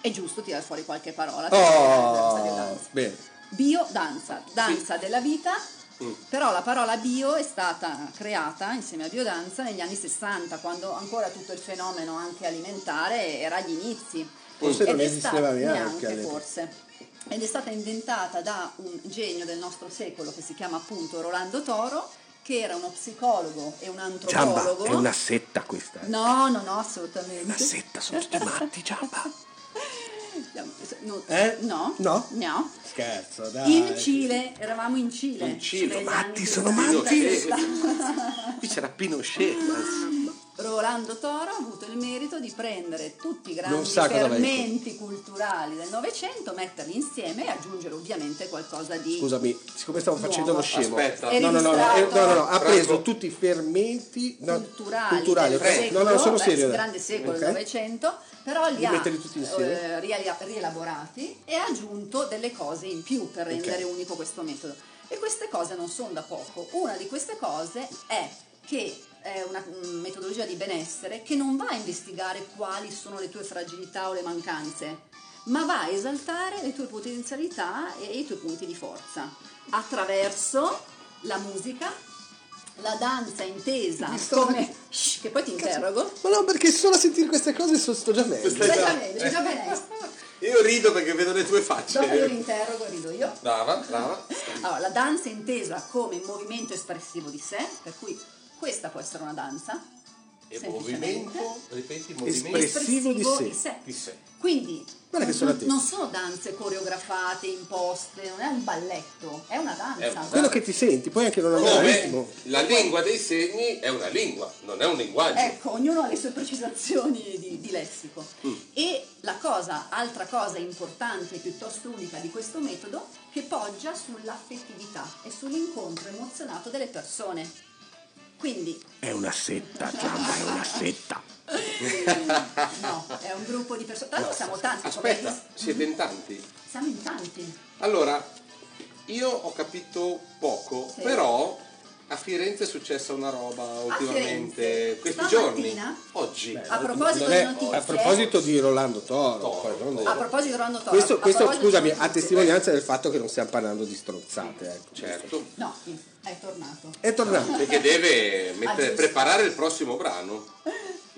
Speaker 6: è giusto tirare fuori qualche parola. per parlare della nostra
Speaker 2: Oh,
Speaker 6: biodanza.
Speaker 2: bene.
Speaker 6: Bio danza, danza della vita,
Speaker 2: Mm.
Speaker 6: però la parola bio è stata creata insieme a biodanza negli anni 60, quando ancora tutto il fenomeno anche alimentare era agli inizi.
Speaker 2: Forse
Speaker 6: Ed
Speaker 2: non
Speaker 6: è
Speaker 2: esisteva
Speaker 6: stata-
Speaker 2: neanche
Speaker 6: neanche
Speaker 2: all'epoca.
Speaker 6: forse. Ed è stata inventata da un genio del nostro secolo che si chiama appunto Rolando Toro, che era uno psicologo e un
Speaker 2: Giamba,
Speaker 6: antropologo.
Speaker 2: è una setta questa. eh.
Speaker 6: No, no, no, assolutamente.
Speaker 2: Una setta, sono tutti matti, Giamba.
Speaker 6: No,
Speaker 2: Eh?
Speaker 6: no,
Speaker 2: No?
Speaker 6: no.
Speaker 2: Scherzo,
Speaker 6: In
Speaker 2: eh,
Speaker 6: Cile, eravamo in Cile.
Speaker 1: In Cile,
Speaker 6: negli
Speaker 2: matti,
Speaker 6: anni
Speaker 2: sono
Speaker 6: 60.
Speaker 1: matti. Qui c'era Pinochet.
Speaker 6: Rolando Toro ha avuto il merito di prendere tutti i
Speaker 2: Non
Speaker 6: grandi
Speaker 2: sa cosa va
Speaker 6: fermenti culturali del Novecento, metterli insieme e aggiungere ovviamente qualcosa di...
Speaker 2: Scusami, siccome stavo facendo
Speaker 6: Nuovo.
Speaker 2: lo scemo.
Speaker 1: Aspetta.
Speaker 2: No, no, no, no, eh, no, no, no, ha
Speaker 1: Franco.
Speaker 2: preso tutti i fermenti no,
Speaker 6: culturali, del
Speaker 2: ok? No,
Speaker 6: secolo,
Speaker 2: no, sono
Speaker 6: beh,
Speaker 2: serio. dai.
Speaker 6: grande secolo
Speaker 2: Ok?
Speaker 6: del Novecento, però li
Speaker 2: Li
Speaker 6: ha
Speaker 2: metterli tutti insieme?
Speaker 6: eh, riela- rielaborati e ha aggiunto delle cose in più per rendere unico questo metodo. E queste cose non sono da poco. Una di queste cose è che è una mm, metodologia di benessere che non va a investigare quali sono le tue fragilità o le mancanze, ma va a esaltare le tue potenzialità e i tuoi punti di forza attraverso la musica, la danza intesa
Speaker 2: Mi sto-
Speaker 6: come... Shh, che poi ti interrogo.
Speaker 2: Ma no, perché solo a sentire queste cose sono sto già meglio.
Speaker 1: Stai già-
Speaker 6: Esattamente, già benessere.
Speaker 1: Io rido perché vedo le tue
Speaker 6: Dopo io
Speaker 1: facce.
Speaker 6: l'interrogo, rido io.
Speaker 1: Brava, brava.
Speaker 6: Allora, la danza è intesa come movimento espressivo di sé, per cui questa può essere una danza,
Speaker 1: E
Speaker 6: Semplicemente.
Speaker 1: movimento, ripeti,
Speaker 2: Espressivo.
Speaker 1: movimento
Speaker 2: Espressivo di sé.
Speaker 1: di sé.
Speaker 6: Quindi
Speaker 2: Guarda che sono
Speaker 6: non,
Speaker 2: attenti.
Speaker 6: non sono danze coreografate, imposte, non è un balletto, è una danza.
Speaker 1: È una danza.
Speaker 2: Quello che ti senti, poi anche non avrai
Speaker 1: Come
Speaker 2: ritmo.
Speaker 1: la lingua dei segni è una lingua, non è un linguaggio.
Speaker 6: Ecco, ognuno ha le sue precisazioni di, di lessico.
Speaker 1: Mm.
Speaker 6: E la cosa, altra cosa importante, piuttosto unica di questo metodo, che poggia sull'affettività e sull'incontro emozionato delle persone. Quindi,
Speaker 2: È una setta, Giamma, è una setta.
Speaker 6: no, è un gruppo di persone. Tanto siamo tanti,
Speaker 1: Aspetta,
Speaker 6: perché
Speaker 1: siete in tanti.
Speaker 6: siamo in tanti.
Speaker 1: Allora, io ho capito poco,
Speaker 6: Sì.
Speaker 1: però a Firenze è successa una roba ultimamente,
Speaker 6: Firenze.
Speaker 1: questi
Speaker 6: Stamattina?
Speaker 1: giorni, oggi.
Speaker 6: A proposito
Speaker 1: Eh,
Speaker 6: di notizie,
Speaker 2: a proposito di Rolando Toro,
Speaker 1: Toro,
Speaker 2: poi, non-
Speaker 1: Toro.
Speaker 6: a proposito di Rondo Toro,
Speaker 2: Oh. questo,
Speaker 6: a
Speaker 2: questo,
Speaker 6: proposito di
Speaker 2: scusami,
Speaker 6: notizie-
Speaker 2: a testimonianza del fatto che non stiamo parlando di strozzate. ecco.
Speaker 1: Certo,
Speaker 6: No, è tornato.
Speaker 2: È tornato.
Speaker 1: perché deve
Speaker 6: Ah,
Speaker 1: mettere,
Speaker 6: giusto.
Speaker 1: preparare il prossimo brano.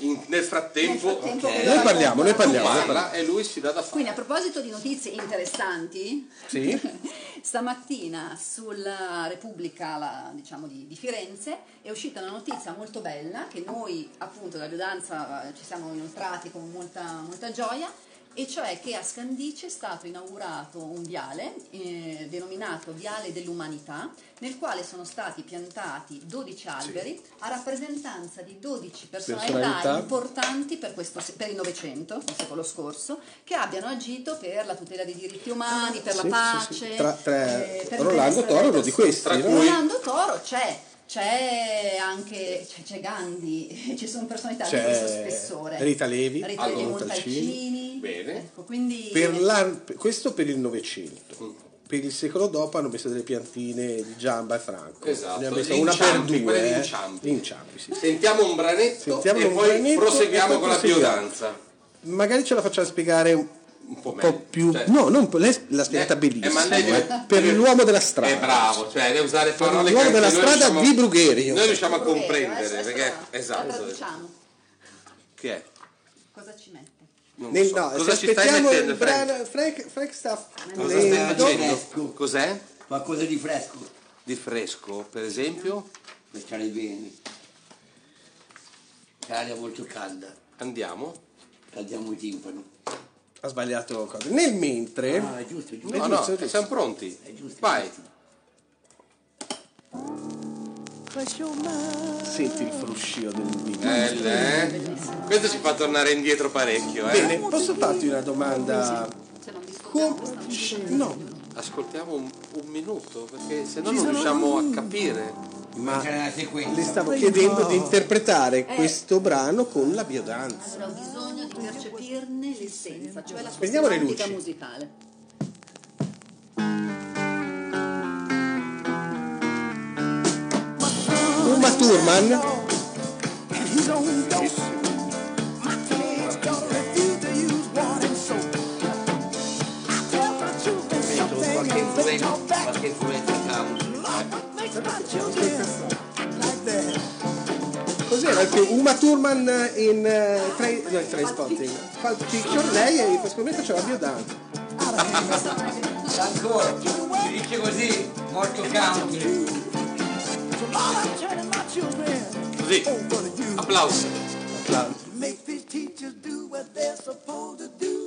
Speaker 1: In- nel frattempo,
Speaker 6: Nel frattempo
Speaker 1: ok,
Speaker 6: che lo
Speaker 2: Noi parliamo, noi
Speaker 6: racconta.
Speaker 1: tu
Speaker 2: parliamo. eh. noi parliamo.
Speaker 1: parla e lui si dà da fare.
Speaker 6: Quindi a proposito di notizie interessanti,
Speaker 2: Sì?
Speaker 6: stamattina sulla Repubblica la- diciamo, di, di Firenze è uscita una notizia molto bella che noi appunto da Biodanza eh, ci siamo inoltrati con molta, molta gioia e cioè che a Scandice è stato inaugurato un viale eh, denominato Viale dell'Umanità nel quale sono stati piantati 12 alberi a rappresentanza di 12 personalità
Speaker 2: Personalità.
Speaker 6: importanti per, questo se- per il Novecento, il secolo scorso, che abbiano agito per la tutela dei diritti umani, per la
Speaker 2: Sì,
Speaker 6: pace.
Speaker 2: sì, sì. Tra- tra-
Speaker 6: eh, per il
Speaker 2: Rolando
Speaker 6: benessere
Speaker 2: Toro è uno
Speaker 6: delle
Speaker 2: di
Speaker 6: persone.
Speaker 2: questi,
Speaker 1: Tra
Speaker 2: no?
Speaker 1: cui-
Speaker 6: Rolando Toro c'è. C'è anche c'è, c'è Gandhi, ci sono personalità
Speaker 2: C'è
Speaker 6: di questo spessore.
Speaker 2: Rita Levi,
Speaker 6: Rita
Speaker 1: Aldo
Speaker 6: Levi
Speaker 2: Montalcini.
Speaker 6: Montalcini.
Speaker 1: Bene.
Speaker 6: Ecco, quindi
Speaker 2: Per l'an- per- questo per il Novecento. Per il secolo dopo hanno messo delle piantine di Giamba e Franco.
Speaker 1: Esatto,
Speaker 2: Ne hanno messa
Speaker 1: gli
Speaker 2: una per
Speaker 1: inciampi,
Speaker 2: due.
Speaker 1: quelle di
Speaker 2: eh.
Speaker 1: inciampi.
Speaker 2: Gli inciampi, sì.
Speaker 1: Sentiamo un branetto
Speaker 2: Sentiamo
Speaker 1: e
Speaker 2: un
Speaker 1: poi
Speaker 2: branetto
Speaker 1: proseguiamo
Speaker 2: e poi
Speaker 1: con la
Speaker 2: proseguiamo.
Speaker 1: biodanza.
Speaker 2: Magari ce la facciamo spiegare un
Speaker 1: Un po'
Speaker 2: po'
Speaker 1: meglio,
Speaker 2: più.
Speaker 1: cioè-
Speaker 2: No, non, lei l'ha spiegata
Speaker 1: Eh, eh,
Speaker 2: bellissimo.
Speaker 1: ma lei deve-
Speaker 2: eh. Per l'uomo della strada.
Speaker 1: È bravo, cioè deve usare parole
Speaker 2: l'uomo
Speaker 1: che anche
Speaker 2: della
Speaker 1: noi diciamo
Speaker 2: strada
Speaker 1: riusciamo-
Speaker 2: di Brugherio.
Speaker 1: Noi riusciamo a
Speaker 6: Ok, adesso-
Speaker 1: comprendere,
Speaker 6: adesso
Speaker 1: perché
Speaker 6: la- La
Speaker 1: esatto.
Speaker 6: traduciamo.
Speaker 1: Che è?
Speaker 6: Cosa ci mette?
Speaker 1: Non
Speaker 2: Nel-
Speaker 1: so.
Speaker 2: no,
Speaker 1: Cosa
Speaker 2: se
Speaker 1: ci stai
Speaker 2: aspettiamo
Speaker 1: mettendo,
Speaker 2: il
Speaker 1: Frank?
Speaker 2: brano Frank, Frank sta
Speaker 1: Cosa stai
Speaker 2: volendo.
Speaker 1: facendo?
Speaker 3: Fresco.
Speaker 1: Cos'è?
Speaker 3: Qualcosa di fresco
Speaker 1: Di fresco, per esempio?
Speaker 3: per stare bene. L'aria molto calda,
Speaker 1: Andiamo.
Speaker 3: caldiamo il timpano.
Speaker 2: ha sbagliato cosa. Nel mentre
Speaker 3: Ah, è giusto, è giusto.
Speaker 1: No,
Speaker 2: giusto,
Speaker 1: no,
Speaker 2: è giusto.
Speaker 1: siamo pronti.
Speaker 3: È giusto.
Speaker 1: Vai.
Speaker 2: senti il fruscio del vino.
Speaker 1: Eh, eh. Questo ci fa tornare indietro parecchio, eh.
Speaker 2: Bene, posso farti una domanda?
Speaker 6: Se non disturbiamo
Speaker 2: Com-
Speaker 6: questa musica.
Speaker 2: Shh, no,
Speaker 1: Ascoltiamo un, un minuto, perché se no non riusciamo a capire.
Speaker 2: ma
Speaker 1: Eh,
Speaker 3: C'era una sequenza.
Speaker 2: le stavo chiedendo di interpretare questo brano con la biodanza.
Speaker 6: Allora, ho bisogno di percepirne l'essenza, cioè la sua
Speaker 2: Spegniamo le
Speaker 6: semantica
Speaker 2: luci.
Speaker 6: musicale.
Speaker 2: Uma Thurman
Speaker 3: Qualche influenza, qualche influenza cavolo.
Speaker 2: Cos'era? il più- Uma Thurman in eh, tra, no, in Trainspotting. Pulp Picture, lei e in questo momento c'è la biodanza.
Speaker 3: Ancora, si dice così, molto country.
Speaker 1: Così. Applauso.
Speaker 7: Make these teachers do what they're supposed to do.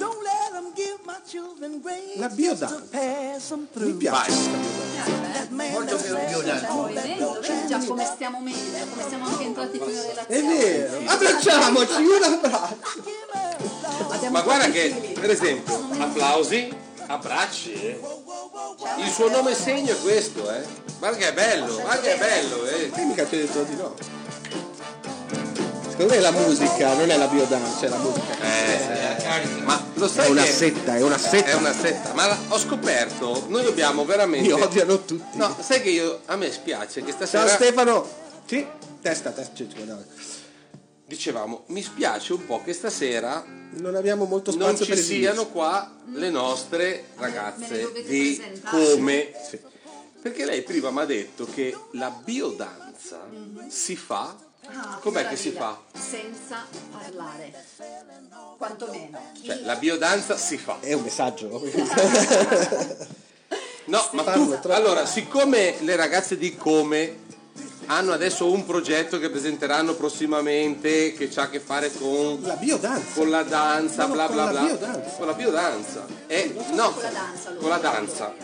Speaker 7: Don't let them give my children grades
Speaker 2: La
Speaker 7: just to
Speaker 2: biodanza.
Speaker 7: pass them
Speaker 2: Mi
Speaker 7: through.
Speaker 2: piace.
Speaker 7: That man
Speaker 3: Molto
Speaker 7: that
Speaker 3: più
Speaker 7: says
Speaker 2: Cioè,
Speaker 3: biodanza.
Speaker 7: all
Speaker 6: Poi
Speaker 7: that
Speaker 6: dentro,
Speaker 7: don't
Speaker 6: vedi
Speaker 7: change.
Speaker 6: già come stiamo meglio, già come siamo anche entrati più in relazione.
Speaker 2: È vero. Abbracciamoci, un abbraccio.
Speaker 6: Abbiamo
Speaker 1: Ma guarda
Speaker 6: tanti
Speaker 1: che,
Speaker 6: figli.
Speaker 1: per esempio, applausi, abbracci. eh. Il suo nome e segno è questo, eh. Guarda che è bello, guarda che è bello, eh.
Speaker 2: E mica ti ho detto di no. Secondo me è la musica, non è la biodanza, è la musica. Eh,
Speaker 1: Ma lo sai che
Speaker 2: setta, è una
Speaker 1: è una setta, ma la- ho scoperto, noi dobbiamo veramente...
Speaker 2: Mi odiano tutti.
Speaker 1: No, sai che io, a me spiace che
Speaker 2: Ciao
Speaker 1: stasera...
Speaker 2: Stefano. Sì, testa, testa. cioè, guarda,
Speaker 1: Dicevamo, mi spiace un po' che stasera
Speaker 2: Non abbiamo molto
Speaker 1: non
Speaker 2: spazio
Speaker 1: ci
Speaker 2: per il
Speaker 1: siano qua le nostre
Speaker 6: me le
Speaker 1: ragazze
Speaker 6: dovete
Speaker 1: di
Speaker 6: presentare.
Speaker 1: come. Perché lei prima mi ha detto che la biodanza si fa.
Speaker 6: Mhm. Ah,
Speaker 1: Com'è che si fa?
Speaker 6: meraviglia. Senza parlare. Quantomeno.
Speaker 1: Cioè, la biodanza si fa.
Speaker 2: È un messaggio?
Speaker 1: No, ma
Speaker 2: Parlo
Speaker 1: tu,
Speaker 2: troppo.
Speaker 1: allora, siccome le ragazze di come hanno adesso un progetto che presenteranno prossimamente che ha a che fare con,
Speaker 2: La biodanza.
Speaker 1: con la danza,
Speaker 2: No,
Speaker 1: bla
Speaker 2: con
Speaker 1: bla
Speaker 2: la
Speaker 1: bla.
Speaker 2: biodanza.
Speaker 1: Con la biodanza. Eh, no,
Speaker 6: Con la danza, loro.
Speaker 1: con la danza.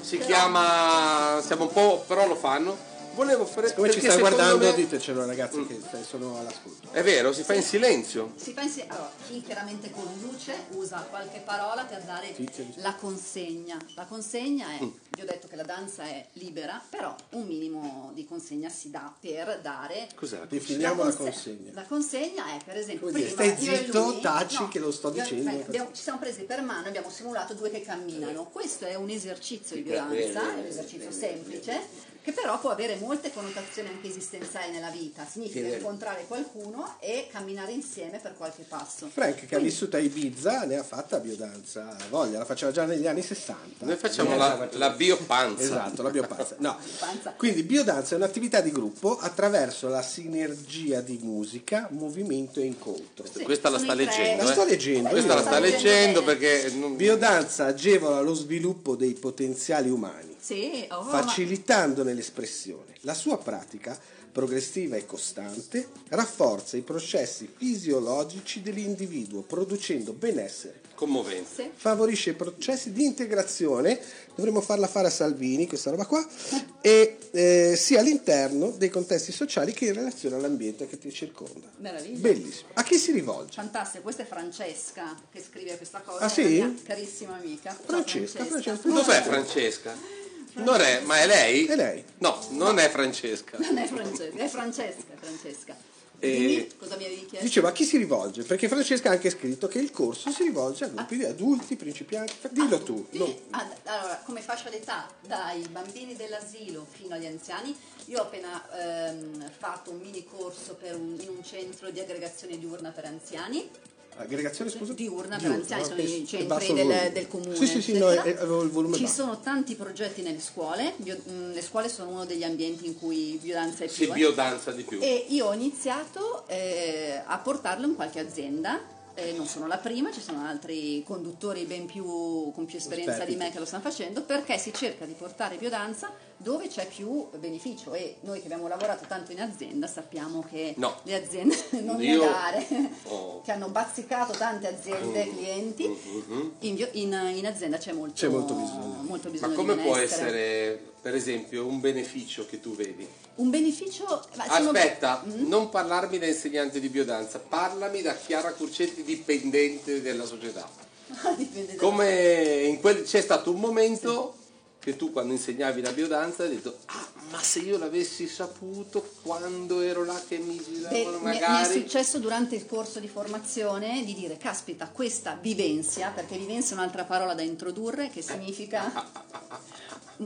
Speaker 1: Si chiama. Siamo un po'. però lo fanno. Volevo fare.
Speaker 2: Come ci
Speaker 1: perché
Speaker 2: sta
Speaker 1: secondo
Speaker 2: guardando,
Speaker 1: me- Mm.
Speaker 2: ditecelo ragazzi che eh, sono all'ascolto.
Speaker 1: È vero, si fa in silenzio.
Speaker 6: Si fa insieme, allora, chi chiaramente conduce usa qualche parola per dare la consegna. La consegna
Speaker 2: Mm.
Speaker 6: è, vi ho detto che la danza è libera, però un minimo di consegna si dà per dare...
Speaker 1: Cos'è? la cosa?
Speaker 2: Definiamo la
Speaker 6: conse-
Speaker 2: consegna.
Speaker 6: La consegna è, per esempio,
Speaker 2: Come dire,
Speaker 6: prima
Speaker 2: stai
Speaker 6: io e
Speaker 2: zitto,
Speaker 6: lui-
Speaker 2: taci, che lo sto
Speaker 6: io-
Speaker 2: dicendo.
Speaker 6: beh, abbiamo- ci siamo presi per mano e abbiamo simulato due che camminano. Questo è un esercizio di
Speaker 3: Sì, per
Speaker 6: violenza,
Speaker 3: quello,
Speaker 6: è un
Speaker 3: eh,
Speaker 6: esercizio
Speaker 3: eh,
Speaker 6: semplice, che però può avere molte connotazioni anche esistenziali nella vita. Significa
Speaker 3: Sì, vero.
Speaker 6: incontrare qualcuno e camminare insieme per qualche passo.
Speaker 2: Frank che ha
Speaker 6: Quindi-
Speaker 2: vissuto a Ibiza ne ha fatta biodanza, ha voglia, la faceva già negli anni 60.
Speaker 1: Noi facciamo la, la biopanza.
Speaker 2: Eh, Esatto, la biopanza. No.
Speaker 6: Panza.
Speaker 2: Quindi biodanza è un'attività di gruppo attraverso la sinergia di musica, movimento e incontro.
Speaker 6: Sì,
Speaker 1: Questa la sta
Speaker 6: sono i tre.
Speaker 1: leggendo.
Speaker 2: La
Speaker 1: eh.
Speaker 2: sto leggendo,
Speaker 1: Questa
Speaker 2: io.
Speaker 1: la sta leggendo perché. non-
Speaker 2: Biodanza agevola lo sviluppo dei potenziali umani,
Speaker 6: Sì, oh, ma-
Speaker 2: facilitandone l'espressione. La sua pratica, progressiva e costante, rafforza i processi fisiologici dell'individuo, producendo benessere.
Speaker 1: Commovente.
Speaker 6: sì.
Speaker 2: favorisce i processi di integrazione, dovremmo farla fare a Salvini questa roba qua, e eh, sia all'interno dei contesti sociali che in relazione all'ambiente che ti circonda.
Speaker 6: Meraviglia.
Speaker 2: Bellissimo. A chi si rivolge?
Speaker 6: Fantastico, questa è Francesca che scrive questa cosa,
Speaker 2: Ah,
Speaker 6: è
Speaker 2: sì?
Speaker 6: la mia carissima amica. Ciao,
Speaker 2: Francesca, Francesca.
Speaker 1: Dov'è Francesca? Non è, ma è lei?
Speaker 2: È lei.
Speaker 1: No, non è Francesca.
Speaker 6: Non è Francesca, è Francesca, Francesca.
Speaker 2: Eh,
Speaker 1: E-
Speaker 6: Dimmi cosa mi avevi chiesto.
Speaker 2: Dicevo a chi si rivolge? Perché Francesca ha anche scritto che il corso si rivolge a gruppi di adulti, principianti. Dillo tu.
Speaker 6: Ah. Sì,
Speaker 2: no.
Speaker 6: ad- Ah, allora, come fascia d'età, dai bambini dell'asilo fino agli anziani, io ho appena ehm, fatto un mini corso per un- in un centro di aggregazione diurna per anziani.
Speaker 2: Aggregazione, scusa?
Speaker 6: diurna per
Speaker 2: Diurna,
Speaker 6: anziani,
Speaker 2: no?
Speaker 6: ah, sono
Speaker 2: Che-
Speaker 6: i
Speaker 2: che
Speaker 6: centri
Speaker 2: basso
Speaker 6: del,
Speaker 2: volume.
Speaker 6: del comune.
Speaker 2: Sì, sì, sì, no,
Speaker 6: eccetera.
Speaker 2: eh, avevo il volume
Speaker 6: Ci
Speaker 2: basso.
Speaker 6: sono tanti progetti nelle scuole, bio- mh, le scuole sono uno degli ambienti in cui violenza è più.
Speaker 1: Si
Speaker 6: eh.
Speaker 1: biodanza di più.
Speaker 6: E io ho iniziato eh, a portarlo in qualche azienda. Eh, non sono la prima, ci sono altri conduttori ben più, con più esperienza
Speaker 2: Esperti.
Speaker 6: di me che lo stanno facendo, perché si cerca di portare biodanza dove c'è più beneficio e noi che abbiamo lavorato tanto in azienda sappiamo che
Speaker 1: No.
Speaker 6: le aziende non
Speaker 1: Io-
Speaker 6: negare,
Speaker 1: Oh.
Speaker 6: che hanno bazzicato tante aziende
Speaker 1: Mm-hmm.
Speaker 6: e clienti, in, bio- in- in azienda c'è molto,
Speaker 2: C'è molto bisogno.
Speaker 6: molto
Speaker 1: Ma
Speaker 6: bisogno di
Speaker 1: come può
Speaker 6: benessere.
Speaker 1: essere, per esempio, un beneficio che tu vedi?
Speaker 6: un beneficio... ma Ah, sono- Mm?
Speaker 1: Aspetta, non parlarmi da insegnante di biodanza, parlami da Chiara Curcetti, dipendente della società.
Speaker 6: Dipende da-
Speaker 1: Come in quel- c'è stato un momento che tu quando insegnavi la biodanza hai detto ah ma se io l'avessi saputo quando ero là che mi
Speaker 6: Beh,
Speaker 1: giravano
Speaker 6: mi- Mi è
Speaker 1: magari
Speaker 6: successo durante il corso di formazione di dire, caspita, questa vivenzia, perché vivenza è un'altra parola da introdurre che significa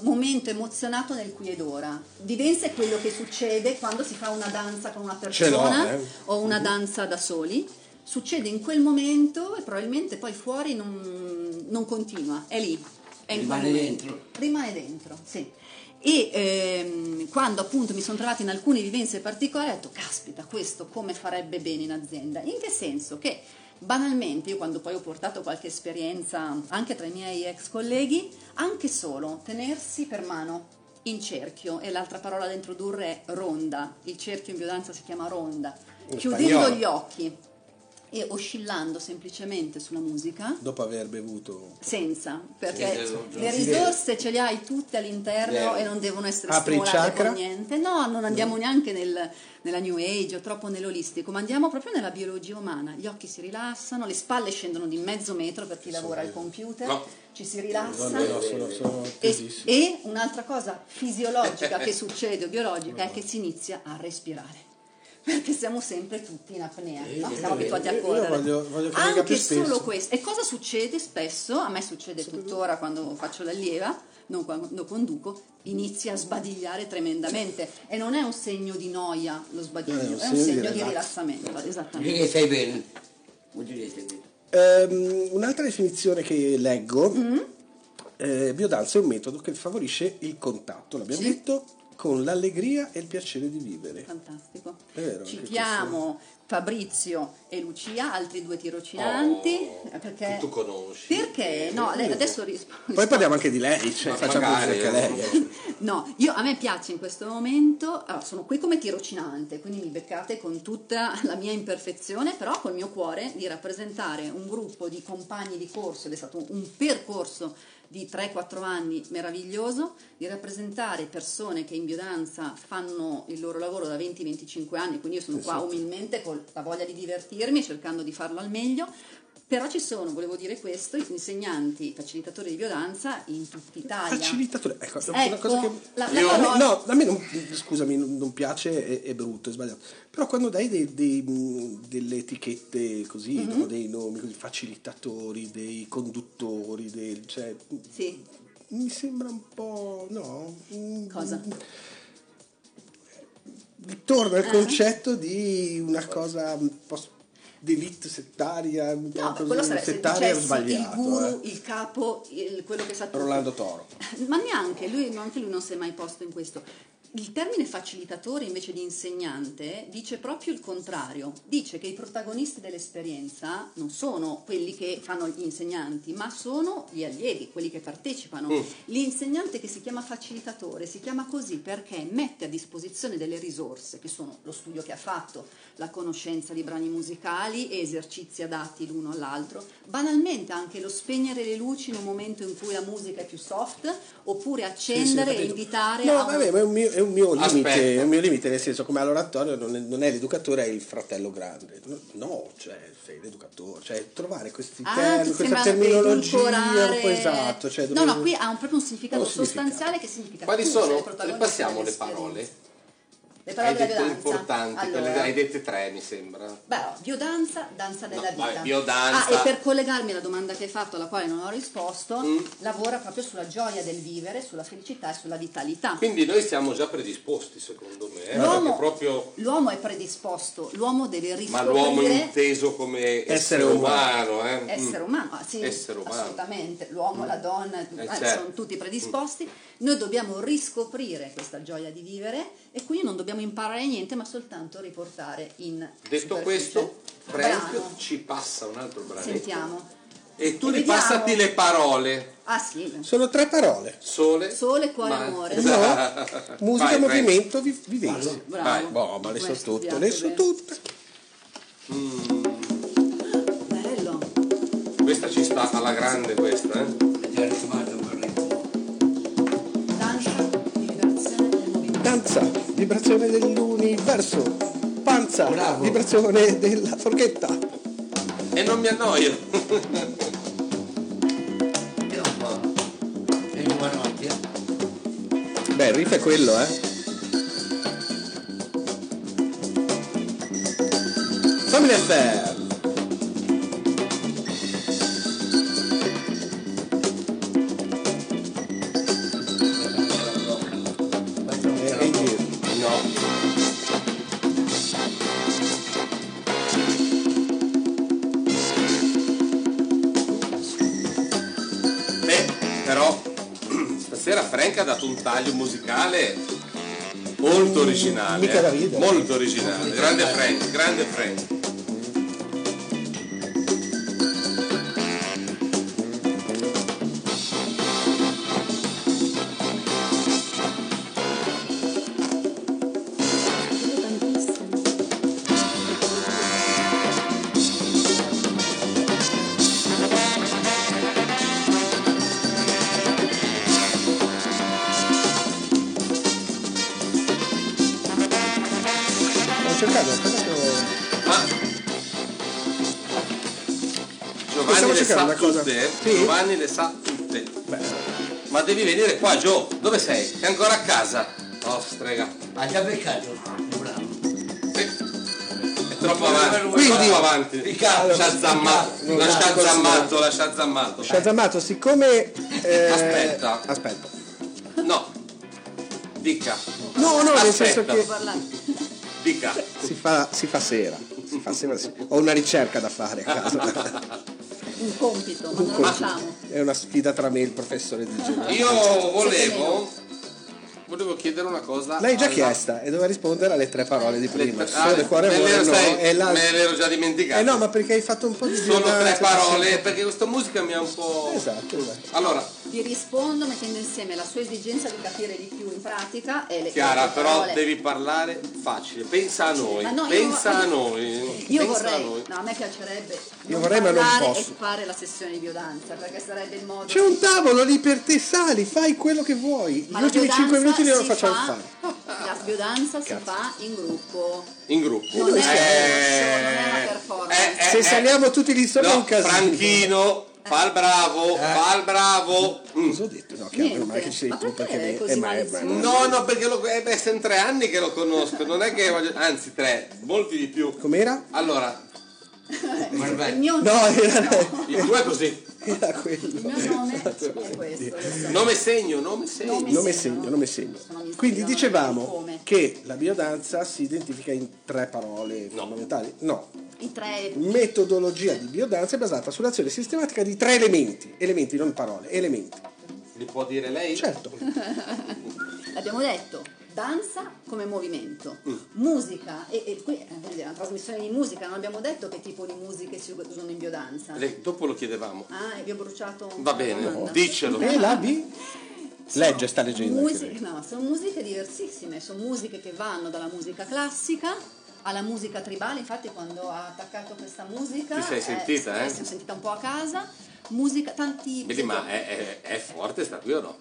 Speaker 6: momento emozionato nel qui ed ora. Vivenza è quello che succede quando si fa una danza con una persona
Speaker 2: eh.
Speaker 6: o una danza da soli. Succede in quel momento e probabilmente poi fuori non, non continua, è lì. È in quel
Speaker 3: Rimane
Speaker 6: momento.
Speaker 3: dentro.
Speaker 6: Rimane dentro, sì. E ehm, quando appunto mi sono trovata in alcune vivenze particolari, ho detto, caspita, questo come farebbe bene in azienda? In che senso? Che banalmente, io quando poi ho portato qualche esperienza anche tra i miei ex colleghi, anche solo tenersi per mano in cerchio, e l'altra parola da introdurre è ronda, il cerchio in biodanza si chiama ronda,
Speaker 2: In
Speaker 6: chiudendo
Speaker 2: spagnolo.
Speaker 6: gli occhi e oscillando semplicemente sulla musica,
Speaker 2: Dopo aver bevuto
Speaker 6: senza, perché
Speaker 1: Sì,
Speaker 6: le risorse ce le hai tutte all'interno e non devono essere
Speaker 2: Apri il
Speaker 6: stimolate
Speaker 2: chakra?
Speaker 6: con niente. No, non andiamo neanche nel- nella new age o troppo nell'olistico, ma andiamo proprio nella biologia umana. Gli occhi si rilassano, le spalle scendono di mezzo metro per chi lavora al computer,
Speaker 1: No.
Speaker 6: ci si rilassa.
Speaker 2: No, sono, sono
Speaker 6: E,
Speaker 2: chiusissimo.
Speaker 6: e un'altra cosa fisiologica che succede, o biologica, è che si inizia a respirare. Perché siamo sempre tutti in apnea, no? siamo abituati a
Speaker 2: io
Speaker 6: correre.
Speaker 2: voglio- voglio che venga
Speaker 6: Anche
Speaker 2: più spesso.
Speaker 6: solo questo. E cosa succede spesso? A me succede tuttora quando faccio l'allieva, non quando conduco, inizia a sbadigliare tremendamente. E non è un segno di noia lo sbadiglio,
Speaker 2: No,
Speaker 6: è un segno di
Speaker 2: relax.
Speaker 6: rilassamento. Esattamente.
Speaker 3: Dire che stai bene. Vuol dire che stai bene.
Speaker 2: Ehm, un'altra definizione che leggo,
Speaker 6: Mm-hmm.
Speaker 2: eh, biodanza è un metodo che favorisce il contatto, l'abbiamo
Speaker 6: Sì.
Speaker 2: detto, con l'allegria e il piacere di vivere.
Speaker 6: Fantastico.
Speaker 2: È vero, anche
Speaker 6: Citiamo Fabrizio e Lucia, altri due tirocinanti.
Speaker 1: Oh,
Speaker 6: perché,
Speaker 1: che tu conosci.
Speaker 6: Perché? No, lei- adesso rispondo.
Speaker 2: Poi parliamo anche di lei, cioè,
Speaker 1: Ma
Speaker 2: facciamo
Speaker 1: magari,
Speaker 2: anche lei. eh.
Speaker 6: No, io, a me piace in questo momento, allora, sono qui come tirocinante, quindi mi beccate con tutta la mia imperfezione, però col mio cuore di rappresentare un gruppo di compagni di corso, ed è stato un percorso di 3-4 anni meraviglioso, di rappresentare persone che in biodanza fanno il loro lavoro da 20-25 anni, quindi io sono qua umilmente con la voglia di divertirmi, cercando di farlo al meglio, però ci sono, volevo dire questo, insegnanti, facilitatori di biodanza in tutta Italia.
Speaker 2: Facilitatore, ecco, è una
Speaker 6: Ecco,
Speaker 2: cosa che...
Speaker 1: la
Speaker 6: la-
Speaker 2: a me,
Speaker 6: parola-
Speaker 2: no, a me non, scusami, non, non piace, è, è brutto, è sbagliato. Però quando dai dei- dei, mh, delle etichette così,
Speaker 6: Mm-hmm.
Speaker 2: no, dei nomi così, facilitatori, dei conduttori, dei, cioè,
Speaker 6: Sì,
Speaker 2: mi sembra un po'... no? Mm,
Speaker 6: cosa?
Speaker 2: Torna
Speaker 6: Ah.
Speaker 2: il concetto di una cosa un po' s- d'elite settaria, un po'
Speaker 6: No, beh,
Speaker 2: così,
Speaker 6: quello sarebbe se
Speaker 2: settaria è
Speaker 6: dicessi il
Speaker 2: sbagliato.
Speaker 6: guru,
Speaker 2: eh.
Speaker 6: il capo, il- quello che sa tutto.
Speaker 2: Rolando Toro.
Speaker 6: Ma neanche lui, anche lui non si è mai posto in questo. Il termine facilitatore invece di insegnante dice proprio il contrario, dice che i protagonisti dell'esperienza non sono quelli che fanno gli insegnanti, ma sono gli allievi, quelli che partecipano.
Speaker 2: Mm.
Speaker 6: L'insegnante che si chiama facilitatore si chiama così perché mette a disposizione delle risorse, che sono lo studio che ha fatto, la conoscenza di brani musicali e esercizi adatti l'uno all'altro, banalmente anche lo spegnere le luci in un momento in cui la musica è più soft, oppure
Speaker 2: Sì, sì,
Speaker 6: accendere e
Speaker 2: capito.
Speaker 6: invitare
Speaker 2: No,
Speaker 6: a un-
Speaker 2: vabbè, ma è un mio, è un mio limite,
Speaker 1: Aspetta.
Speaker 2: è un mio limite, nel senso come all'oratorio non è, non è l'educatore, è il fratello grande. No, cioè, sei l'educatore, cioè trovare questi
Speaker 6: Ah,
Speaker 2: termini,
Speaker 6: ti
Speaker 2: questa
Speaker 6: sembra
Speaker 2: terminologia
Speaker 6: edulcorare.
Speaker 2: un po' esatto. Cioè,
Speaker 6: no, no,
Speaker 2: dobbiamo-
Speaker 6: qui ha un- proprio un significato
Speaker 2: Oh, significato.
Speaker 6: sostanziale che significa
Speaker 1: Quali
Speaker 6: tu sei il
Speaker 1: sono,
Speaker 6: protagonista
Speaker 1: ripassiamo le
Speaker 6: dell'esperienza.
Speaker 1: parole.
Speaker 6: Le
Speaker 1: Hai
Speaker 6: parole della
Speaker 1: detto
Speaker 6: danza.
Speaker 1: importanti, quelle-
Speaker 6: Allora,
Speaker 1: hai dette tre mi sembra.
Speaker 6: Beh, allora, biodanza, danza della
Speaker 1: No, vabbè,
Speaker 6: vita.
Speaker 1: biodanza.
Speaker 6: Ah, e per collegarmi alla domanda che hai fatto, alla quale non ho risposto,
Speaker 1: Mm.
Speaker 6: lavora proprio sulla gioia del vivere, sulla felicità e sulla vitalità.
Speaker 1: Quindi noi siamo già predisposti secondo me, eh, perché
Speaker 6: L'uomo,
Speaker 1: proprio
Speaker 6: l'uomo è predisposto, l'uomo deve
Speaker 1: ma
Speaker 6: riscoprire
Speaker 1: l'uomo inteso come essere umano, eh?
Speaker 6: essere
Speaker 1: Mm.
Speaker 6: umano, ah, sì,
Speaker 1: Essere umano. Mm.
Speaker 6: assolutamente, l'uomo, la donna, eh,
Speaker 1: certo.
Speaker 6: sono tutti predisposti, noi dobbiamo riscoprire questa gioia di vivere e quindi non dobbiamo imparare niente ma soltanto riportare in
Speaker 1: Detto
Speaker 6: superficie.
Speaker 1: questo,
Speaker 6: Brano.
Speaker 1: Frank ci passa un altro branetto
Speaker 6: sentiamo.
Speaker 1: e tu
Speaker 6: E vediamo.
Speaker 1: ripassati le parole.
Speaker 6: Ah sì,
Speaker 2: Sono tre parole.
Speaker 1: Sole,
Speaker 6: Sole, cuore, amore.
Speaker 2: No,
Speaker 1: Esatto.
Speaker 2: musica,
Speaker 1: Vai, Frank.
Speaker 2: movimento, vi- vivenza.
Speaker 6: bravo.
Speaker 1: Vai,
Speaker 2: Boh, ma le so
Speaker 6: Questo
Speaker 2: tutte,
Speaker 6: piace,
Speaker 2: le so
Speaker 6: bene.
Speaker 2: tutte.
Speaker 6: Bello.
Speaker 1: Questa ci sta alla grande questa, eh?
Speaker 3: Già ritrovato un ritmo.
Speaker 6: Danza, liberazione del movimento.
Speaker 2: Danza, vibrazione dell'universo. Panza,
Speaker 3: Bravo.
Speaker 2: vibrazione della forchetta.
Speaker 1: E non mi annoio.
Speaker 3: E un po'. E il buonanotte. eh?
Speaker 2: Beh, il riff è quello, eh. Family Affair.
Speaker 3: Questa non
Speaker 2: E,
Speaker 3: ce
Speaker 2: e
Speaker 3: la
Speaker 2: in
Speaker 3: può.
Speaker 2: giro.
Speaker 1: No. Beh, però stasera Frank ha dato un taglio musicale molto originale.
Speaker 2: mica da
Speaker 1: eh.
Speaker 2: ridere.
Speaker 1: Molto originale. Grande Frank, grande Frank.
Speaker 2: Ho cercato, ho cercato-
Speaker 1: Ma Giovanni
Speaker 2: Stavo
Speaker 1: le
Speaker 2: cercando
Speaker 1: sa
Speaker 2: una cosa.
Speaker 1: tutte, eh?
Speaker 2: Sì.
Speaker 1: Giovanni le sa tutte. Ma devi venire qua, Gio. Dove sei? Sei ancora a casa? Oh, strega.
Speaker 3: Ha già beccato. Bravo.
Speaker 1: Sì. È troppo avanti. Quindi, troppo avanti.
Speaker 3: Riccardo,
Speaker 1: lascia zammato.
Speaker 2: Riccardo,
Speaker 1: Lascia
Speaker 2: Riccardo,
Speaker 1: zammato, lascia zammato.
Speaker 2: Shazamato, siccome... eh,
Speaker 1: Aspetta.
Speaker 2: Aspetta.
Speaker 1: No. Dica,
Speaker 2: No, no, nel senso
Speaker 1: Aspetta.
Speaker 2: che
Speaker 6: Parlando.
Speaker 1: dica.
Speaker 2: si fa, si fa sera. Si fa sera. sì. Ho una ricerca da fare a casa.
Speaker 6: Un compito, ma non lo
Speaker 2: compito.
Speaker 6: facciamo.
Speaker 2: È una sfida tra me e il professore di gioco.
Speaker 1: Io volevo. volevo chiedere una cosa.
Speaker 2: L'hai già
Speaker 1: alla-
Speaker 2: chiesta e doveva rispondere alle tre parole di
Speaker 1: alle-
Speaker 2: prima.
Speaker 1: ah,
Speaker 2: Sole, cuore,
Speaker 1: me,
Speaker 2: amore,
Speaker 1: l'ero,
Speaker 2: no.
Speaker 1: sai,
Speaker 2: E la-
Speaker 1: me l'ero già
Speaker 2: Eh
Speaker 1: dimenticato.
Speaker 2: no, ma perché hai fatto un po' di
Speaker 1: Sono tre
Speaker 2: giornate,
Speaker 1: parole, perché questa musica mi ha un po'.
Speaker 2: Esatto, esatto.
Speaker 1: Allora,
Speaker 6: Vi rispondo mettendo insieme la sua esigenza di capire di più in pratica e le
Speaker 1: Chiara,
Speaker 6: le
Speaker 1: però
Speaker 6: parole.
Speaker 1: devi parlare facile, pensa a noi,
Speaker 6: Ma no, io-
Speaker 1: pensa a noi.
Speaker 6: Io
Speaker 1: pensa
Speaker 6: vorrei,
Speaker 1: a noi.
Speaker 6: no, a me piacerebbe
Speaker 2: Io vorrei, ma non
Speaker 6: parlare
Speaker 2: posso.
Speaker 6: e fare la sessione di biodanza, perché sarebbe il modo
Speaker 2: C'è un tavolo lì per te, sali, fai quello che vuoi.
Speaker 6: Ma
Speaker 2: Gli ultimi
Speaker 6: biodanza
Speaker 2: 5 minuti li lo
Speaker 6: si
Speaker 2: facciamo
Speaker 6: fa-
Speaker 2: fare.
Speaker 6: La biodanza si fa in gruppo.
Speaker 1: In gruppo.
Speaker 6: Non è, una
Speaker 1: Eh,
Speaker 6: non è una performance.
Speaker 1: eh,
Speaker 2: Se
Speaker 1: eh,
Speaker 2: saliamo tutti lì sopra è
Speaker 1: no,
Speaker 2: un casino. Eh.
Speaker 1: Franchino, fa il bravo, fa il bravo. Mm.
Speaker 2: Cosa ho detto? No, Chiara, meno male che ci sei
Speaker 6: Ma
Speaker 2: tu
Speaker 6: perché
Speaker 2: perché
Speaker 6: è
Speaker 2: me-
Speaker 6: così
Speaker 2: eh, ma- ma-
Speaker 6: malizioso?
Speaker 1: No, no, perché lo, eh, beh, sono tre anni che lo conosco, non è che voglio. Anzi, tre, molti di più.
Speaker 2: Com'era?
Speaker 1: Allora,
Speaker 6: Il mio,
Speaker 2: No, era,
Speaker 1: il tuo è così.
Speaker 2: era quello.
Speaker 6: il mio nome è questo. adesso.
Speaker 1: Nome segno, nome segno.
Speaker 6: Nome
Speaker 2: Nome
Speaker 6: segno,
Speaker 2: segno,
Speaker 6: no?
Speaker 2: nome segno.
Speaker 6: Sono amici
Speaker 2: Quindi
Speaker 6: che non
Speaker 2: dicevamo
Speaker 6: come.
Speaker 2: che la biodanza si identifica in tre parole
Speaker 1: No.
Speaker 2: fondamentali. No,
Speaker 6: I tre
Speaker 2: metodologia di biodanza è basata sull'azione sistematica di tre elementi. Elementi, non parole, elementi.
Speaker 1: Li può dire lei?
Speaker 2: Certo.
Speaker 6: l'abbiamo detto. Danza come movimento, musica, e, e qui eh, quindi è una trasmissione di musica, non abbiamo detto che tipo di musiche si usano in biodanza.
Speaker 1: Le- dopo lo chiedevamo.
Speaker 6: Ah, e vi ho bruciato un
Speaker 1: Va bene,
Speaker 6: domanda.
Speaker 1: diccelo.
Speaker 2: E Eh, la B?
Speaker 6: Sono
Speaker 2: Legge, sta leggendo anche
Speaker 6: musiche- no, sono musiche diversissime, sono musiche che vanno dalla musica classica alla musica tribale, infatti quando ha attaccato questa musica...
Speaker 1: Ti sei
Speaker 6: eh,
Speaker 1: sentita, eh?
Speaker 6: Mi sono sentita un po' a casa, musica, tanti...
Speaker 1: Vedi, ma è, è- è forte sta qui o no?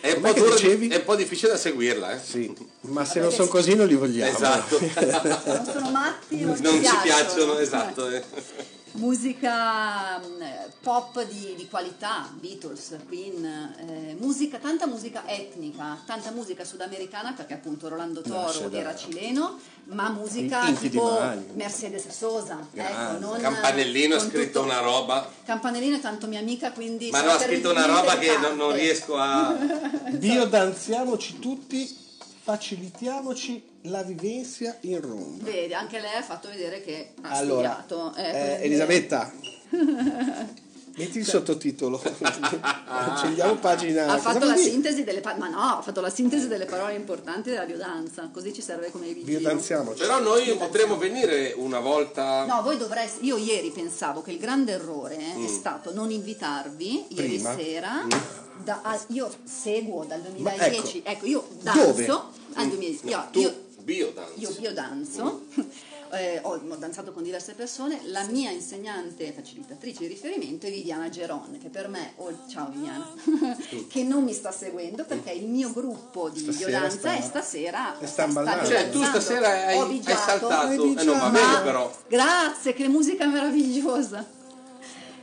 Speaker 1: È un,
Speaker 2: Com'è
Speaker 1: po
Speaker 2: che
Speaker 1: dura-
Speaker 2: dicevi?
Speaker 1: è un po' difficile da seguirla, eh?
Speaker 2: Sì, ma se non sono così non li vogliamo.
Speaker 1: Esatto,
Speaker 6: Non sono matti, non,
Speaker 1: non ci piacciono, esatto. eh.
Speaker 6: Ecco, Musica mm, eh, pop di, di qualità, Beatles, Queen, eh, musica, tanta musica etnica, tanta musica sudamericana perché appunto Rolando
Speaker 2: Nasce
Speaker 6: Toro
Speaker 2: da-
Speaker 6: era cileno, ma musica
Speaker 2: Inti di
Speaker 6: tipo
Speaker 2: Maio.
Speaker 6: Mercedes Sosa. Ecco, non,
Speaker 1: Campanellino ha
Speaker 6: con
Speaker 1: scritto
Speaker 6: tutto-
Speaker 1: una roba,
Speaker 6: Campanellino è tanto mia amica, quindi...
Speaker 1: ma
Speaker 6: sono
Speaker 1: no, ha scritto una roba che non, non
Speaker 6: terribilmente
Speaker 1: riesco a...
Speaker 2: Biodanziamoci tutti, facilitiamoci la vivenza in ronda.
Speaker 6: Vedi, anche lei ha fatto vedere che ha
Speaker 2: Allora,
Speaker 6: studiato. eh,
Speaker 2: eh,
Speaker 6: quindi-
Speaker 2: Elisabetta, metti il sottotitolo. Accendiamo pagina.
Speaker 6: Ha
Speaker 2: cosa
Speaker 6: fatto
Speaker 2: vuol
Speaker 6: la
Speaker 2: dire?
Speaker 6: sintesi delle parole, ma no, ha fatto la sintesi delle parole importanti della biodanza, così ci serve come video.
Speaker 2: Biodanziamoci.
Speaker 1: Però noi potremmo venire una volta...
Speaker 6: No, voi dovreste. Io ieri pensavo che il grande errore
Speaker 1: Mm.
Speaker 6: è stato non invitarvi ieri
Speaker 2: Prima. Mm.
Speaker 6: sera. da- a- io seguo dal
Speaker 2: Ma
Speaker 6: 2010, ecco. io
Speaker 2: Dove? Mm.
Speaker 6: danzo al 2010. Io,
Speaker 1: tu
Speaker 6: io-
Speaker 1: biodanza.
Speaker 6: io biodanzo, eh, ho, ho danzato con diverse persone, la mia insegnante facilitatrice di riferimento è Viviana Geron, che per me, ol- ciao Viviana, che non mi sta seguendo perché il mio gruppo di
Speaker 2: Stasera
Speaker 6: biodanza
Speaker 2: sta-
Speaker 6: è stasera.
Speaker 2: e sta ballando.
Speaker 1: Cioè, tu
Speaker 6: danzando.
Speaker 1: stasera hai,
Speaker 6: Ho
Speaker 1: hai
Speaker 6: bigiato,
Speaker 1: saltato... Eh, non va
Speaker 2: bigiato.
Speaker 1: bene
Speaker 6: ma-
Speaker 1: però.
Speaker 6: Grazie, che musica meravigliosa.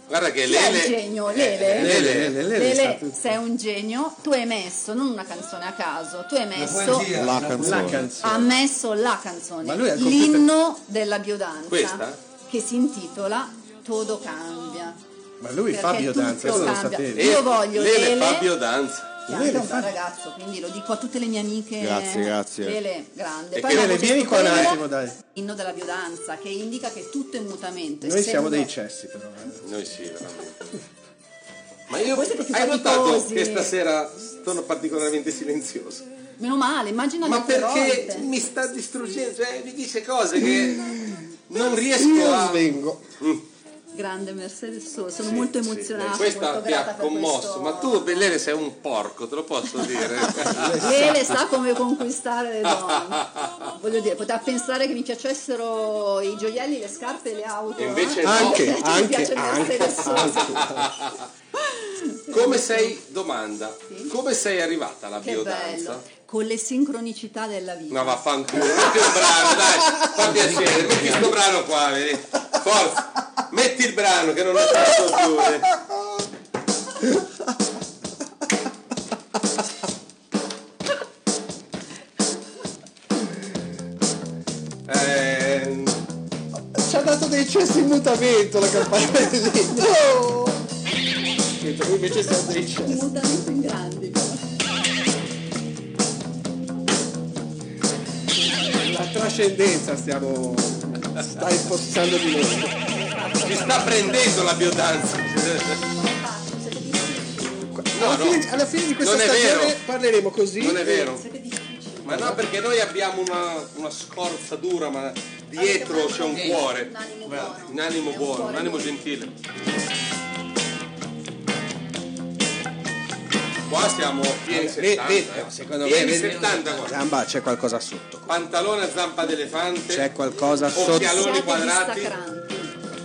Speaker 1: Guarda che
Speaker 6: Chi è
Speaker 1: Lele...
Speaker 6: il genio?
Speaker 1: eh,
Speaker 6: Lele?
Speaker 1: Lele.
Speaker 2: Lele, Lele,
Speaker 6: Lele,
Speaker 2: sta tutto.
Speaker 6: sei un genio, tu hai messo, non una canzone a caso, tu hai messo
Speaker 5: poesia.
Speaker 8: La
Speaker 2: La
Speaker 8: canzone.
Speaker 2: canzone.
Speaker 6: ha messo la canzone,
Speaker 2: Ma lui ha il computer-
Speaker 6: l'inno della biodanza,
Speaker 1: Questa?
Speaker 6: che si intitola Todo cambia.
Speaker 2: Ma lui fa
Speaker 6: Perché
Speaker 2: biodanza,
Speaker 6: tutto
Speaker 2: se lo
Speaker 6: cambia.
Speaker 2: sapevi.
Speaker 1: Eh,
Speaker 6: Io voglio Lele,
Speaker 1: fa biodanza.
Speaker 6: che è anche un bel ragazzo, quindi lo dico a tutte le mie amiche.
Speaker 8: Grazie, grazie.
Speaker 6: Lele, grande.
Speaker 1: E
Speaker 6: Poi
Speaker 1: che-
Speaker 6: abbiamo
Speaker 2: Lele, vieni qua un
Speaker 6: questo
Speaker 2: attimo,
Speaker 6: bello
Speaker 2: dai.
Speaker 6: Inno della biodanza, che indica che tutto è mutamente.
Speaker 2: Noi siamo
Speaker 6: sempre-
Speaker 2: dei cessi, però. eh.
Speaker 1: Noi sì, veramente. Ma io
Speaker 6: Voi siete
Speaker 1: hai notato
Speaker 6: faticosi.
Speaker 1: che stasera sono particolarmente silenzioso.
Speaker 6: Meno male, immagina
Speaker 1: Ma
Speaker 6: altre
Speaker 1: perché
Speaker 6: volte.
Speaker 1: mi sta distruggendo? Cioè, mi dice cose che non riesco
Speaker 2: Io
Speaker 1: a.
Speaker 2: svengo.
Speaker 6: Grande Mercedes Sosa, sono molto emozionata.
Speaker 1: Questa
Speaker 6: Ah, molto
Speaker 1: ti
Speaker 6: grata
Speaker 1: ha
Speaker 6: per questo-
Speaker 1: commosso, ma tu, Bellene, sei un porco, te lo posso dire.
Speaker 6: Lele sa come conquistare le donne. Voglio dire, poteva pensare che mi piacessero i gioielli, le scarpe e le auto.
Speaker 1: E invece
Speaker 6: eh?
Speaker 1: no.
Speaker 2: Anche,
Speaker 6: Invece mi
Speaker 2: anche,
Speaker 6: piace
Speaker 2: anche,
Speaker 6: Mercedes Sosa.
Speaker 1: Come sei, domanda,
Speaker 6: Sì.
Speaker 1: come sei arrivata alla
Speaker 6: Che bello.
Speaker 1: biodanza?
Speaker 6: Con le sincronicità della vita.
Speaker 1: No, vaffanculo, metti un brano, dai, fa piacere, metti questo brano qua, vedi? Forza, metti il brano che non lo posso più. eh. Eh,
Speaker 2: Ci ha dato dei cessi in mutamento la campanellina. Oh! Mentre noi invece siamo dei
Speaker 6: Un
Speaker 2: cessi.
Speaker 6: mutamento in grandi. però.
Speaker 2: La trascendenza stiamo. sta impossando di noi.
Speaker 1: ci sta prendendo la biodanza.
Speaker 6: Faccio,
Speaker 2: alla,
Speaker 6: se lo dici,
Speaker 1: no.
Speaker 2: fine, alla fine di questa
Speaker 1: Non è
Speaker 2: stagione
Speaker 1: vero.
Speaker 2: parleremo così.
Speaker 1: Non è vero.
Speaker 6: Siete difficili.
Speaker 1: Ma no, perché noi abbiamo una, una scorza dura, ma dietro c'è un
Speaker 6: Un
Speaker 1: cuore.
Speaker 6: animo
Speaker 5: Guarda,
Speaker 6: buono.
Speaker 1: Un animo
Speaker 6: È
Speaker 1: buono, un
Speaker 6: cuore
Speaker 1: animo
Speaker 6: buono.
Speaker 1: gentile. Qua siamo pieni
Speaker 2: Vabbè, ve-
Speaker 1: 70.
Speaker 2: vedi,
Speaker 1: eh.
Speaker 2: no, secondo me
Speaker 1: Pieni
Speaker 2: vedi-
Speaker 1: 70 qua.
Speaker 2: Gamba, c'è qualcosa sotto.
Speaker 1: Pantalone a zampa d'elefante.
Speaker 2: C'è qualcosa sotto.
Speaker 1: Occhialoni
Speaker 6: Siate
Speaker 1: quadrati.
Speaker 6: dissacranti.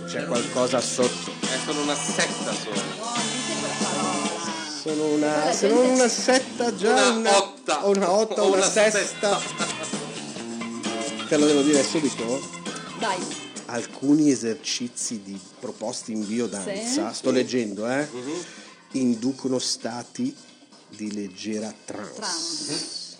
Speaker 2: C'è qualcosa sotto.
Speaker 1: Eh, sono una setta solo.
Speaker 6: No, non dite quella parola.
Speaker 2: Sono
Speaker 6: Guarda,
Speaker 2: una, sono
Speaker 6: gente-
Speaker 2: una setta già.
Speaker 1: Una otta.
Speaker 2: o Una otta,
Speaker 1: O
Speaker 2: una,
Speaker 1: una
Speaker 2: sesta. Te lo devo dire subito?
Speaker 6: Dai,
Speaker 2: Alcuni esercizi di- proposti in biodanza, sto leggendo, eh,
Speaker 1: Mhm.
Speaker 2: inducono stati di leggera trance.
Speaker 6: trans.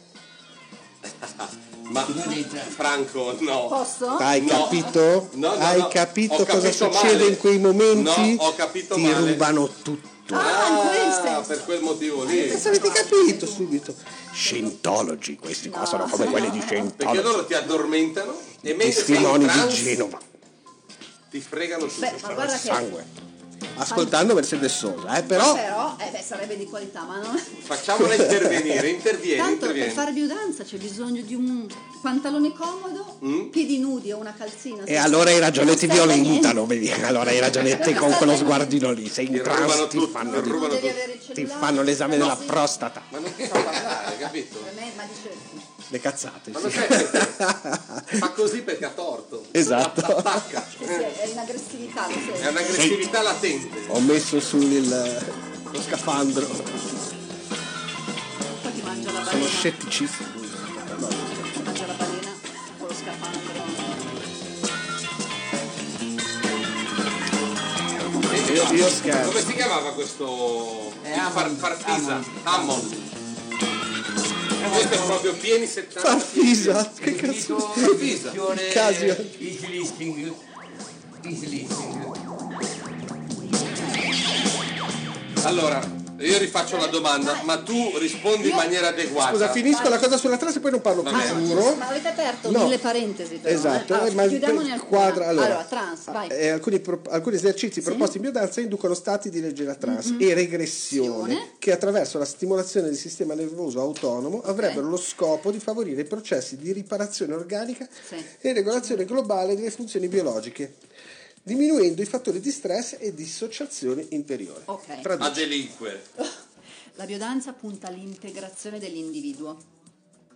Speaker 1: Ma Franco, no.
Speaker 6: Posso?
Speaker 2: Hai
Speaker 1: No.
Speaker 2: capito?
Speaker 1: No, no,
Speaker 2: Hai
Speaker 1: no.
Speaker 2: capito
Speaker 1: Ho
Speaker 2: cosa
Speaker 1: capito
Speaker 2: succede
Speaker 1: male.
Speaker 2: in quei momenti?
Speaker 1: No, ho capito
Speaker 2: Ti
Speaker 1: male.
Speaker 2: rubano tutto.
Speaker 6: Ah, in quel senso.
Speaker 1: per quel motivo lì.
Speaker 2: Penso avete capito subito. Scientologi, questi qua
Speaker 6: No.
Speaker 2: sono come quelli di
Speaker 1: Perché
Speaker 2: Scientologi.
Speaker 1: loro ti addormentano e mentre sei in
Speaker 2: Testimoni di
Speaker 1: trance
Speaker 2: Genova,
Speaker 1: ti fregano tutto.
Speaker 6: Beh, ma
Speaker 2: il
Speaker 6: guarda che...
Speaker 2: sangue. Ascoltando Mercedes Sosa, eh, però
Speaker 6: Però, eh beh, sarebbe di qualità, ma non...
Speaker 1: Facciamola intervenire, intervieni,
Speaker 6: Tanto per
Speaker 1: intervieni.
Speaker 6: fare biodanza c'è bisogno di un pantalone comodo,
Speaker 1: Mm?
Speaker 6: piedi nudi o una calzina.
Speaker 2: E allora i ragionetti
Speaker 6: Non serve a
Speaker 2: violentano, vedi? Allora i ragionetti
Speaker 6: Non
Speaker 2: con quello
Speaker 6: serve a niente.
Speaker 2: sguardino lì, sei in
Speaker 1: Ti rubano
Speaker 2: trance, ti
Speaker 1: tutto,
Speaker 2: fanno,
Speaker 1: ti
Speaker 2: di-
Speaker 1: rubano
Speaker 6: Non devi
Speaker 1: tutto.
Speaker 6: avere il
Speaker 2: ti
Speaker 6: cellulare.
Speaker 2: fanno l'esame
Speaker 6: No,
Speaker 2: della
Speaker 6: sì.
Speaker 2: prostata,
Speaker 1: Ma non ti fa parlare, capito?
Speaker 6: Per me, ma dice,
Speaker 2: le cazzate.
Speaker 1: Ma
Speaker 2: sì.
Speaker 1: lo sai perché? Fa così perché ha torto.
Speaker 2: Esatto.
Speaker 1: Att- Attacca.
Speaker 6: sì, sì, è un'aggressività, lo sento.
Speaker 1: È un'aggressività latente.
Speaker 2: Ho messo sul lo scafandro, sono
Speaker 6: Poi ti mangia la balena.
Speaker 2: scetticissimo.
Speaker 6: Ti mangia la balena o lo scafandro.
Speaker 1: Eh.
Speaker 2: Io, io scherzo.
Speaker 1: Come si chiamava questo
Speaker 5: È
Speaker 1: il far-
Speaker 5: Hammond.
Speaker 1: farfisa?
Speaker 5: Hammond.
Speaker 1: Eh, Hammond. Eh, Questo è proprio pieni 70.
Speaker 2: Farfisa, che
Speaker 5: Dico,
Speaker 2: cazzo.
Speaker 1: Farfisa.
Speaker 5: attenzione,
Speaker 2: Casio.
Speaker 5: Easy listing. Easy listing.
Speaker 1: Allora, io rifaccio la domanda, ma tu rispondi in maniera adeguata.
Speaker 2: Scusa, finisco la cosa sulla trance e poi non parlo più,
Speaker 1: Vabbè.
Speaker 2: giuro.
Speaker 6: Ma avete aperto
Speaker 2: No.
Speaker 6: mille parentesi però.
Speaker 2: Esatto,
Speaker 6: eh?
Speaker 2: eh,
Speaker 6: Allora,
Speaker 2: ma
Speaker 6: chiudiamone
Speaker 2: per-
Speaker 6: alcuna.
Speaker 2: quadra- allora.
Speaker 6: trans, vai.
Speaker 2: Eh, alcuni, pro- alcuni esercizi proposti in biodanza inducono stati di leggera trance e regressione
Speaker 6: Mm-hmm. Regressione.
Speaker 2: che attraverso la stimolazione del sistema nervoso autonomo avrebbero lo scopo di favorire i processi di riparazione organica
Speaker 6: Sì.
Speaker 2: e regolazione globale delle funzioni biologiche, diminuendo i fattori di stress e dissociazione interiore.
Speaker 6: Ok.
Speaker 1: A
Speaker 2: Traduco.
Speaker 1: delinquere.
Speaker 6: La biodanza punta all'integrazione dell'individuo.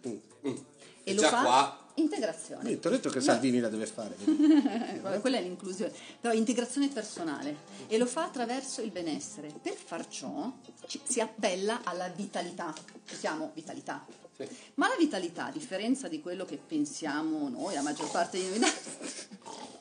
Speaker 6: E lo
Speaker 1: Mm, Già
Speaker 6: fa
Speaker 1: qua.
Speaker 6: integrazione.
Speaker 2: Ti ho detto che Salvini la deve fare.
Speaker 6: Eh, vabbè, quella è l'inclusione, però integrazione personale e lo fa attraverso il benessere. Per far ciò ci- si appella alla vitalità, ci siamo vitalità. Ma la vitalità, a differenza di quello che pensiamo noi, la maggior parte di noi,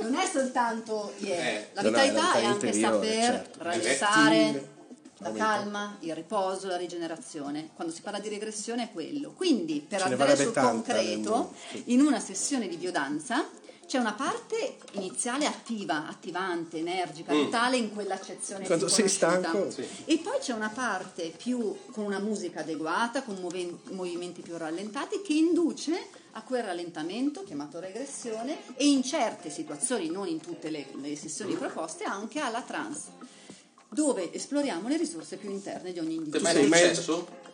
Speaker 6: non è soltanto ieri.
Speaker 1: Eh,
Speaker 6: la
Speaker 2: no, no, è la
Speaker 6: vitalità è
Speaker 2: vitalità
Speaker 6: anche
Speaker 2: interiore,
Speaker 6: saper
Speaker 2: certo.
Speaker 6: rilassare,
Speaker 2: Divertire.
Speaker 6: la
Speaker 2: Momento.
Speaker 6: calma, il riposo, la rigenerazione. Quando si parla di regressione è quello. Quindi, per
Speaker 2: Ce ne
Speaker 6: andare
Speaker 2: varrebbe
Speaker 6: sul
Speaker 2: tanta nel
Speaker 6: concreto,
Speaker 2: mondo,
Speaker 6: in una sessione di biodanza c'è una parte iniziale attiva, attivante, energica, vitale in quell'accezione
Speaker 2: Quando
Speaker 6: più
Speaker 2: sei
Speaker 6: conosciuta.
Speaker 2: stanco,
Speaker 6: E poi c'è una parte più con una musica adeguata, con moven- movimenti più rallentati, che induce a quel rallentamento chiamato regressione e in certe situazioni, non in tutte le, le sessioni proposte, anche alla trance, dove esploriamo le risorse più interne di ogni
Speaker 1: Ti è
Speaker 6: individuo.
Speaker 1: mai
Speaker 2: sei mai-
Speaker 1: successo?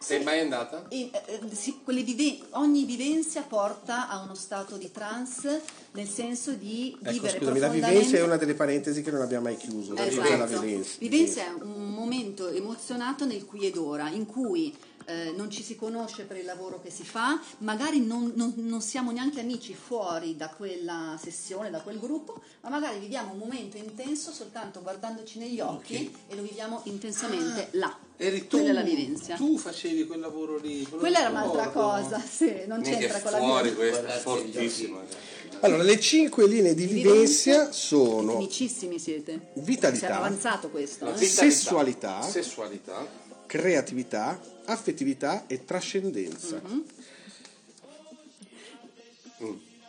Speaker 1: Sei mai andata?
Speaker 6: E, eh, sì, quelle vive- ogni vivenza porta a uno stato di trance nel senso di
Speaker 2: Ecco,
Speaker 6: vivere
Speaker 2: scusami, la
Speaker 6: profondamente
Speaker 2: vivenza è una delle parentesi che non abbiamo mai chiuso.
Speaker 6: Esatto.
Speaker 2: tutta la vivenza.
Speaker 6: Vivenza è un momento emozionato nel qui ed ora, in cui eh, non ci si conosce per il lavoro che si fa, magari non, non- non siamo neanche amici fuori da quella sessione, da quel gruppo, ma magari viviamo un momento intenso soltanto guardandoci negli occhi e lo viviamo intensamente là.
Speaker 1: Eri tu.
Speaker 6: Quella è la vivenza.
Speaker 1: Tu facevi quel lavoro lì. quello
Speaker 6: Quella era
Speaker 1: lì, Oh,
Speaker 6: un'altra
Speaker 1: ricordo.
Speaker 6: cosa, sì, non
Speaker 1: Minchia,
Speaker 6: c'entra con la
Speaker 1: fuori
Speaker 6: mia.
Speaker 1: questa,
Speaker 3: Guardate,
Speaker 1: fortissima.
Speaker 2: Allora, le cinque linee di vivenza sono
Speaker 6: Tecnicissimi siete.
Speaker 2: Vitalità.
Speaker 6: Siamo avanzato questo.
Speaker 1: La
Speaker 6: eh?
Speaker 1: vitalità,
Speaker 2: Sessualità.
Speaker 1: Sessualità.
Speaker 2: creatività, affettività e trascendenza.
Speaker 6: Mhm.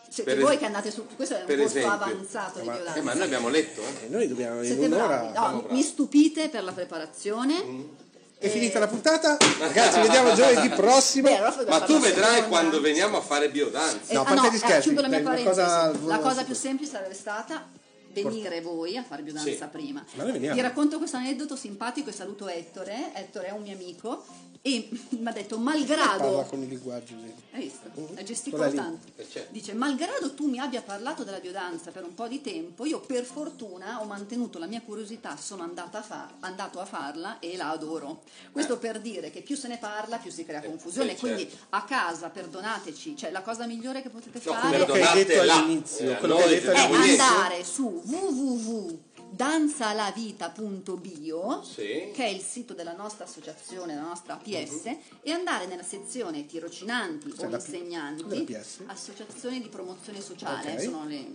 Speaker 6: Siete
Speaker 1: Per
Speaker 6: voi
Speaker 1: es-
Speaker 6: Cioè, che andate su questo è un
Speaker 1: per
Speaker 6: posto
Speaker 1: esempio.
Speaker 6: avanzato di violenza.
Speaker 1: Eh, ma noi abbiamo letto, eh.
Speaker 2: E noi dobbiamo in
Speaker 6: Siete bravi.
Speaker 2: un'ora. Mm.
Speaker 6: No, mi- mi stupite per la preparazione. Eh,
Speaker 2: È finita la puntata. Ragazzi, ci vediamo giovedì prossimo.
Speaker 6: Beh, allora fai
Speaker 1: Ma
Speaker 6: la
Speaker 1: tu vedrai
Speaker 6: seconda.
Speaker 1: quando veniamo a fare biodanza.
Speaker 6: Eh,
Speaker 2: No, a parte gli
Speaker 6: eh,
Speaker 2: scherzi,
Speaker 6: chiudo la mia
Speaker 2: dai, una
Speaker 6: parentesi.
Speaker 2: cosa al
Speaker 6: La
Speaker 2: volo
Speaker 6: cosa
Speaker 2: su
Speaker 6: più semplice sarebbe stata venire voi a fare biodanza
Speaker 2: Sì.
Speaker 6: prima.
Speaker 2: Ma noi veniamo.
Speaker 6: Vi racconto questo aneddoto simpatico e saluto Ettore. Ettore è un mio amico e mi ha detto,
Speaker 2: Parla
Speaker 6: malgrado...
Speaker 2: con i linguaggi. vedi.
Speaker 6: Hai visto?
Speaker 2: Mhm.
Speaker 6: Gesticola
Speaker 2: Quella lì.
Speaker 6: tanto.
Speaker 1: Eh, certo.
Speaker 6: Dice, malgrado tu mi abbia parlato della biodanza per un po' di tempo, io per fortuna ho mantenuto la mia curiosità, sono andata a fa- andato a farla e la adoro. Questo per dire che più se ne parla, più si crea confusione.
Speaker 1: eh,
Speaker 6: Quindi
Speaker 1: certo.
Speaker 6: a casa, perdonateci, cioè la cosa migliore che potete
Speaker 1: No,
Speaker 6: fare
Speaker 2: quello che hai
Speaker 1: Perdonate
Speaker 2: detto
Speaker 1: là.
Speaker 2: all'inizio,
Speaker 1: Eh,
Speaker 2: quello
Speaker 1: noi
Speaker 2: che hai detto
Speaker 6: è
Speaker 1: dobbiamo
Speaker 2: all'inizio.
Speaker 6: andare su www.danzalavita.bio
Speaker 1: Sì.
Speaker 6: che è il sito della nostra associazione, della nostra APS e andare nella sezione tirocinanti
Speaker 2: Cos'è
Speaker 6: o
Speaker 2: Mhm. la-
Speaker 6: insegnanti
Speaker 2: dell'APS?
Speaker 6: associazioni di promozione sociale
Speaker 2: Ok.
Speaker 6: sono le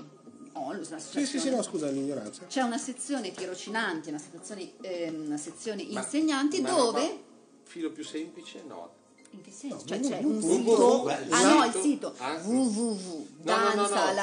Speaker 6: ONLUS
Speaker 2: Sì, sì, sì,
Speaker 6: l'associazione.
Speaker 2: no, scusa l'ignoranza.
Speaker 6: c'è una sezione tirocinanti una sezione, ehm, una sezione
Speaker 1: Ma-
Speaker 6: insegnanti
Speaker 1: ma-
Speaker 6: dove
Speaker 1: ma- Filo più semplice? No.
Speaker 6: in che senso? Cioè,
Speaker 2: www.
Speaker 6: c'è un
Speaker 1: www.
Speaker 6: sito,
Speaker 1: Guarda,
Speaker 6: ah no, il
Speaker 1: sito.
Speaker 6: sito
Speaker 1: Ah.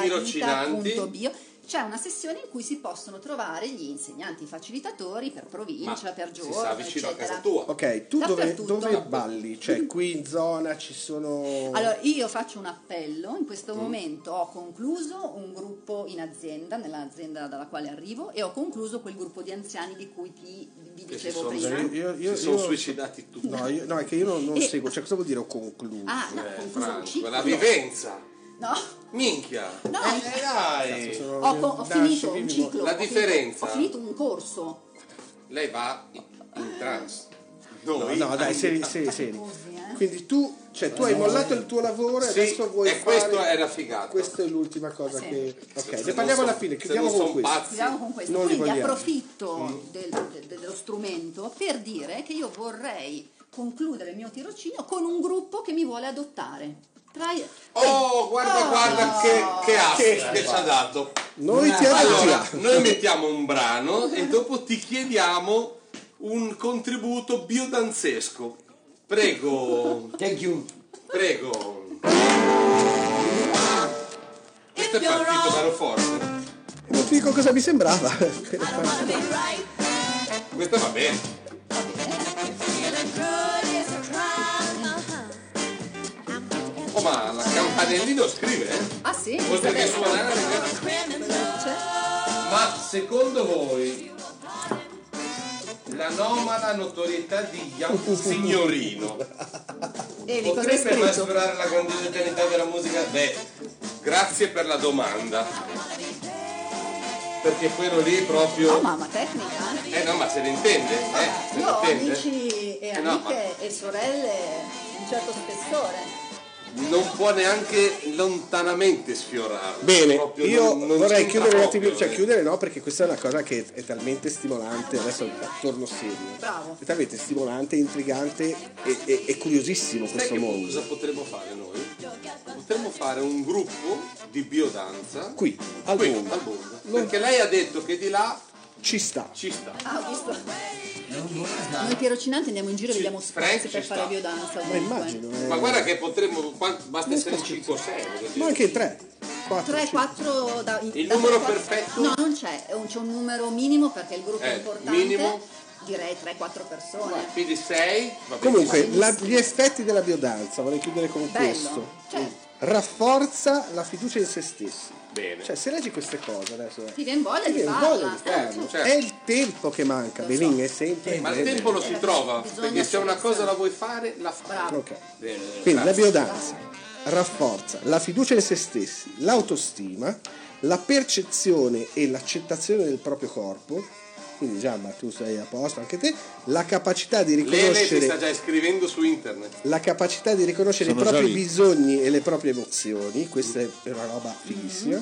Speaker 6: www.danzalavita.bio c'è una sessione in cui si possono trovare gli insegnanti facilitatori per
Speaker 1: Ma
Speaker 6: provincia, per
Speaker 1: si sa
Speaker 6: giorno,
Speaker 1: vicino a
Speaker 6: eccetera.
Speaker 1: casa tua.
Speaker 2: Ok, tu dove,
Speaker 6: Dappertutto.
Speaker 2: dove balli? Cioè, qui in zona ci sono...
Speaker 6: Allora, io faccio un appello, in
Speaker 1: Mm.
Speaker 6: questo momento ho concluso un gruppo in azienda, nell'azienda dalla quale arrivo, e ho concluso quel gruppo di anziani di cui ti, vi
Speaker 1: Che si
Speaker 6: dicevo
Speaker 1: sono,
Speaker 6: prima.
Speaker 2: Io- io- io-
Speaker 1: si sono
Speaker 2: io-
Speaker 1: suicidati tutti.
Speaker 2: No, io- no, è che io non, non
Speaker 6: E-
Speaker 2: seguo. Cioè, cosa vuol dire ho concluso?
Speaker 6: eh, Ah, no, ho
Speaker 1: Eh,
Speaker 6: concluso un
Speaker 1: Franco,
Speaker 6: ciclo.
Speaker 1: la vivenza.
Speaker 6: No,
Speaker 1: Minchia.
Speaker 6: No.
Speaker 1: Eh, dai.
Speaker 2: Sono-
Speaker 6: ho, co- ho
Speaker 2: Dai,
Speaker 6: finito
Speaker 2: sì,
Speaker 6: un
Speaker 2: vivi-
Speaker 6: ciclo.
Speaker 1: La
Speaker 6: ho finito-
Speaker 1: differenza.
Speaker 6: Ho finito un corso.
Speaker 1: Lei va in, in trance.
Speaker 2: No, no, dai, seri, seri, seri.
Speaker 6: Così, eh.
Speaker 2: Quindi tu, cioè, tu hai mollato il tuo lavoro e
Speaker 1: eh. Sì,
Speaker 2: adesso vuoi
Speaker 1: e
Speaker 2: fare...
Speaker 1: questo era figato.
Speaker 2: Questa è l'ultima cosa
Speaker 6: Sì.
Speaker 2: che...
Speaker 1: Se-
Speaker 2: Ok,
Speaker 1: se
Speaker 2: ne
Speaker 1: non
Speaker 2: parliamo
Speaker 1: son-
Speaker 2: alla fine,
Speaker 1: se
Speaker 2: chiudiamo
Speaker 1: non
Speaker 2: con
Speaker 1: son
Speaker 2: questo.
Speaker 1: pazzi.
Speaker 6: Chiudiamo con questo.
Speaker 2: Non li
Speaker 6: Quindi
Speaker 2: vogliamo. Mm.
Speaker 6: approfitto del- de- dello strumento per dire che io vorrei concludere il mio tirocinio con un gruppo che mi vuole adottare. Tra i-
Speaker 1: Oh, guarda,
Speaker 6: Oh.
Speaker 1: guarda che, che assist che ci ha dato.
Speaker 2: Noi ti
Speaker 1: Ah, Allora,
Speaker 2: adottiamo.
Speaker 1: noi mettiamo un brano e dopo ti chiediamo un contributo biodanzesco. Prego,
Speaker 3: Thank you.
Speaker 1: prego. Questo è partito caro forte.
Speaker 2: Non ti dico cosa mi sembrava.
Speaker 1: Questo va bene. Oh, ma la campanellino scrive, eh?
Speaker 6: Ah sì?
Speaker 1: Oltre che
Speaker 6: Vabbè,
Speaker 1: suonare. eh?
Speaker 6: c'è.
Speaker 1: Ma secondo voi l'anomala notorietà di Young Signorino
Speaker 6: E di cosa è
Speaker 1: potrebbe
Speaker 6: scritto? Ah,
Speaker 1: mascherare la grandiogenità della musica? Beh, grazie per la domanda. Perché quello lì proprio...
Speaker 6: Oh mamma, tecnica. eh.
Speaker 1: Eh no, ma se ne intende, eh? Se ne
Speaker 6: Io ho
Speaker 1: intende.
Speaker 6: amici e
Speaker 1: Eh no, ma-
Speaker 6: amiche e sorelle di un certo spessore.
Speaker 1: Non può neanche lontanamente sfiorarlo.
Speaker 2: Bene,
Speaker 1: Proprio
Speaker 2: io
Speaker 1: non- non
Speaker 2: vorrei
Speaker 1: c'entra
Speaker 2: chiudere un attimino,
Speaker 1: proprio,
Speaker 2: cioè
Speaker 1: eh.
Speaker 2: chiudere no, perché questa è una cosa che è talmente stimolante, adesso torno serio.
Speaker 6: Bravo.
Speaker 2: È talmente stimolante, intrigante e, e- e curiosissimo
Speaker 1: Sai
Speaker 2: questo
Speaker 1: che cosa
Speaker 2: mondo.
Speaker 1: potremmo fare noi? Potremmo fare un gruppo di biodanza
Speaker 2: Qui, al
Speaker 1: qui,
Speaker 2: mondo.
Speaker 1: al mondo. Perché lei ha detto che di là
Speaker 2: Ci sta.
Speaker 1: ci sta.
Speaker 6: Ah, ho visto. Noi tirocinanti andiamo in giro e
Speaker 1: Ci-
Speaker 6: vediamo
Speaker 1: Frank
Speaker 6: spazi
Speaker 1: ci
Speaker 6: per fare
Speaker 1: sta.
Speaker 6: biodanza.
Speaker 2: Ma
Speaker 6: ovunque.
Speaker 2: immagino. eh.
Speaker 1: Ma guarda che potremmo, quant- basta
Speaker 2: Non
Speaker 1: essere
Speaker 2: scherzo.
Speaker 1: 5 o 6.
Speaker 2: Ma anche in tre. Quattro.
Speaker 6: 3,
Speaker 2: cinque.
Speaker 6: 4 da,
Speaker 1: Il
Speaker 6: da
Speaker 1: numero
Speaker 6: tre, quattro-
Speaker 1: perfetto?
Speaker 6: No, non c'è, è un- c'è un numero minimo perché il gruppo
Speaker 1: Eh,
Speaker 6: è importante.
Speaker 1: minimo?
Speaker 6: Direi 3-4 persone.
Speaker 1: Più di 6, va bene.
Speaker 2: Comunque, la- gli effetti della biodanza, vorrei chiudere con
Speaker 6: Bello,
Speaker 2: questo.
Speaker 6: certo.
Speaker 2: Rafforza la fiducia in se stessi.
Speaker 1: Bene.
Speaker 2: Cioè, se leggi queste cose adesso...
Speaker 6: Ti viene voglia
Speaker 2: ti
Speaker 6: di
Speaker 2: viene
Speaker 6: farla.
Speaker 2: voglia di farlo.
Speaker 1: Eh, certo. Eh,
Speaker 2: È il tempo che manca,
Speaker 6: Lo
Speaker 2: Belin,
Speaker 6: so.
Speaker 2: è sempre...
Speaker 1: Ma il tempo lo si trova,
Speaker 6: Bisogna
Speaker 1: perché se una cosa
Speaker 6: soluzione.
Speaker 1: la vuoi fare, la fai.
Speaker 6: Bravo.
Speaker 2: Ok.
Speaker 1: Bene,
Speaker 2: Quindi la
Speaker 1: grazie.
Speaker 2: biodanza rafforza la fiducia in se stessi, l'autostima, la percezione e l'accettazione del proprio corpo, quindi già ma tu sei a posto anche te, la capacità di
Speaker 1: Lele si sta
Speaker 2: riconoscere,
Speaker 1: già iscrivendo su internet.
Speaker 2: la capacità di riconoscere i
Speaker 8: Sono già
Speaker 2: propri
Speaker 8: lì.
Speaker 2: bisogni e le proprie emozioni, questa è una roba fighissima,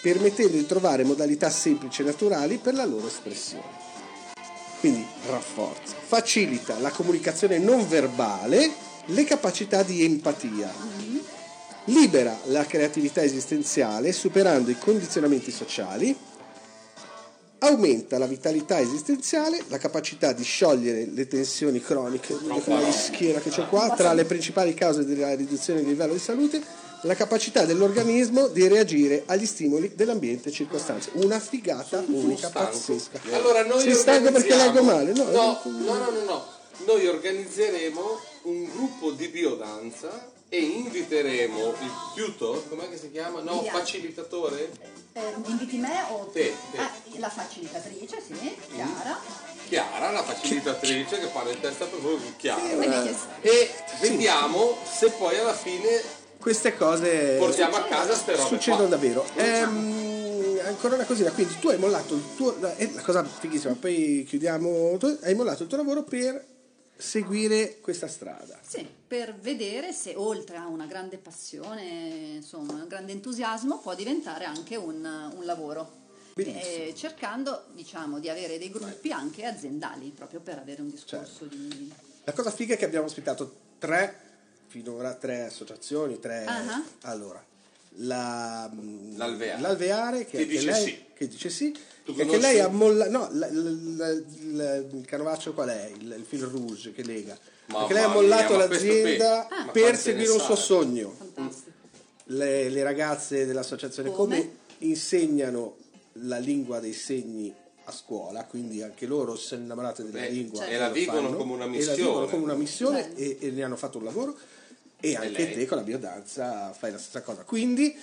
Speaker 2: permettendo di trovare modalità semplici e naturali per la loro espressione. Quindi rafforza, facilita la comunicazione non verbale, le capacità di empatia, libera la creatività esistenziale superando i condizionamenti sociali, aumenta la vitalità esistenziale, la capacità di sciogliere le tensioni croniche,
Speaker 1: Troppa
Speaker 2: la
Speaker 1: roba.
Speaker 2: schiera che c'ho qua, tra le principali cause della riduzione del livello di salute, la capacità dell'organismo di reagire agagli stimoli dell'ambiente e circostanze. Una figata unica
Speaker 1: stanco. Eh.
Speaker 2: pazzesca.
Speaker 1: Allora noi
Speaker 2: Sei stanco perché leggo
Speaker 1: organizziamo-
Speaker 2: male? No,
Speaker 1: No, no, no, no, no. Noi organizzeremo un gruppo di biodanza e inviteremo il tutor, com'è che si chiama? No,
Speaker 6: Via.
Speaker 1: facilitatore?
Speaker 6: Eh, inviti me o
Speaker 1: Te, te.
Speaker 6: Ah, la facilitatrice, sì, Chiara.
Speaker 1: Chiara, la facilitatrice che fa il testa per voi con Chiara.
Speaker 6: Quindi che s-
Speaker 1: E vediamo se poi alla fine
Speaker 2: Queste cose
Speaker 1: portiamo a casa ste robe.
Speaker 2: succedono
Speaker 1: qua.
Speaker 2: davvero. Ehm, ancora una cosina, quindi tu hai mollato il tuo. È una cosa fighissima, poi chiudiamo. tu Hai mollato il tuo lavoro per seguire questa strada.
Speaker 6: Sì, per vedere se oltre a una grande passione, insomma, un grande entusiasmo, può diventare anche un, un lavoro.
Speaker 2: Benissimo.
Speaker 6: Eh, cercando diciamo di avere dei gruppi anche aziendali, proprio per avere un discorso
Speaker 2: Certo.
Speaker 6: di.
Speaker 2: La cosa figa è che abbiamo ospitato tre, finora tre associazioni, tre...
Speaker 6: Ah.
Speaker 2: Allora, la, mh,
Speaker 1: L'Alveare.
Speaker 2: l'Alveare,
Speaker 1: Che
Speaker 2: che, anche
Speaker 1: dice
Speaker 2: lei,
Speaker 1: sì.
Speaker 2: che dice sì,
Speaker 1: Tu
Speaker 2: perché
Speaker 1: conosci?
Speaker 2: lei ha mollato... No, la- la- la- il canovaccio qual è? Il, il fil rouge che lega.
Speaker 1: Mamma
Speaker 2: perché lei ha
Speaker 1: mia,
Speaker 2: mollato
Speaker 1: ma questo pe-
Speaker 2: l'azienda
Speaker 1: ma quante
Speaker 2: per
Speaker 1: ne
Speaker 2: seguire un
Speaker 1: sa,
Speaker 2: suo
Speaker 1: eh?
Speaker 2: sogno.
Speaker 6: Fantastico.
Speaker 2: Le, le ragazze dell'associazione come?
Speaker 6: Come?
Speaker 2: insegnano la lingua dei segni a scuola, quindi anche loro si sono innamorate della
Speaker 1: Beh, cioè,
Speaker 2: lingua
Speaker 1: e la
Speaker 2: lo
Speaker 1: vivono come una
Speaker 2: E la vivono
Speaker 1: missione.
Speaker 2: come una missione
Speaker 6: Bello.
Speaker 2: e, e ne hanno fatto un lavoro e anche
Speaker 1: lei?
Speaker 2: te con la biodanza fai la stessa cosa. Quindi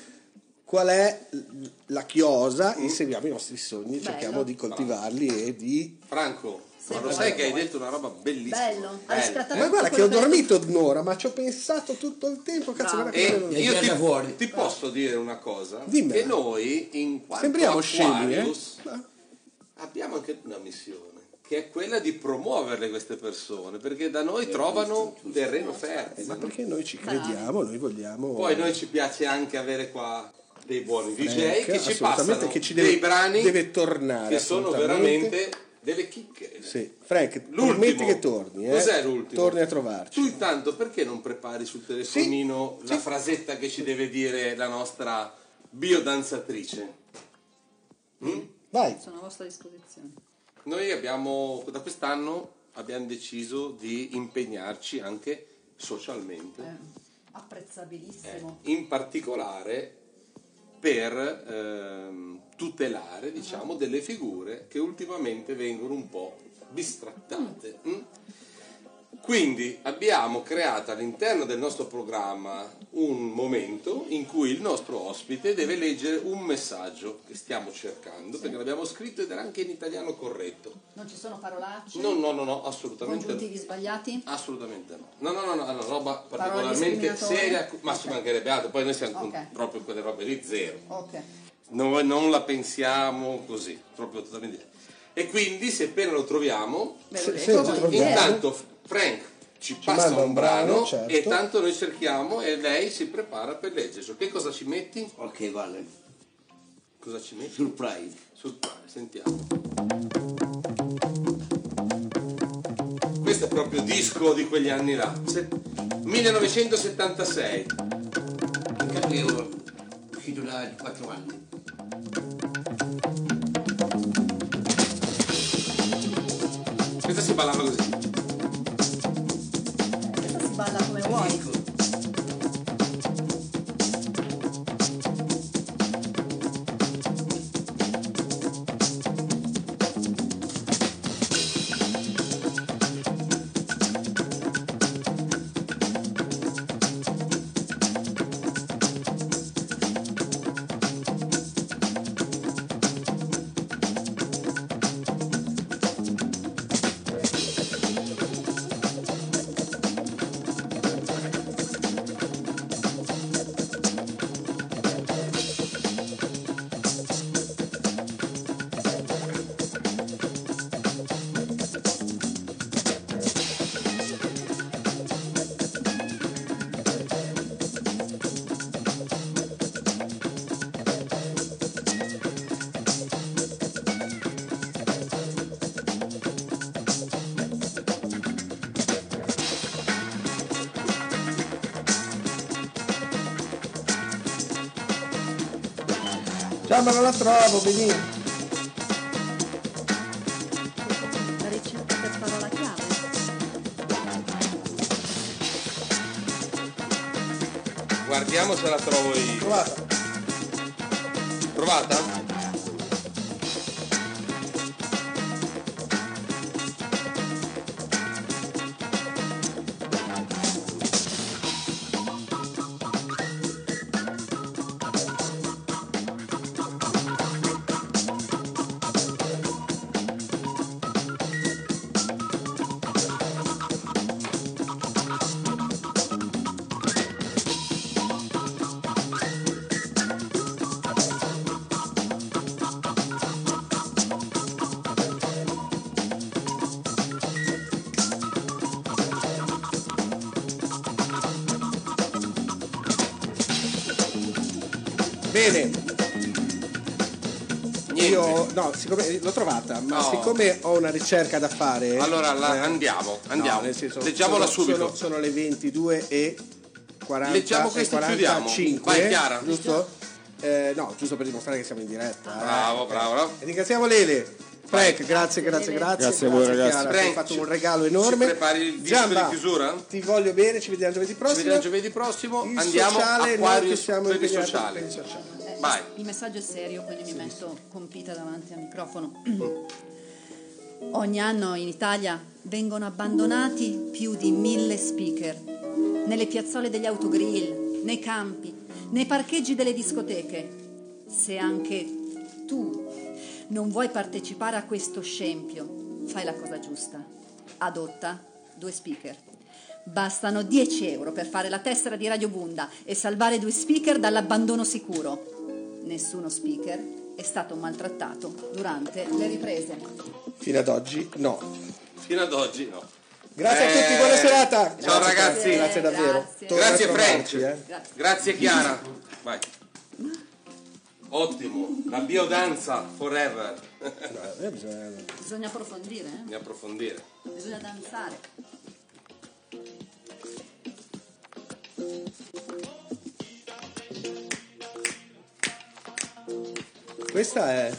Speaker 2: qual è l- la chiosa?
Speaker 1: Mm.
Speaker 2: Inseguiamo i nostri sogni,
Speaker 6: Bello.
Speaker 2: cerchiamo di coltivarli e di...
Speaker 1: Franco,
Speaker 6: Sì.
Speaker 1: ma lo sai che hai detto una roba bellissima?
Speaker 6: Bello. Hai scattato-
Speaker 2: Ma
Speaker 6: tutto
Speaker 2: guarda che ho
Speaker 6: quello che-
Speaker 2: dormito un'ora, ma ci ho pensato tutto il tempo, cazzo, guarda
Speaker 6: Bravo.
Speaker 2: che
Speaker 1: E
Speaker 2: bello.
Speaker 3: E
Speaker 1: io
Speaker 3: tirata
Speaker 1: ti,
Speaker 3: fuori.
Speaker 1: ti posso dire una cosa?
Speaker 2: Dimmela.
Speaker 1: Che noi, in quanto
Speaker 2: Sembriamo scemi, eh?
Speaker 1: Aquarius,
Speaker 2: Ma-
Speaker 1: abbiamo anche una missione, che è quella di promuoverle queste persone, perché da noi trovano terreno fertile.
Speaker 2: Ma perché noi ci
Speaker 6: Bravi.
Speaker 2: crediamo, noi vogliamo...
Speaker 1: Poi a noi ci piace anche avere qua dei buoni DJ
Speaker 2: Frank,
Speaker 1: che ci
Speaker 2: assolutamente,
Speaker 1: passano
Speaker 2: che ci deve-
Speaker 1: dei brani
Speaker 2: deve tornare,
Speaker 1: che sono
Speaker 2: assolutamente.
Speaker 1: veramente delle chicche.
Speaker 2: Sì, Frank,
Speaker 1: L'ultimo.
Speaker 2: prometti che torni, eh?
Speaker 1: Cos'è l'ultimo?
Speaker 2: Torni a trovarci.
Speaker 1: Tu intanto perché non prepari sul telefonino la frasetta che ci deve dire la nostra biodanzatrice?
Speaker 2: Vai.
Speaker 6: Sono a vostra disposizione.
Speaker 1: Noi abbiamo, da quest'anno abbiamo deciso di impegnarci anche socialmente.
Speaker 6: Eh, apprezzabilissimo.
Speaker 1: in particolare per ehm, tutelare diciamo delle figure che ultimamente vengono un po' bistrattate. mm? Quindi abbiamo creato all'interno del nostro programma un momento in cui il nostro ospite deve leggere un messaggio che stiamo cercando, perché l'abbiamo scritto ed era anche in italiano corretto.
Speaker 6: Non ci sono parolacce,
Speaker 1: No, no, no, no, Eh. assolutamente no.
Speaker 6: congiuntivi sbagliati?
Speaker 1: Assolutamente no. No, no, no, no, è una roba particolarmente
Speaker 6: discriminatorie?
Speaker 1: seria, ma ci
Speaker 6: Ok.
Speaker 1: mancherebbe altro, poi noi siamo con-
Speaker 6: Ok.
Speaker 1: proprio quelle robe lì zero.
Speaker 6: Ok.
Speaker 1: Noi non la pensiamo così, proprio totalmente. E quindi se appena lo troviamo,
Speaker 6: Ve lo
Speaker 2: Sì,
Speaker 6: leggo,
Speaker 2: sì,
Speaker 6: voi.
Speaker 2: ci proviamo.
Speaker 1: intanto Frank ci passa
Speaker 2: manda
Speaker 1: un
Speaker 2: un
Speaker 1: brano,
Speaker 2: brano, certo.
Speaker 1: e tanto noi cerchiamo e lei si prepara per leggerlo. Che cosa ci metti?
Speaker 3: Ok, vale.
Speaker 1: Cosa ci metti?
Speaker 3: Surprise.
Speaker 1: Sul sentiamo. Questo è proprio disco di quegli anni là. Se- 1976.
Speaker 3: Intanto io uscito da 4 anni.
Speaker 1: Questa si ballava così.
Speaker 6: Questa si balla come vuoi.
Speaker 3: Ecco,
Speaker 2: Ciao, ma non la trovo, vedi.
Speaker 6: La ricerca per parola chiave.
Speaker 1: Guardiamo se la trovo io.
Speaker 2: Guarda.
Speaker 1: Provata?
Speaker 2: Bene.
Speaker 1: Niente.
Speaker 2: Io no, siccome l'ho trovata, ma
Speaker 1: No.
Speaker 2: siccome ho una ricerca da fare.
Speaker 1: Allora la-
Speaker 2: eh,
Speaker 1: andiamo, andiamo.
Speaker 2: no, nel senso,
Speaker 1: Leggiamola
Speaker 2: sono-
Speaker 1: subito.
Speaker 2: Sono, sono le 22 e 40
Speaker 1: Leggiamo
Speaker 2: e
Speaker 1: questo e chiudiamo.
Speaker 2: 45,
Speaker 1: Vai, Chiara.
Speaker 2: Giusto? Eh, no, giusto per dimostrare che siamo in diretta. eh.
Speaker 1: Bravo, bravo, bravo.
Speaker 2: E ringraziamo Lele. Frank, grazie, grazie, grazie.
Speaker 8: Grazie a voi, ragazzi.
Speaker 2: Chiara,
Speaker 1: Frank,
Speaker 2: hai fatto
Speaker 1: ci-
Speaker 2: un regalo
Speaker 1: ci
Speaker 2: enorme.
Speaker 1: prepari il disco
Speaker 2: Giamba,
Speaker 1: di chiusura?
Speaker 2: Ti voglio bene, ci vediamo giovedì
Speaker 1: Ci
Speaker 2: prossimo.
Speaker 1: vediamo giovedì prossimo.
Speaker 2: Il
Speaker 1: Andiamo
Speaker 2: sociale,
Speaker 1: a
Speaker 2: noi che
Speaker 1: Aquarius
Speaker 2: siamo
Speaker 1: per il
Speaker 2: impegnati
Speaker 1: sociale.
Speaker 2: per il sociale.
Speaker 6: Eh,
Speaker 1: Vai.
Speaker 6: Il messaggio è serio, quindi mi metto compita davanti al microfono. Ogni anno in Italia vengono abbandonati più di mille speaker nelle piazzole degli autogrill, nei campi, nei parcheggi delle discoteche. Se anche tu non vuoi partecipare a questo scempio, fai la cosa giusta. Adotta due speaker. Bastano 10 euro per fare la tessera di Radio Bunda e salvare due speaker dall'abbandono sicuro. Nessuno speaker è stato maltrattato durante le riprese.
Speaker 2: Fino ad oggi, no.
Speaker 1: Fino ad oggi no.
Speaker 2: Grazie a tutti,
Speaker 1: Eh,
Speaker 2: buona serata.
Speaker 1: ciao,
Speaker 2: Grazie,
Speaker 1: ragazzi.
Speaker 2: Grazie davvero.
Speaker 6: Grazie.
Speaker 2: Torna a
Speaker 1: Grazie,
Speaker 2: trovarci,
Speaker 1: Frank.
Speaker 2: eh.
Speaker 6: Grazie.
Speaker 1: Grazie Chiara. Vai. Ottimo. La biodanza forever.
Speaker 2: No, eh, bisogna-
Speaker 6: Bisogna approfondire, eh?
Speaker 1: Ne approfondire.
Speaker 6: bisogna danzare.
Speaker 2: Questa è.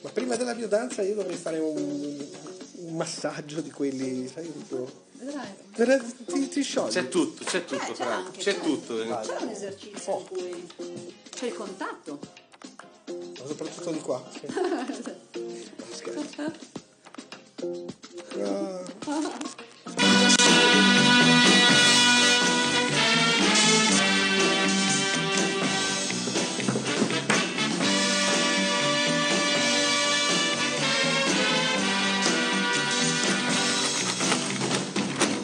Speaker 2: Ma prima della biodanza io dovrei fare un, un massaggio di quelli. Sai, proprio-
Speaker 6: Vedrai.
Speaker 2: Per- ti, ti sciogli.
Speaker 1: C'è tutto, c'è tutto,
Speaker 6: c'è
Speaker 1: Frank.
Speaker 6: anche,
Speaker 1: C'è
Speaker 6: c'è.
Speaker 1: tutto.
Speaker 6: C'è un esercizio in cui c'è il contatto.
Speaker 2: Ma soprattutto di qua. sì. Scherzo. Ah.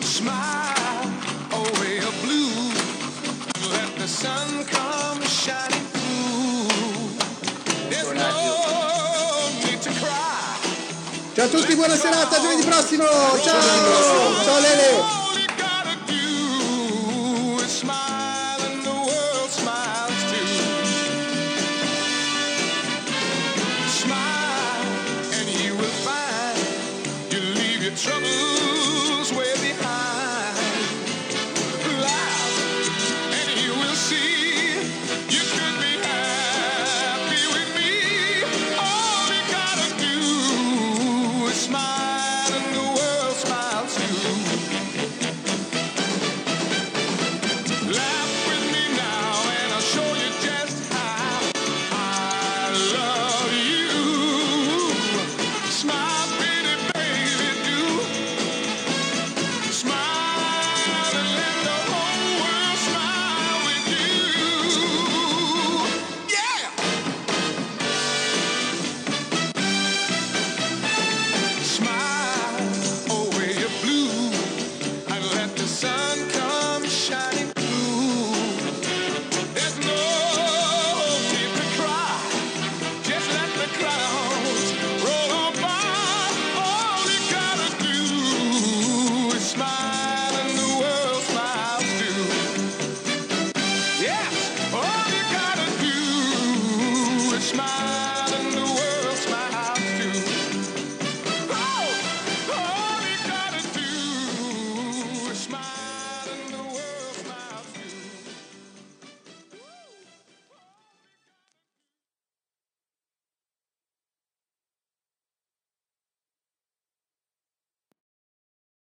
Speaker 7: Smile away a blue. Let the sun come shining through. There's no need to cry.
Speaker 2: Ciao a tutti, buona serata, giovedì prossimo! Ciao! Ciao Lele!